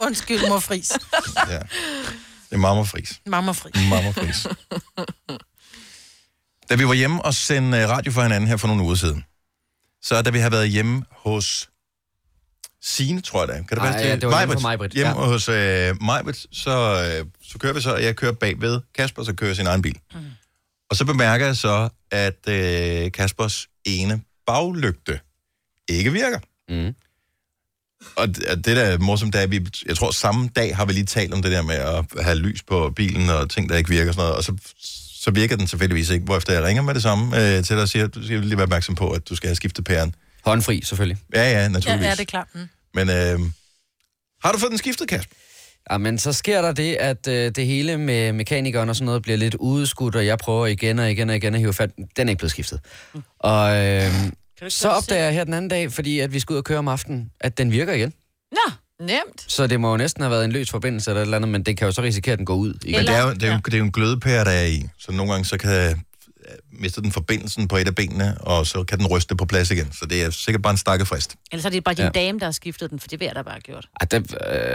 Undskyld, mor Fris. Ja. Det er marmorfris. Mamma Fris. Marmorfris. Da vi var hjemme og sendte øh, radio for hinanden her for nogle uger siden, så da vi har været hjemme hos Signe, tror jeg da. Kan det Ej, passe Ah, ja, det var Majbrit. hjemme hos Majbrit, Hjemme ja. hos øh, Majbrit, så, øh, så kører vi så, og jeg kører bagved. Kasper så kører sin egen bil. Mhm. Mm. Og så bemærker jeg så, at øh, Kaspers ene baglygte ikke virker. Mm. Og det, og det der er morsomt, det er, at vi, jeg tror samme dag har vi lige talt om det der med at have lys på bilen og ting, der ikke virker og sådan noget, og så, så virker den tilfældigvis ikke, hvorefter jeg ringer med det samme øh, til dig og siger, du skal lige være opmærksom på, at du skal have skiftet pæren. Håndfri, selvfølgelig. Ja, ja, Ja, naturligvis. ja, det er klart. Mm. Men øh, har du fået den skiftet, Kasper? Jamen, så sker der det, at øh, det hele med mekanikeren og sådan noget bliver lidt udskudt, og jeg prøver igen og igen og igen at hive fat. Den er ikke blevet skiftet. Og øh, så opdager jeg her den anden dag, fordi at vi skal ud og køre om aftenen, at den virker igen. Nå, nemt. Så det må jo næsten have været en løs forbindelse eller et eller andet, men det kan jo så risikere, at den går ud igen. Men det er, jo, det, er jo, det er jo en glødepære, der er i, så nogle gange så kan øh, mister den forbindelsen på et af benene, og så kan den ryste på plads igen. Så det er sikkert bare en stakkefrist. Eller så er det bare din ja. Ja. dame, der har skiftet den, for det vil jeg da bare have gjort. Ej, det,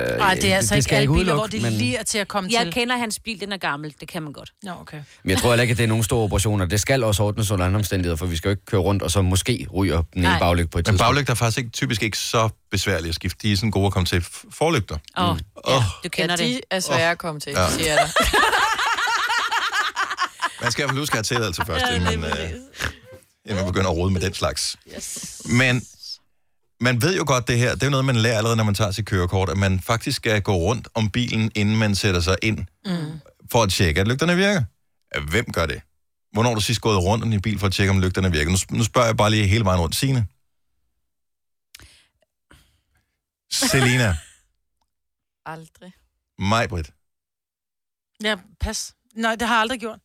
øh, Nej, det er altså det ikke skal jeg alle biler, udelukke, hvor det men- lige er til at komme jeg til. kender hans bil, den er gammel. Det kan man godt. Nå, okay. Men jeg tror heller ikke, at det er nogen store operationer. Det skal også ordnes under andre omstændigheder, for vi skal jo ikke køre rundt, og så måske ryger den ene Nej. baglygte på et Men tidspunkt. baglygter er faktisk ikke, typisk ikke så besværlige at skifte. De er sådan gode at komme til F- forlygter. Åh, Mm. oh, Åh. du kender ja, det. de er svære at komme til, Ja. ja. siger jeg dig. Man skal i hvert fald huske at have til først, Ja, inden man, det er øh, inden man begynder at rode med den slags. Yes. Men man ved jo godt det her. Det er jo noget, man lærer allerede, når man tager sit kørekort, at man faktisk skal gå rundt om bilen, inden man sætter sig ind, Mm. for at tjekke, at lygterne virker. Ja, Hvem gør det? Hvornår har du sidst gået rundt om din bil for at tjekke, om lygterne virker? Nu, sp- nu spørger jeg bare lige hele vejen rundt. Signe? Selina? Aldrig. Majbrit? Ja, pas. Nej, det har jeg aldrig gjort.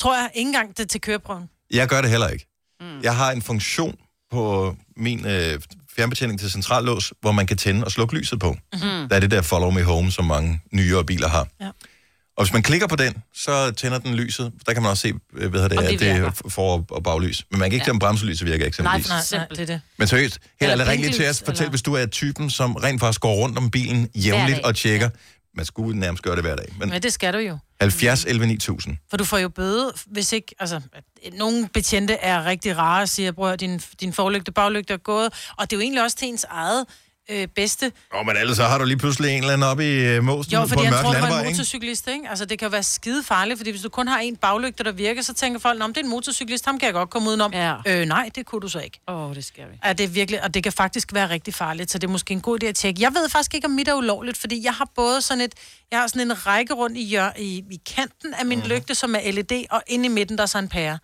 Tror jeg ikke engang det er til køreprøven. Jeg gør det heller ikke. Mm. Jeg har en funktion på min øh, fjernbetjening til centrallås, hvor man kan tænde og slukke lyset på. Mm. Der er det der follow me home, som mange nyere biler har. Ja. Og hvis man klikker på den, så tænder den lyset. Der kan man også se, øh, hvad det Om er, det det er virker. f- for- og- og baglys. Men man kan ikke ja. Ja. se, om bremselyset virker Nej, eksempelvis. nej, nej, det er det. Men seriøst, heller Eller eller ring lige til os. blinklys, Fortæl, eller- hvis du er typen, som rent faktisk går rundt om bilen Hver jævnligt dag, og tjekker. Man skulle nærmest gøre det hver dag. Men Men det skal du jo. 70 11 9000. For du får jo bøde, hvis ikke... Altså, nogle betjente er rigtig rare og siger, bror, din, din forlygte baglygte er gået. Og det er jo egentlig også til ens eget øh, bedste. Åh, men ellers så har du lige pludselig en eller anden oppe i øh, mosen Jo, på fordi en jeg mørk tror, det var landevej, en ikke? motorcyklist, ikke? Altså, det kan jo være skide farligt, fordi hvis du kun har en baglygte, der virker, så tænker folk, om det er en motorcyklist, ham kan jeg godt komme udenom. Ja. Øh, nej, det kunne du så ikke. Åh, oh, det skal vi. Er det er virkelig, og det kan faktisk være rigtig farligt, så det er måske en god idé at tjekke. Jeg ved faktisk ikke, om mit er ulovligt, fordi jeg har både sådan et, jeg har sådan en række rundt i, hjør, i, i kanten af Mhm. min mm. lygte, som er LED, og inde i midten, der er så en pære.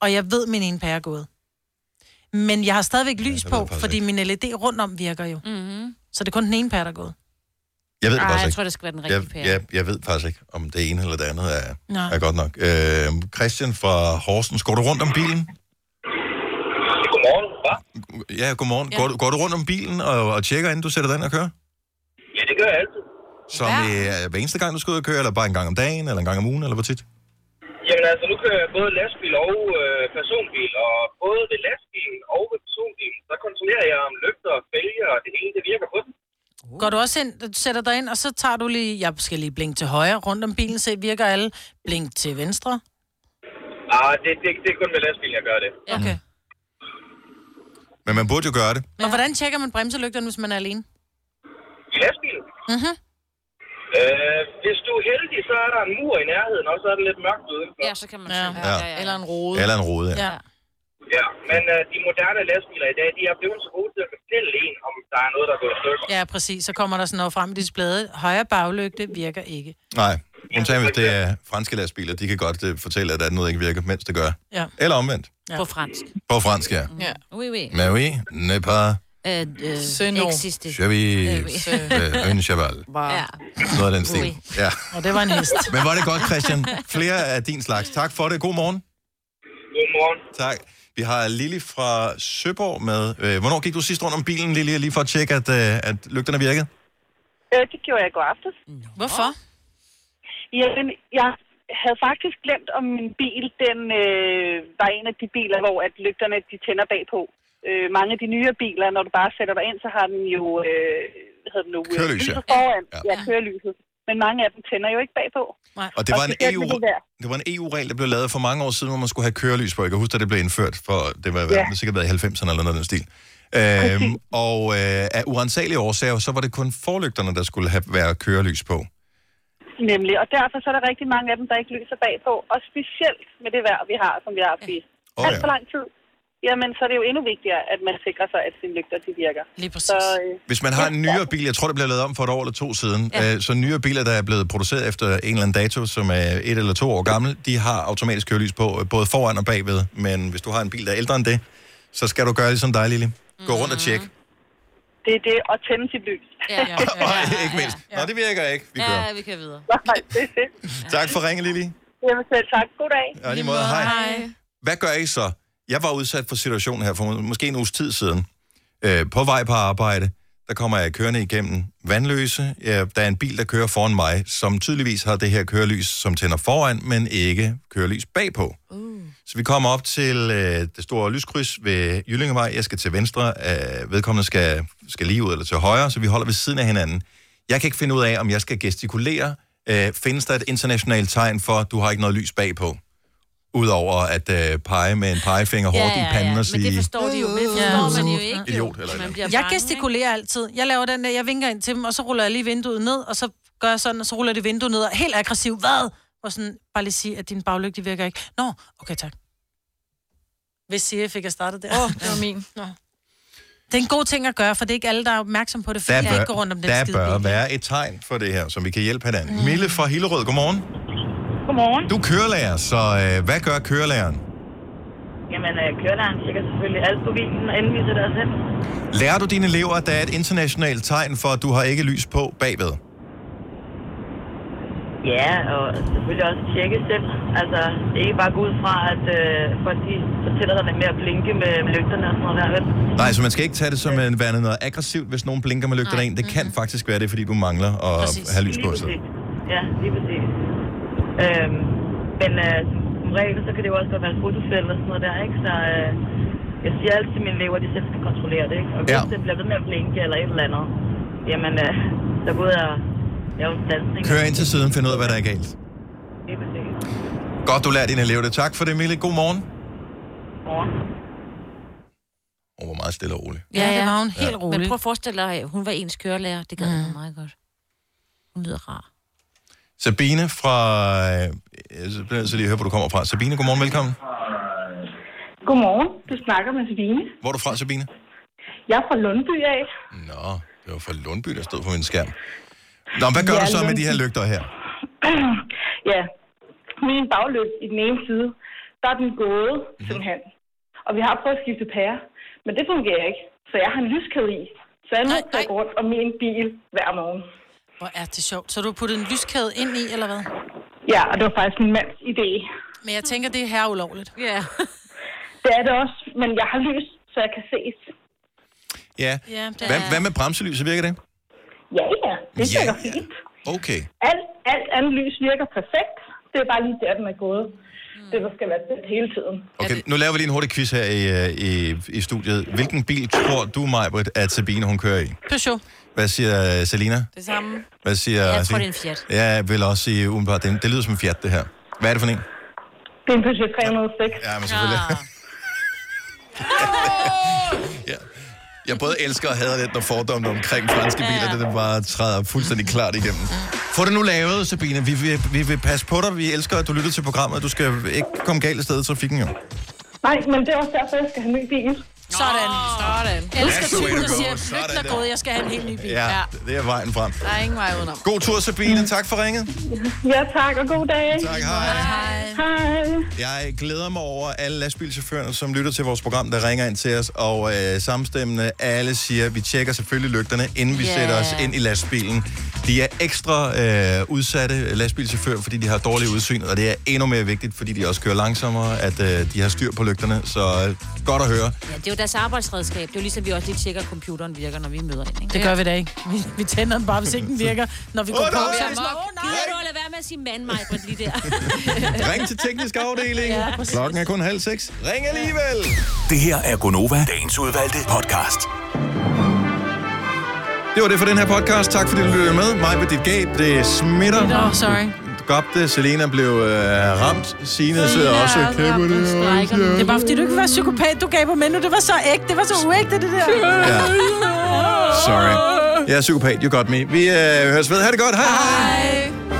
Og jeg ved, min ene pære er gået. Men jeg har stadigvæk lys ved jeg på, faktisk fordi min LED rundt om virker jo. Mhm. Mm-hmm. Så det er kun den ene pære, der er gået. Jeg ved det Ej, faktisk jeg ikke. tror, det skal være den jeg, rigtige pære. jeg, jeg ved faktisk ikke, om det ene eller det andet er, Nej. er godt nok. Øh, Christian fra Horsens, går du rundt om bilen? Godmorgen, hva? Ja, godmorgen. Ja. Går, du, går du rundt om bilen og, og tjekker, inden du sætter den og kører? Ja, det gør jeg altid. Som ja. øh, hver eneste gang, du skal ud og køre, eller bare en gang om dagen, eller en gang om ugen, eller hvor tit? Jamen altså, nu kører jeg både lastbil og øh, personbil, og både ved lastbilen og ved personbilen, der kontrollerer jeg om lygter og fælger og det hele, det virker på den. Uh. Går du også ind, du sætter dig ind, og så tager du lige, jeg skal lige blinke til højre rundt om bilen, se virker alle. Blink til venstre. Ah, det, det, det er kun ved lastbilen, jeg gør det. Okay. Men man burde jo gøre det. Men hvordan tjekker man bremselygterne, hvis man er alene? I lastbilen? Mhm. Øh, hvis du er heldig, så er der en mur i nærheden, og så er det lidt mørkt udenfor. Ja, så kan man ja. Ja. Eller en rode. Eller en rode, ja. ja. Ja, men øh, de moderne lastbiler i dag, de er blevet så gode til at fortælle en, om der er noget, der er gået i stykker. Ja, præcis. Så kommer der sådan noget frem i displayet. Højre baglygte virker ikke. Nej, undtagen hvis det er franske lastbiler, de kan godt øh, fortælle, at der er noget, der ikke virker, mens det gør. Ja. Eller omvendt. ja. På fransk. På fransk, ja. Ja. Oui, Mm. oui. Mais oui, n'est pas Øh, øh, Existe. chevi, Øh, oui. øh, un cheval. Ja. Noget af den stil. Oui. Ja. Og det var en hest. Men var det godt, Christian. Flere af din slags. Tak for det. God morgen. Godmorgen. Tak. Vi har Lili fra Søborg med. Øh, Hvornår gik du sidst rundt om bilen, Lili, lige for at tjekke, at, øh, at lygterne virkede? Øh, det gjorde jeg i går aftes. Hvorfor? Jamen, jeg havde faktisk glemt, om min bil den øh, var en af de biler, hvor at lygterne de tænder bagpå. Øh, mange af de nyere biler, når du bare sætter dig ind, så har den jo øh, hvad hedder den nu, øh, Kørelys, ja. lyset foran. Ja. ja, kørelyset. Men mange af dem tænder jo ikke bagpå. Nej. Og det var, en E specielt EU, med de der. det var en EU-regel, der blev lavet for mange år siden, hvor man skulle have kørelys på. Jeg kan huske, at det blev indført, for det var Ja. ja. sikkert været i 90'erne eller noget af den stil. Øhm, og øh, af urensagelige årsager, så var det kun forlygterne, der skulle have være kørelys på. Nemlig, og derfor så er der rigtig mange af dem, der ikke lyser bagpå. Og specielt med det vejr, vi har, som vi har haft i Åh, alt ja. for lang tid. Jamen, så er det jo endnu vigtigere, at man sikrer sig, at sine lygter de virker. Lige præcis. Så, øh, Hvis man har en nyere bil, jeg tror, det blev lavet om for et år eller to siden, Ja. ja. øh, så nyere biler, der er blevet produceret efter en eller anden dato, som er et eller to år gammel, de har automatisk kørelys på, øh, både foran og bagved. Men hvis du har en bil, der er ældre end det, så skal du gøre ligesom dig, Lille. Gå rundt Mm. og tjek. det er det at tænde sit lys. Ja, ja, ja. ikke mindst. Nå, det virker ikke. Vi kører. Ja, vi kan videre. Nej, det er fedt. Tak for ringen, Lili. Jamen selv tak. God dag. Og i lige måde, hej. Hvad gør I så? Jeg var udsat for situationen her for må- måske en uges tid siden. Øh, på vej på arbejde, der kommer jeg kørende igennem vandløse. Ja, der er en bil, der kører foran mig, som tydeligvis har det her kørelys, som tænder foran, men ikke kørelys bagpå. Uh. Så vi kommer op til øh, det store lyskryds ved Jyllingevej. Jeg skal til venstre, øh, vedkommende skal, skal lige ud eller til højre, så vi holder ved siden af hinanden. Jeg kan ikke finde ud af, om jeg skal gestikulere. Øh, findes der et internationalt tegn for, at du har ikke noget lys bagpå? Udover at øh, pege med en pegefinger hårdt i panden og sige... Men det forstår de jo. Det forstår man jo øh, ikke. jo. Idiot, eller Man noget. bliver Jeg bange, gestikulerer altid. Jeg laver den der, jeg vinker ind til dem, og så ruller jeg lige vinduet ned, og så gør jeg sådan, og så ruller det vinduet ned, og helt aggressivt, hvad? Og sådan, bare lige sige, at din baglygte virker ikke. Nå, okay, tak. Hvis Siri fik jeg startet der. Åh, oh, det var min. Nå. Det er en god ting at gøre, for det er ikke alle, der er opmærksom på det, fordi Der jeg bør, ikke går rundt om den der skide bør bil. være et tegn for det her, som vi kan hjælpe hinanden. Mm. Mille fra Hillerød, godmorgen. Godmorgen. Du er kørelærer, så øh, hvad gør kørelæreren? Jamen, øh, kørelæreren tjekker selvfølgelig alt på bilen, inden vi sætter os hen. Lærer du dine elever, at der er et internationalt tegn for, at du har ikke lys på bagved? Ja, og selvfølgelig også tjekke selv. Altså, ikke bare gå ud fra, at øh, folk de fortæller dig med at blinke med, med lygterne og sådan noget der, vel? Nej, så man skal ikke tage det som en værende noget aggressivt, hvis nogen Mm-hmm. blinker med lygterne ind. Det kan faktisk være det, er, fordi du mangler at have lys på. Lige Så. præcis. Ja, lige præcis. Øhm, men øh, som regel, så kan det jo også godt være en fotofælde og sådan noget der, ikke? Så øh, jeg siger altid til mine elever, at de selv skal kontrollere det, ikke? Og hvis Ja. det bliver ved med at blinke eller et eller andet, jamen, øh, så går ud og laver en dansning. Kør ind til siden, find ud af, hvad der er galt. Godt, du lærer din elev det. Tak for det, Mille. God morgen. Godmorgen. Hun var meget stille og rolig. Ja, ja, det var hun helt Ja. rolig. Men prøv at forestille dig, at hun var ens kørelærer. Det gad mm. jeg meget godt. Hun lyder rar. Sabine fra... øh, Jeg bliver nødt til lige at høre, hvor du kommer fra. Sabine, godmorgen, velkommen. Godmorgen. Du snakker med Sabine. Hvor er du fra, Sabine? Jeg er fra Lundby af. Nå, det var fra Lundby, der stod på min skærm. Nå, men hvad gør Ja, ja, du så med Lundby. de her lygter her? ja, min baglygt i den ene side, der er den gået, Mhm. simpelthen. Og vi har prøvet at skifte pære, men det fungerer ikke. Så jeg har en lyskæde i. Så jeg er nødt til at gå rundt om min bil hver morgen. Hvor er det sjovt. Så du har puttet en lyskæde ind i, eller hvad? Ja, og det var faktisk min mands idé. Men jeg tænker, det er her ulovligt. Ja. Yeah. det er det også, men jeg har lys, så jeg kan ses. Ja. Ja, det Hvad, er- hvad med bremselyset, virker det? Ja, ja. Det Ja, virker fint. Okay. Alt, alt andet lys virker perfekt. Det er bare lige der, den er gået. Mm. Det, der skal være tændt hele tiden. Okay, nu laver vi lige en hurtig quiz her i, øh, i, i studiet. Hvilken bil tror du, Majbert, at Sabine hun kører i? Peugeot. Hvad siger øh, Selina? Det samme. Hvad siger Jeg tror, Signe? det er en Fiat. Ja, jeg vil også sige umiddelbart, det, det lyder som en Fiat, det her. Hvad er det for en? Det er en Peugeot 306. Ja, men selvfølgelig. Jeg både elsker og hader lidt, når fordommene omkring franske biler, det der bare træder fuldstændig klart igennem. Få det nu lavet, Sabine. Vi vil, vi vil passe på dig. Vi elsker, at du lytter til programmet. Du skal ikke komme galt af sted i trafikken, jo. Nej, men det er også derfor, jeg skal have en ny bil. Sådan. Sådan. Jeg elsker That's the way to typen, der go. siger, Sådan lygt der. og gået, jeg skal have en helt ny bil. Ja, det er vejen frem. Der er ingen vej udenom. God tur, Sabine. Tak for ringet. Ja, tak, og god dag. Tak, hej. Hej. Hej. Jeg glæder mig over alle lastbilchaufførerne, som lytter til vores program, der ringer ind til os, og øh, samstemmende alle siger, at vi tjekker selvfølgelig lygterne, inden vi Ja. yeah. sætter os ind i lastbilen. De er ekstra øh, udsatte lastbilchauffører, fordi de har dårligt udsyn, og det er endnu mere vigtigt, fordi de også kører langsommere, at øh, de har styr på lygterne. Så øh, godt at høre. Ja, det er jo deres arbejdsredskab. Det er jo ligesom, vi også lige tjekker, at computeren virker, når vi møder ind. Ikke? Det gør vi da ikke. Vi, vi tænder den bare, hvis ikke den virker, når vi går Åh, på. nej! Så- Åh, nej! Gider du at lade være med at sige mand, mig, Britt, lige der? Ring til teknisk afdeling. Ja, præcis. Klokken er kun halv seks. Ring alligevel! Det her er Gonova, dagens udvalgte podcast. Det var det for den her podcast. Tak fordi du lyttede med. Mig med dit gab, det smitter. Nå, sorry. Skabte, Selena blev øh, ramt. Signe sidder også og kæmper det. Det er bare, fordi du ikke var psykopat, du gav på menu. Det var så ægte, det var så uægte, det der. Ja. Sorry. Jeg er psykopat, you got me. Vi øh, høres ved. Ha' det godt. Hej. hej.